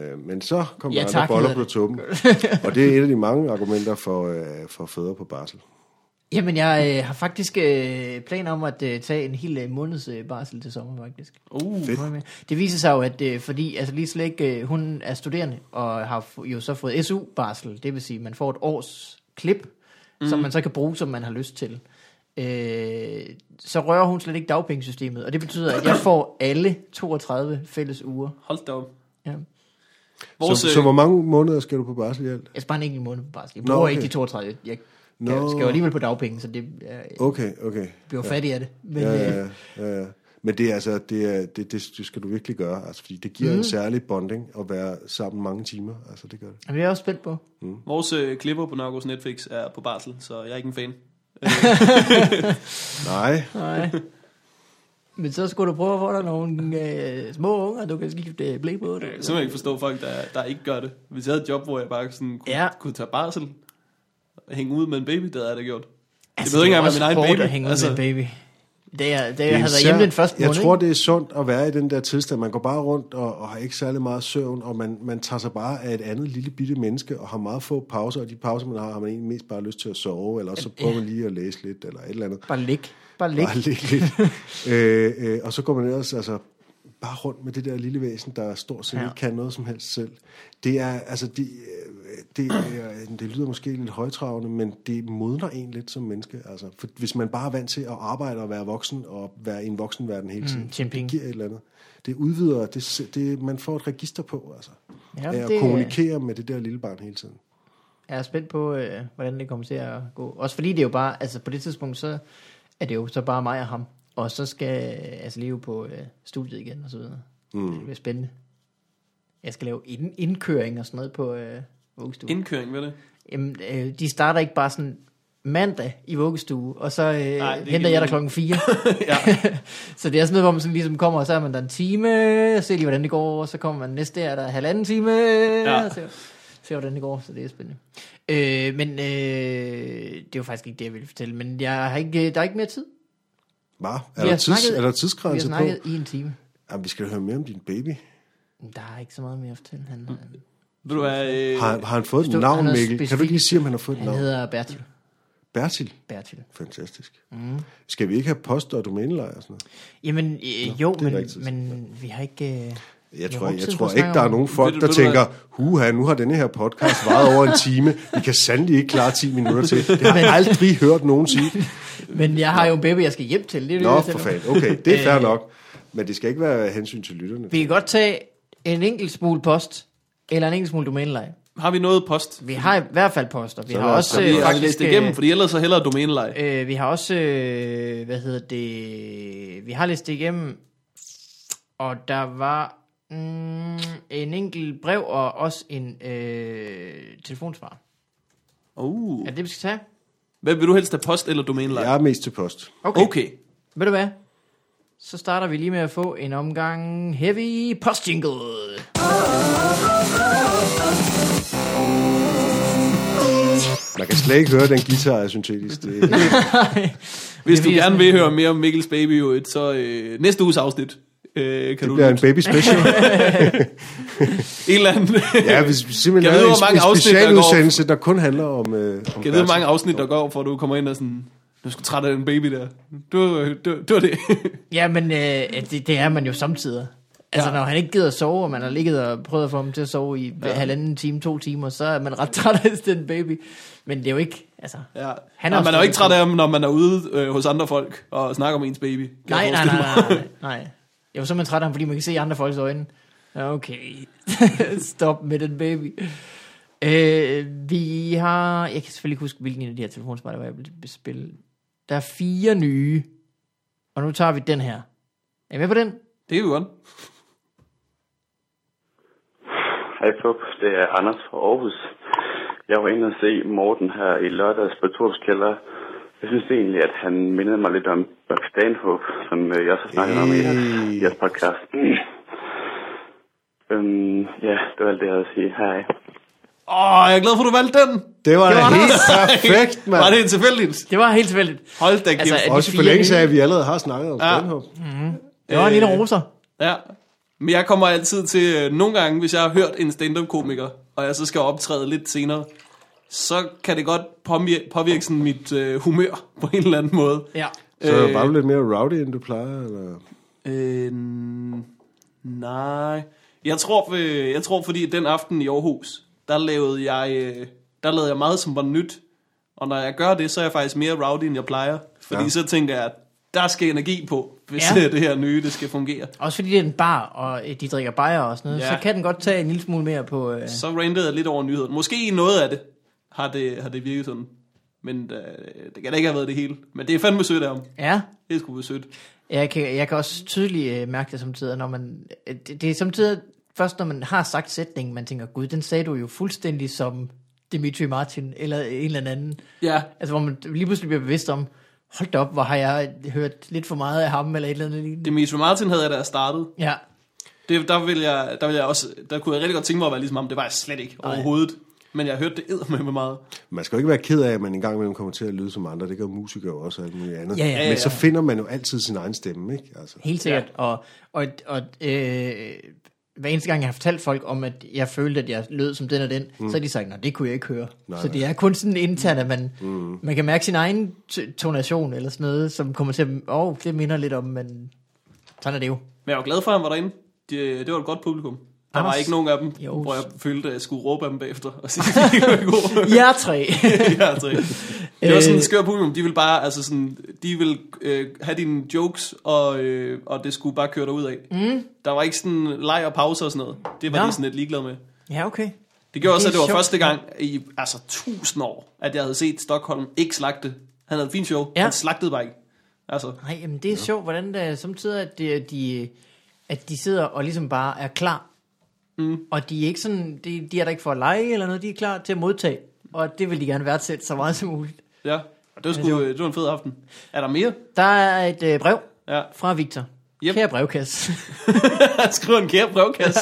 Speaker 2: Øh, men så kom
Speaker 3: Ja,
Speaker 2: der andre
Speaker 3: tak,
Speaker 2: boller
Speaker 3: hedder
Speaker 2: på
Speaker 3: det.
Speaker 2: tuppen. og det er et af de mange argumenter for, øh, for fædre på barsel.
Speaker 3: Jamen, jeg øh, har faktisk øh, planer om at øh, tage en hel øh, måneds øh, barsel til sommer, faktisk.
Speaker 1: Uh,
Speaker 2: Fedt.
Speaker 3: Meget mere. Det viser sig jo, at øh, fordi altså lige slet ikke, øh, hun er studerende og har f- jo så fået SU-barsel, det vil sige, at man får et års klip, mm. som man så kan bruge, som man har lyst til. Øh, så rører hun slet ikke dagpengesystemet, og det betyder, at jeg får alle 32 fælles uger.
Speaker 1: hold da op.
Speaker 3: Ja.
Speaker 1: Vores,
Speaker 3: øh,
Speaker 2: så, så hvor mange måneder skal du på barsel i alt?
Speaker 3: Jeg sparer en enkelt måned på barsel. Jeg
Speaker 2: Nå,
Speaker 3: bruger
Speaker 2: okay.
Speaker 3: ikke de 32. Jeg,
Speaker 2: Nå.
Speaker 3: jeg skal jo alligevel på dagpenge, så det, øh, jeg, jeg
Speaker 2: Okay, okay.
Speaker 3: bliver jo fattig af det. Men,
Speaker 2: Ja,
Speaker 3: øh,
Speaker 2: ja, ja, ja. Men det er altså, det, er, det, det, det skal du virkelig gøre, altså, fordi det giver mm. en særlig bonding at være sammen mange timer. Altså, det gør det.
Speaker 3: Jamen, det er jeg også spændt på.
Speaker 1: vores øh, klipper på Narcos Netflix er på barsel, så jeg er ikke en fan.
Speaker 2: Nej,
Speaker 3: Nej. Men så skulle du prøve at få dig nogle øh, små unger, du kan skifte øh, blæ på.
Speaker 1: Jeg
Speaker 3: Det.
Speaker 1: kan simpelthen ikke forstå folk, der, der ikke gør det. Hvis jeg havde et job, hvor jeg bare sådan kunne, ja.
Speaker 3: Ja.
Speaker 1: kunne tage barsel og hænge ud med en baby, det havde jeg da gjort.
Speaker 3: Altså,
Speaker 1: jeg ved ikke
Speaker 3: er
Speaker 1: engang,
Speaker 3: også
Speaker 1: hvad min egen
Speaker 3: hårdt At
Speaker 1: baby.
Speaker 3: hænge
Speaker 1: altså,
Speaker 3: altså, med en baby. Det er, det, er,
Speaker 2: Det
Speaker 3: jeg
Speaker 2: er
Speaker 3: havde været
Speaker 2: især-
Speaker 3: hjemme den første måned.
Speaker 2: Jeg tror,
Speaker 3: ikke?
Speaker 2: det er sundt at være i den der tilstand. Man går bare rundt og, og har ikke særlig meget søvn, og man, man tager sig bare af et andet lille bitte menneske, og har meget få pauser, og de pauser, man har, har man egentlig mest bare lyst til at sove, eller også så prøver man lige at læse lidt, eller et eller andet.
Speaker 3: Bare lig. Bare lig.
Speaker 2: Bare ligge lidt. øh, øh, og så går man ellers altså, bare rundt med det der lille væsen, der stort set
Speaker 3: Ja.
Speaker 2: ja. ikke kan noget som helst selv. Det er, altså, det, øh, det, er, det lyder måske lidt højtravende, men det modner en lidt som menneske. Altså, for hvis man bare er vant til at arbejde og være voksen, og være i en voksenverden hele tiden,
Speaker 3: Xi Jinping.
Speaker 2: det giver et eller andet. Det udvider, det, se- det, man får et register på, altså.
Speaker 3: Ja,
Speaker 2: Ja, af
Speaker 3: det-
Speaker 2: at kommunikere med det der lille barn hele tiden.
Speaker 3: Jeg er spændt på, øh, hvordan det kommer til at gå. Også fordi det er jo bare, altså på det tidspunkt, så er det jo så bare mig og ham. Og så skal øh, altså leve på øh, studiet igen og så videre. Mm. Det bliver spændende. Jeg skal lave ind, indkøring og sådan noget på øh, vuggestue. Ind-
Speaker 1: Indkøring, ved det?
Speaker 3: Jamen, øh, de starter ikke bare sådan mandag i vuggestue, og så øh,
Speaker 1: Nej, det
Speaker 3: Nej, henter
Speaker 1: giver
Speaker 3: jeg dig
Speaker 1: mening.
Speaker 3: klokken 4.
Speaker 1: Ja.
Speaker 3: så det er sådan noget, hvor man sådan ligesom kommer, og så er man der en time, og ser lige, hvordan det går, og så kommer man næste dag, er der halvanden time, ja. og ser, ser, hvordan det går, så det er spændende. Øh, men øh, det er jo faktisk ikke det, jeg ville fortælle, men jeg har ikke, øh, der er ikke mere tid.
Speaker 2: Hva?
Speaker 3: Vi
Speaker 2: Er,
Speaker 3: har
Speaker 2: der tids,
Speaker 3: snakket-
Speaker 2: er der
Speaker 3: Vi har
Speaker 2: tidsgrænse på?
Speaker 3: snakket i en time.
Speaker 2: Jamen, vi skal høre mere om din baby.
Speaker 3: Men Der er ikke så meget mere at fortælle. Han, han,
Speaker 1: Ved du hvad? Øh,
Speaker 2: Har, har han fået et
Speaker 3: Hvis du-
Speaker 2: navn,
Speaker 3: han er
Speaker 2: Mikkel? Kan
Speaker 3: specifik.
Speaker 2: du ikke lige sige, om han har fået et
Speaker 3: han
Speaker 2: navn?
Speaker 3: hedder Bertil.
Speaker 2: Bertil?
Speaker 3: Bertil.
Speaker 2: Fantastisk. Mm. Skal vi ikke have post- og domænelejr og sådan noget?
Speaker 3: Jamen, øh, jo,
Speaker 2: det er der
Speaker 3: men,
Speaker 2: ikke tid til.
Speaker 3: men vi har ikke... Øh,
Speaker 2: Jeg
Speaker 3: vi har
Speaker 2: tror,
Speaker 3: brugt
Speaker 2: jeg,
Speaker 3: tiden på
Speaker 2: tror
Speaker 3: at
Speaker 2: ikke,
Speaker 3: snakke
Speaker 2: der er
Speaker 3: om-
Speaker 2: nogen folk,
Speaker 1: Ved du-
Speaker 2: der
Speaker 1: ved du
Speaker 2: tænker, huha, nu har denne her podcast varet over en time. Vi kan sandelig ikke klare 10 minutter til. Det har jeg aldrig hørt nogen sige.
Speaker 3: Men jeg har jo en baby, jeg skal hjem til. Det er det,
Speaker 2: Nå,
Speaker 3: jeg selv-
Speaker 2: for fanden. Okay, det er fair nok. Men det skal ikke være af hensyn til lytterne.
Speaker 3: Vi kan godt tage en enkelt smule post, eller en enkelt smule domæneleje.
Speaker 1: har vi noget post?
Speaker 3: Vi har i hvert fald poster. Vi
Speaker 2: Så
Speaker 3: har
Speaker 2: lad os
Speaker 3: også
Speaker 2: tage
Speaker 1: Vi
Speaker 3: øh,
Speaker 1: har læst
Speaker 3: faktisk...
Speaker 1: det igennem, fordi ellers så hellere domænelej.
Speaker 3: øh, øh, vi har også, øh, hvad hedder det, vi har læst det igennem, og der var mm, en enkelt brev og også en øh, telefonsvar.
Speaker 1: Uh.
Speaker 3: Er det det, vi skal tage?
Speaker 1: Hvad vil du helst have, post eller domænelej?
Speaker 2: Jeg er mest til post.
Speaker 3: Okay. okay.
Speaker 1: Okay.
Speaker 3: Ved du hvad? Så starter vi lige med at få en omgang heavy postjingle.
Speaker 2: Man kan slet ikke høre, at den guitar er syntetisk. Det,
Speaker 1: Hvis
Speaker 3: Det
Speaker 1: du
Speaker 3: vil
Speaker 1: gerne
Speaker 3: jeg sådan-
Speaker 1: vil høre mere om Mikkels Baby Unit, så øh, næste uges afsnit øh, kan
Speaker 2: det
Speaker 1: du lytte.
Speaker 2: bliver en baby special.
Speaker 1: En eller anden...
Speaker 2: Ja, hvis vi
Speaker 1: Kan
Speaker 2: simpelthen
Speaker 1: jeg vide,
Speaker 2: laver
Speaker 1: hvor mange
Speaker 2: en,
Speaker 1: afsnit, der
Speaker 2: en
Speaker 1: går?
Speaker 2: specialudsendelse, der kun handler om... Øh, om
Speaker 1: Kan jeg vide, hvor mange afsnit, der går, for du kommer ind og sådan... Du skal træt af den baby der. Du, du, du er det.
Speaker 3: Ja, men øh, det, det er man jo samtidig. Altså,
Speaker 1: Ja.
Speaker 3: ja. når han ikke gider at sove, og man har ligget og prøvet at få ham til at sove i ja. halvanden time, to timer, så er man ret træt af den baby. Men det er jo ikke, altså...
Speaker 1: Ja.
Speaker 3: Han
Speaker 1: Han
Speaker 3: er
Speaker 1: er
Speaker 3: også
Speaker 1: man er jo ikke
Speaker 3: stadig
Speaker 1: træt af ham, når man er ude øh, hos andre folk og snakker om ens baby. Kan jeg
Speaker 3: Nej, nej,
Speaker 1: forestille
Speaker 3: nej,
Speaker 1: mig.
Speaker 3: nej, nej, nej. Jo, så er man træt af ham, fordi man kan se i andre folks øjne. Okay, stop med den baby. Øh, vi har... Jeg kan selvfølgelig ikke huske, hvilken en af de her telefonsvar, der var, jeg ville spille. Der er fire nye, og nu tager vi den her. Er I med på den?
Speaker 1: Det er jo godt.
Speaker 5: Hej Pup, det er Anders fra Aarhus. Jeg var inde og se Morten her i lørdags på Torps Kælder. Jeg synes egentlig, at han mindede mig lidt om Buck Stanhope, som øh, jeg også har snakket om i jeres,
Speaker 2: Hey.
Speaker 5: jeres podcast. øhm, ja, det var alt det, jeg havde at sige. Hej.
Speaker 1: Åh, jeg er glad for, at du valgte den.
Speaker 2: Det var da
Speaker 3: var
Speaker 2: helt perfekt,
Speaker 1: Var
Speaker 2: mand.
Speaker 1: det tilfældigt?
Speaker 3: Det var helt tilfældigt.
Speaker 1: Hold da kæft.
Speaker 3: Altså,
Speaker 1: Altså,
Speaker 3: at-
Speaker 2: Også
Speaker 3: de
Speaker 2: for
Speaker 3: fire
Speaker 2: længe
Speaker 3: nye?
Speaker 2: siden, at vi allerede har snakket om
Speaker 1: Ja.
Speaker 2: Stanhope.
Speaker 3: Det var en lille
Speaker 1: Øh,
Speaker 3: roser.
Speaker 1: Ja. Men jeg kommer altid til, øh, nogle gange, hvis jeg har hørt en stand-up-komiker, og jeg så skal optræde lidt senere, så kan det godt påvirke, påvirke sådan mit øh, humør på en eller anden måde.
Speaker 3: Ja.
Speaker 2: Så var du
Speaker 3: Øh.
Speaker 2: lidt mere rowdy, end du plejer? Eller?
Speaker 1: Øh, nej. Jeg tror, øh, jeg tror, fordi den aften i Aarhus, der lavede jeg, øh, der lavede jeg meget, som var nyt. Og når jeg gør det, så er jeg faktisk mere rowdy, end jeg plejer. Fordi ja.
Speaker 2: Ja.
Speaker 1: så tænker jeg, at der skal energi på, hvis
Speaker 3: Ja.
Speaker 1: ja. det her nye, det skal fungere.
Speaker 3: Også fordi det er en bar, og øh, de drikker bajer og sådan noget, ja.
Speaker 1: Ja.
Speaker 3: så kan den godt tage en lille smule mere på... Øh...
Speaker 1: Så rantede jeg lidt over nyheden. Måske i noget af det har det, har det virket sådan. Men øh, det kan da ikke have været det hele. Men det er fandme sødt af ham.
Speaker 3: Ja,
Speaker 1: Det er sgu sødt.
Speaker 3: jeg kan, jeg kan også tydeligt øh, mærke det samtidig, når man... Øh, det, det er samtidig først, når man har sagt sætningen, man tænker, gud, den sagde du jo fuldstændig som Dimitri Martin, eller en eller anden.
Speaker 1: Ja,
Speaker 3: Altså, hvor man lige pludselig bliver bevidst om, hold da op, hvor har jeg hørt lidt for meget af ham, eller et eller andet lignende.
Speaker 1: Dimitri Martin havde jeg da startet.
Speaker 3: Ja,
Speaker 1: Det, der, vil jeg, der, vil jeg også, der kunne jeg rigtig godt tænke mig at være ligesom ham. Det var jeg slet ikke
Speaker 3: Nej.
Speaker 1: overhovedet. Men jeg hørte det med meget.
Speaker 2: Man skal jo ikke være ked af, at man engang imellem kommer til at lyde som andre. Det gør musikere også og alt muligt andet.
Speaker 3: Ja, ja,
Speaker 2: Men
Speaker 1: ja.
Speaker 2: så finder man jo altid sin egen stemme, ikke? Altså.
Speaker 3: Helt sikkert. Ja. Og, og, og øh, hver eneste gang, jeg har fortalt folk om, at jeg følte, at jeg lød som den og den, mm. så har de sagt, at det kunne jeg ikke høre. Nej, så det er kun sådan internt, at man, mm. man kan mærke sin egen t- tonation eller sådan noget, som kommer til at, åh, oh, det minder lidt om, men sådan er det jo.
Speaker 1: Men jeg var glad for, at han var derinde. Det, det var et godt publikum. Der var
Speaker 3: Anders.
Speaker 1: ikke nogen af dem,
Speaker 3: Jo.
Speaker 1: hvor jeg følte, at jeg skulle råbe af dem bagefter og sige, at de ikke var gode.
Speaker 3: Jeg er tre.
Speaker 1: ja, tre. Det var sådan
Speaker 3: Øh.
Speaker 1: et skør publikum. De ville bare, altså sådan, de ville øh, have dine jokes, og, øh, og det skulle bare køre dig ud af. Mm. Der var ikke sådan leg og pauser og sådan noget. Det var
Speaker 3: Nå.
Speaker 1: de sådan lidt ligeglade med.
Speaker 3: ja, okay.
Speaker 1: Det gjorde også,
Speaker 3: Det
Speaker 1: at
Speaker 3: er
Speaker 1: det var
Speaker 3: sjovt.
Speaker 1: første gang i altså tusind år, at jeg havde set Stockholm ikke slagte. Han havde et fint show.
Speaker 3: Ja.
Speaker 1: Ja. Han slagtede bare ikke. Altså,
Speaker 3: Nej, jamen det er sjovt, hvordan der samtidig, at de, at de, at de sidder og ligesom bare er klar. Mm. Og de er ikke sådan, de, de er der ikke for at lege eller noget, de er klar til at modtage. Og det vil de gerne værdsætte så meget som muligt.
Speaker 1: ja. Og det var, sgu, øh, det var en fed aften. Er der mere?
Speaker 3: Der er et øh, brev
Speaker 1: Ja.
Speaker 3: fra Victor.
Speaker 1: Yep.
Speaker 3: Yep. Kære brevkasse.
Speaker 1: Han skriver en kære brevkasse.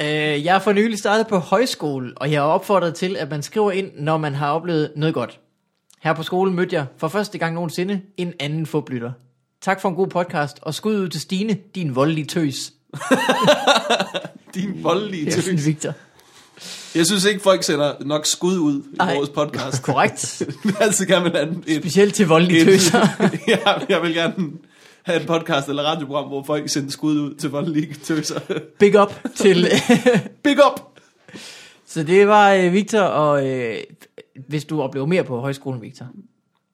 Speaker 3: Øh, jeg er for nylig startet på højskole, og jeg er opfordret til, at man skriver ind, når man har oplevet noget godt. Her på skolen mødte jeg for første gang nogensinde en anden foblytter. Tak for en god podcast, og skud ud til Stine, din voldelige tøs.
Speaker 1: Din voldelige
Speaker 3: Det er
Speaker 1: tøs.
Speaker 3: sådan, Victor.
Speaker 1: Jeg synes ikke, folk sender nok skud ud i
Speaker 3: Ej.
Speaker 1: vores podcast.
Speaker 3: Korrekt.
Speaker 1: altså kan man have et,
Speaker 3: Specielt til voldelige tøser.
Speaker 1: ja, jeg vil gerne have en podcast eller radioprogram, hvor folk sender skud ud til voldelige tøser.
Speaker 3: Big up til...
Speaker 1: Big up!
Speaker 3: så det var øh, Victor, og øh, hvis du oplever mere på højskolen, Victor.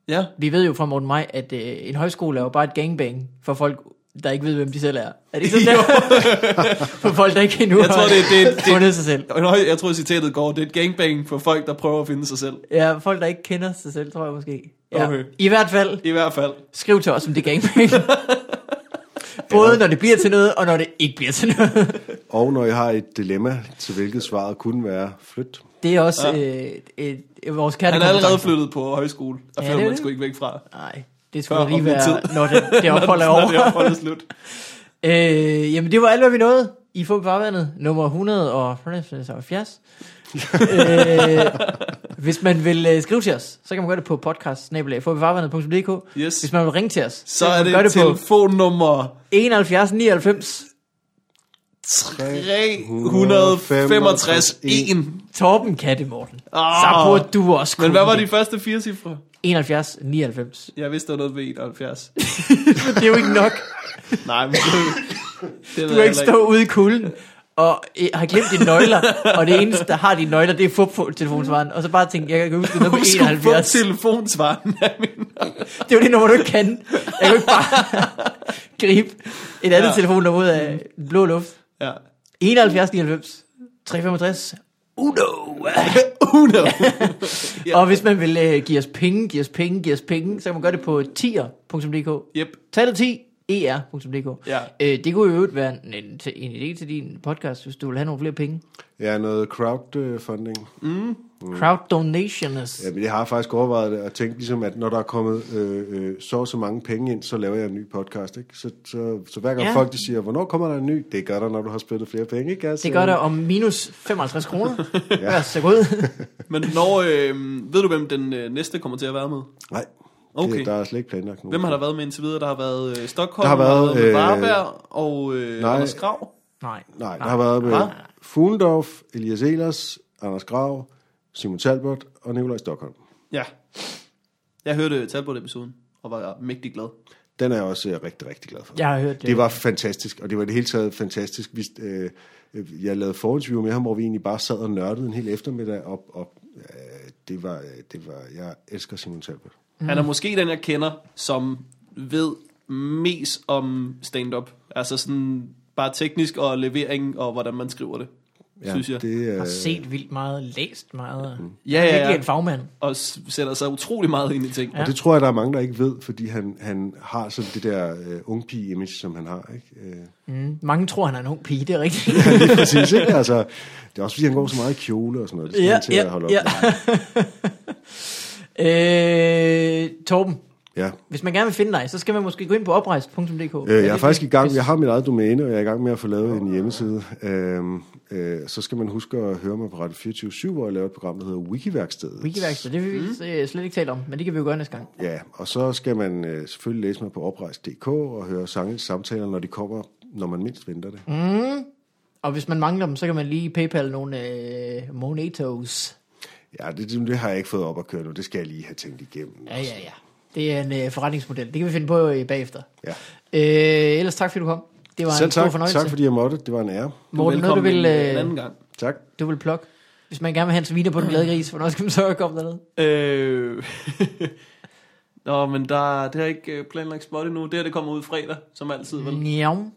Speaker 1: Ja,
Speaker 3: Vi ved jo fra Morten Maj, at øh, en højskole er jo bare et gangbang for folk, der ikke ved, hvem de selv er. Er det ikke sådan der? for folk, der ikke endnu
Speaker 1: Jeg tror, det- det- det-
Speaker 3: har fundet sig selv.
Speaker 1: og nøj, jeg tror citatet går, det er et gangbang for folk, der prøver at finde sig selv.
Speaker 3: Ja, folk, der ikke kender sig selv, tror jeg måske. Ja.
Speaker 1: Okay.
Speaker 3: I hvert fald,
Speaker 1: I hvert fald.
Speaker 3: skriv til os, om det er gangbang. Både når det bliver til noget, og når det ikke bliver til noget.
Speaker 2: Og når jeg har et dilemma, til hvilket svaret kunne være flyt.
Speaker 3: Det er også øh, et, et, vores kærlighed.
Speaker 1: Han er allerede flyttet på højskole. Der
Speaker 3: Ja,
Speaker 1: flytter
Speaker 3: det er
Speaker 1: man
Speaker 3: det.
Speaker 1: sgu ikke væk fra.
Speaker 3: Nej, det skulle
Speaker 1: Før
Speaker 3: da lige
Speaker 1: om min
Speaker 3: være,
Speaker 1: tid.
Speaker 3: når det, det ophold er
Speaker 1: Når det
Speaker 3: over.
Speaker 1: ophold er slut.
Speaker 3: øh, jamen, det var alt, hvad vi nåede i Fum Farvandet, nummer 170. øh, hvis man vil øh, skrive til os, så kan man gøre det på podcast
Speaker 1: Yes.
Speaker 3: Hvis man vil ringe til os,
Speaker 1: Så er
Speaker 3: kan man gøre
Speaker 1: det
Speaker 3: det på
Speaker 1: telefonnummer
Speaker 3: 71 99
Speaker 1: 365 1.
Speaker 3: Torben Kattemorten.
Speaker 1: Ah.
Speaker 3: Så burde du også kunne
Speaker 1: Men hvad var de
Speaker 3: det.
Speaker 1: første fire cifre?
Speaker 3: 71 99.
Speaker 1: Jeg vidste, der var noget ved 71.
Speaker 3: det er jo ikke nok.
Speaker 1: Nej, men det, det
Speaker 3: Du kan ikke stå ude i kulden og øh, har glemt dine nøgler, og det eneste, der har dine nøgler, det er fup-telefonsvaren. Og så bare tænke, jeg kan huske det er noget
Speaker 1: Hvorfor
Speaker 3: på
Speaker 1: skulle du
Speaker 3: 71.
Speaker 1: få telefonsvaren? Jeg mener.
Speaker 3: Det er jo det nummer, du ikke kan. Jeg kan jo ikke bare gribe et andet
Speaker 1: Ja.
Speaker 3: ja. telefonnummer ud af den blå luft.
Speaker 1: Ja.
Speaker 3: 71 99 365 Uno.
Speaker 1: Uno.
Speaker 3: Ja. Og hvis man vil øh, give os penge, give os penge, give os penge, så kan man gøre det på tier.dk.
Speaker 1: Yep.
Speaker 3: Tallet E 10 er.dk.
Speaker 1: Ja.
Speaker 3: Øh, det kunne jo i øvrigt være en, en, en idé til din podcast, hvis du vil have nogle flere penge.
Speaker 2: Ja, noget crowdfunding.
Speaker 3: Mm. Crowd donations.
Speaker 2: Jamen, jeg har faktisk overvejet det og tænkt ligesom, at når der er kommet øh, øh, så og så mange penge ind, så laver jeg en ny podcast, ikke? Så, så, så hver gang
Speaker 3: Ja.
Speaker 2: ja. folk de siger, hvornår kommer der en ny? Det gør der, når du har spillet flere penge, ikke? Altså,
Speaker 3: Det gør der om minus 55 kroner. ja. Så god.
Speaker 1: Men når, øh, ved du, hvem den øh, næste kommer til at være med?
Speaker 2: Nej, okay.
Speaker 1: Okay.
Speaker 2: det, der er slet ikke planlagt nogen.
Speaker 1: Hvem har der været med indtil videre? Der har været øh, Stockholm,
Speaker 2: Der har været,
Speaker 1: der har været
Speaker 2: øh,
Speaker 1: Varberg og øh,
Speaker 2: nej.
Speaker 1: Anders Grav.
Speaker 3: Nej.
Speaker 2: Nej, der har været med
Speaker 1: Nej.
Speaker 2: Fuglendorf, Elias Elers, Anders Grav, Simon Talbot og Nikolaj Stockholm.
Speaker 1: Ja. Jeg hørte Talbot-episoden og var mægtig glad.
Speaker 3: Mm.
Speaker 2: Den er jeg også øh, rigtig, rigtig glad for.
Speaker 3: Jeg har hørt det.
Speaker 2: Det var fantastisk, og det var i det hele taget fantastisk. Vi, øh, øh, jeg lavede forinterview med ham, hvor vi egentlig bare sad og nørdede en hel eftermiddag op, og øh, det, var, det var, jeg elsker Simon Talbot.
Speaker 1: Mm. Han er måske den, jeg kender, som ved mest om stand-up. Altså sådan bare teknisk og levering og hvordan man skriver det, ja, synes jeg. Det...
Speaker 2: Det,
Speaker 3: Jeg
Speaker 2: øh, Mm.
Speaker 3: har set vildt meget, læst meget.
Speaker 1: Ja, ja,
Speaker 3: Virkelig
Speaker 1: ja.
Speaker 3: en fagmand.
Speaker 1: Og s- sætter sig utrolig meget ind i ting.
Speaker 3: Ja.
Speaker 1: Ja.
Speaker 2: og det tror jeg, der er mange, der ikke ved, fordi han, han har sådan det der øh, ungpige-image, som han har. Ikke? Øh,
Speaker 3: Mm. Mange tror, han er en ung pige, det er rigtigt.
Speaker 2: lige præcis, ikke? Altså, det er også, fordi han går så meget i kjole og sådan noget. Det skal ja, han til ja, at holde op ja. med.
Speaker 3: øh, Torben,
Speaker 2: Ja.
Speaker 3: hvis man gerne vil finde dig, så skal man måske gå ind på oprejst.dk.
Speaker 2: Øh, jeg er faktisk i gang, jeg har mit eget domæne, og jeg er i gang med at få lavet en hjemmeside. Øhm, øh, så skal man huske at høre mig på Radio 24 hvor jeg laver et program, der hedder Wikiværkstedet.
Speaker 3: Wikiværksted, det vil vi mm. slet ikke tale om, men det kan vi jo gøre næste gang.
Speaker 2: Ja, og så skal man øh, selvfølgelig læse mig på oprejs.dk og høre sange samtaler, når de kommer, når man mindst venter det. Mm.
Speaker 3: Og hvis man mangler dem, så kan man lige PayPal nogle øh, monetos.
Speaker 2: Ja, det, det har jeg ikke fået op at køre nu, det skal jeg lige have tænkt igennem.
Speaker 3: Ja, ja, ja. Det er en øh, forretningsmodel. Det kan vi finde på øh, bagefter.
Speaker 2: Ja.
Speaker 3: Øh, ellers tak, fordi du kom. Det var
Speaker 2: Selv
Speaker 3: en stor
Speaker 2: tak.
Speaker 3: fornøjelse.
Speaker 2: Tak fordi jeg måtte. Det var en ære.
Speaker 3: Morten, noget du vil,
Speaker 1: en, en
Speaker 3: øh,
Speaker 1: anden gang.
Speaker 2: Tak.
Speaker 3: du vil plukke? Hvis man gerne vil have en sviner på den glade gris, hvornår skal man så komme derned?
Speaker 1: Øh, Nå, men der, det har jeg ikke øh, planlagt spot endnu. Det her, det kommer ud fredag, som altid,
Speaker 3: Mm.
Speaker 1: vel?
Speaker 3: Njam.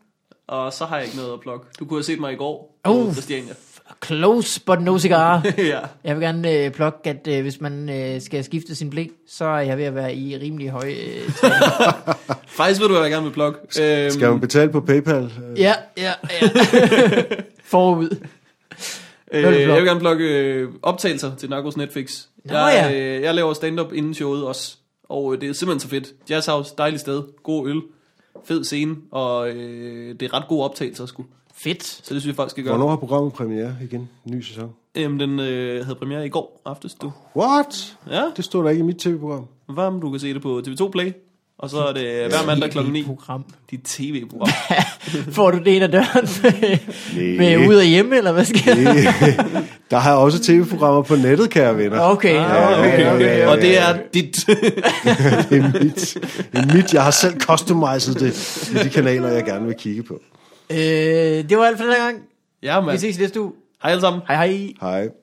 Speaker 1: Og så har jeg ikke noget at plukke. Du kunne have set mig i går på
Speaker 3: Uh.
Speaker 1: Christiania.
Speaker 3: Close, but no cigar.
Speaker 1: ja.
Speaker 3: Jeg vil gerne øh, plukke, at øh, hvis man øh, skal skifte sin blæ, så er jeg ved at være i rimelig høj... Øh, træ.
Speaker 1: Faktisk ved du, hvad jeg gerne vil plukke. Øhm,
Speaker 2: Skal man betale på PayPal? Øh,
Speaker 3: ja, ja, ja. Forud.
Speaker 1: Øh,
Speaker 3: Hvad vil du plukke?
Speaker 1: jeg vil gerne plukke øh, optagelser til Narcos Netflix.
Speaker 3: Nå,
Speaker 1: jeg,
Speaker 3: ja.
Speaker 1: øh, jeg laver stand-up inden showet også, og øh, det er simpelthen så fedt. Jazz House, dejligt sted, god øl, fed scene, og øh, det er ret gode optagelser sgu.
Speaker 3: Fedt.
Speaker 1: Så det synes jeg, folk skal gøre.
Speaker 2: Hvornår har programmet premiere igen? Ny sæson.
Speaker 1: Øhm, den øh, havde premiere i går aftes,
Speaker 3: Uh.
Speaker 1: du.
Speaker 2: What?
Speaker 1: Ja,
Speaker 2: Det stod der ikke i mit tv-program.
Speaker 1: varm, du kan se det på TV2 Play, og så er det øh, hver mandag kl. 9.
Speaker 3: Program.
Speaker 1: Dit tv-program.
Speaker 3: Får du det ind ad døren med, med ud og hjemme, eller hvad sker der?
Speaker 2: Der har jeg også tv-programmer på nettet, kære venner.
Speaker 3: Okay,
Speaker 2: Ja,
Speaker 3: okay,
Speaker 2: okay,
Speaker 3: okay.
Speaker 2: ja,
Speaker 1: Og det er dit.
Speaker 2: Det er mit. Det er mit. Jeg har selv customized det i de kanaler, jeg gerne vil kigge på.
Speaker 3: Øh, det var alt for den her gang.
Speaker 1: ja,
Speaker 3: Vi
Speaker 1: mand.
Speaker 3: ses i næste uge.
Speaker 1: Hej alle sammen.
Speaker 3: Hej hej.
Speaker 2: Hej.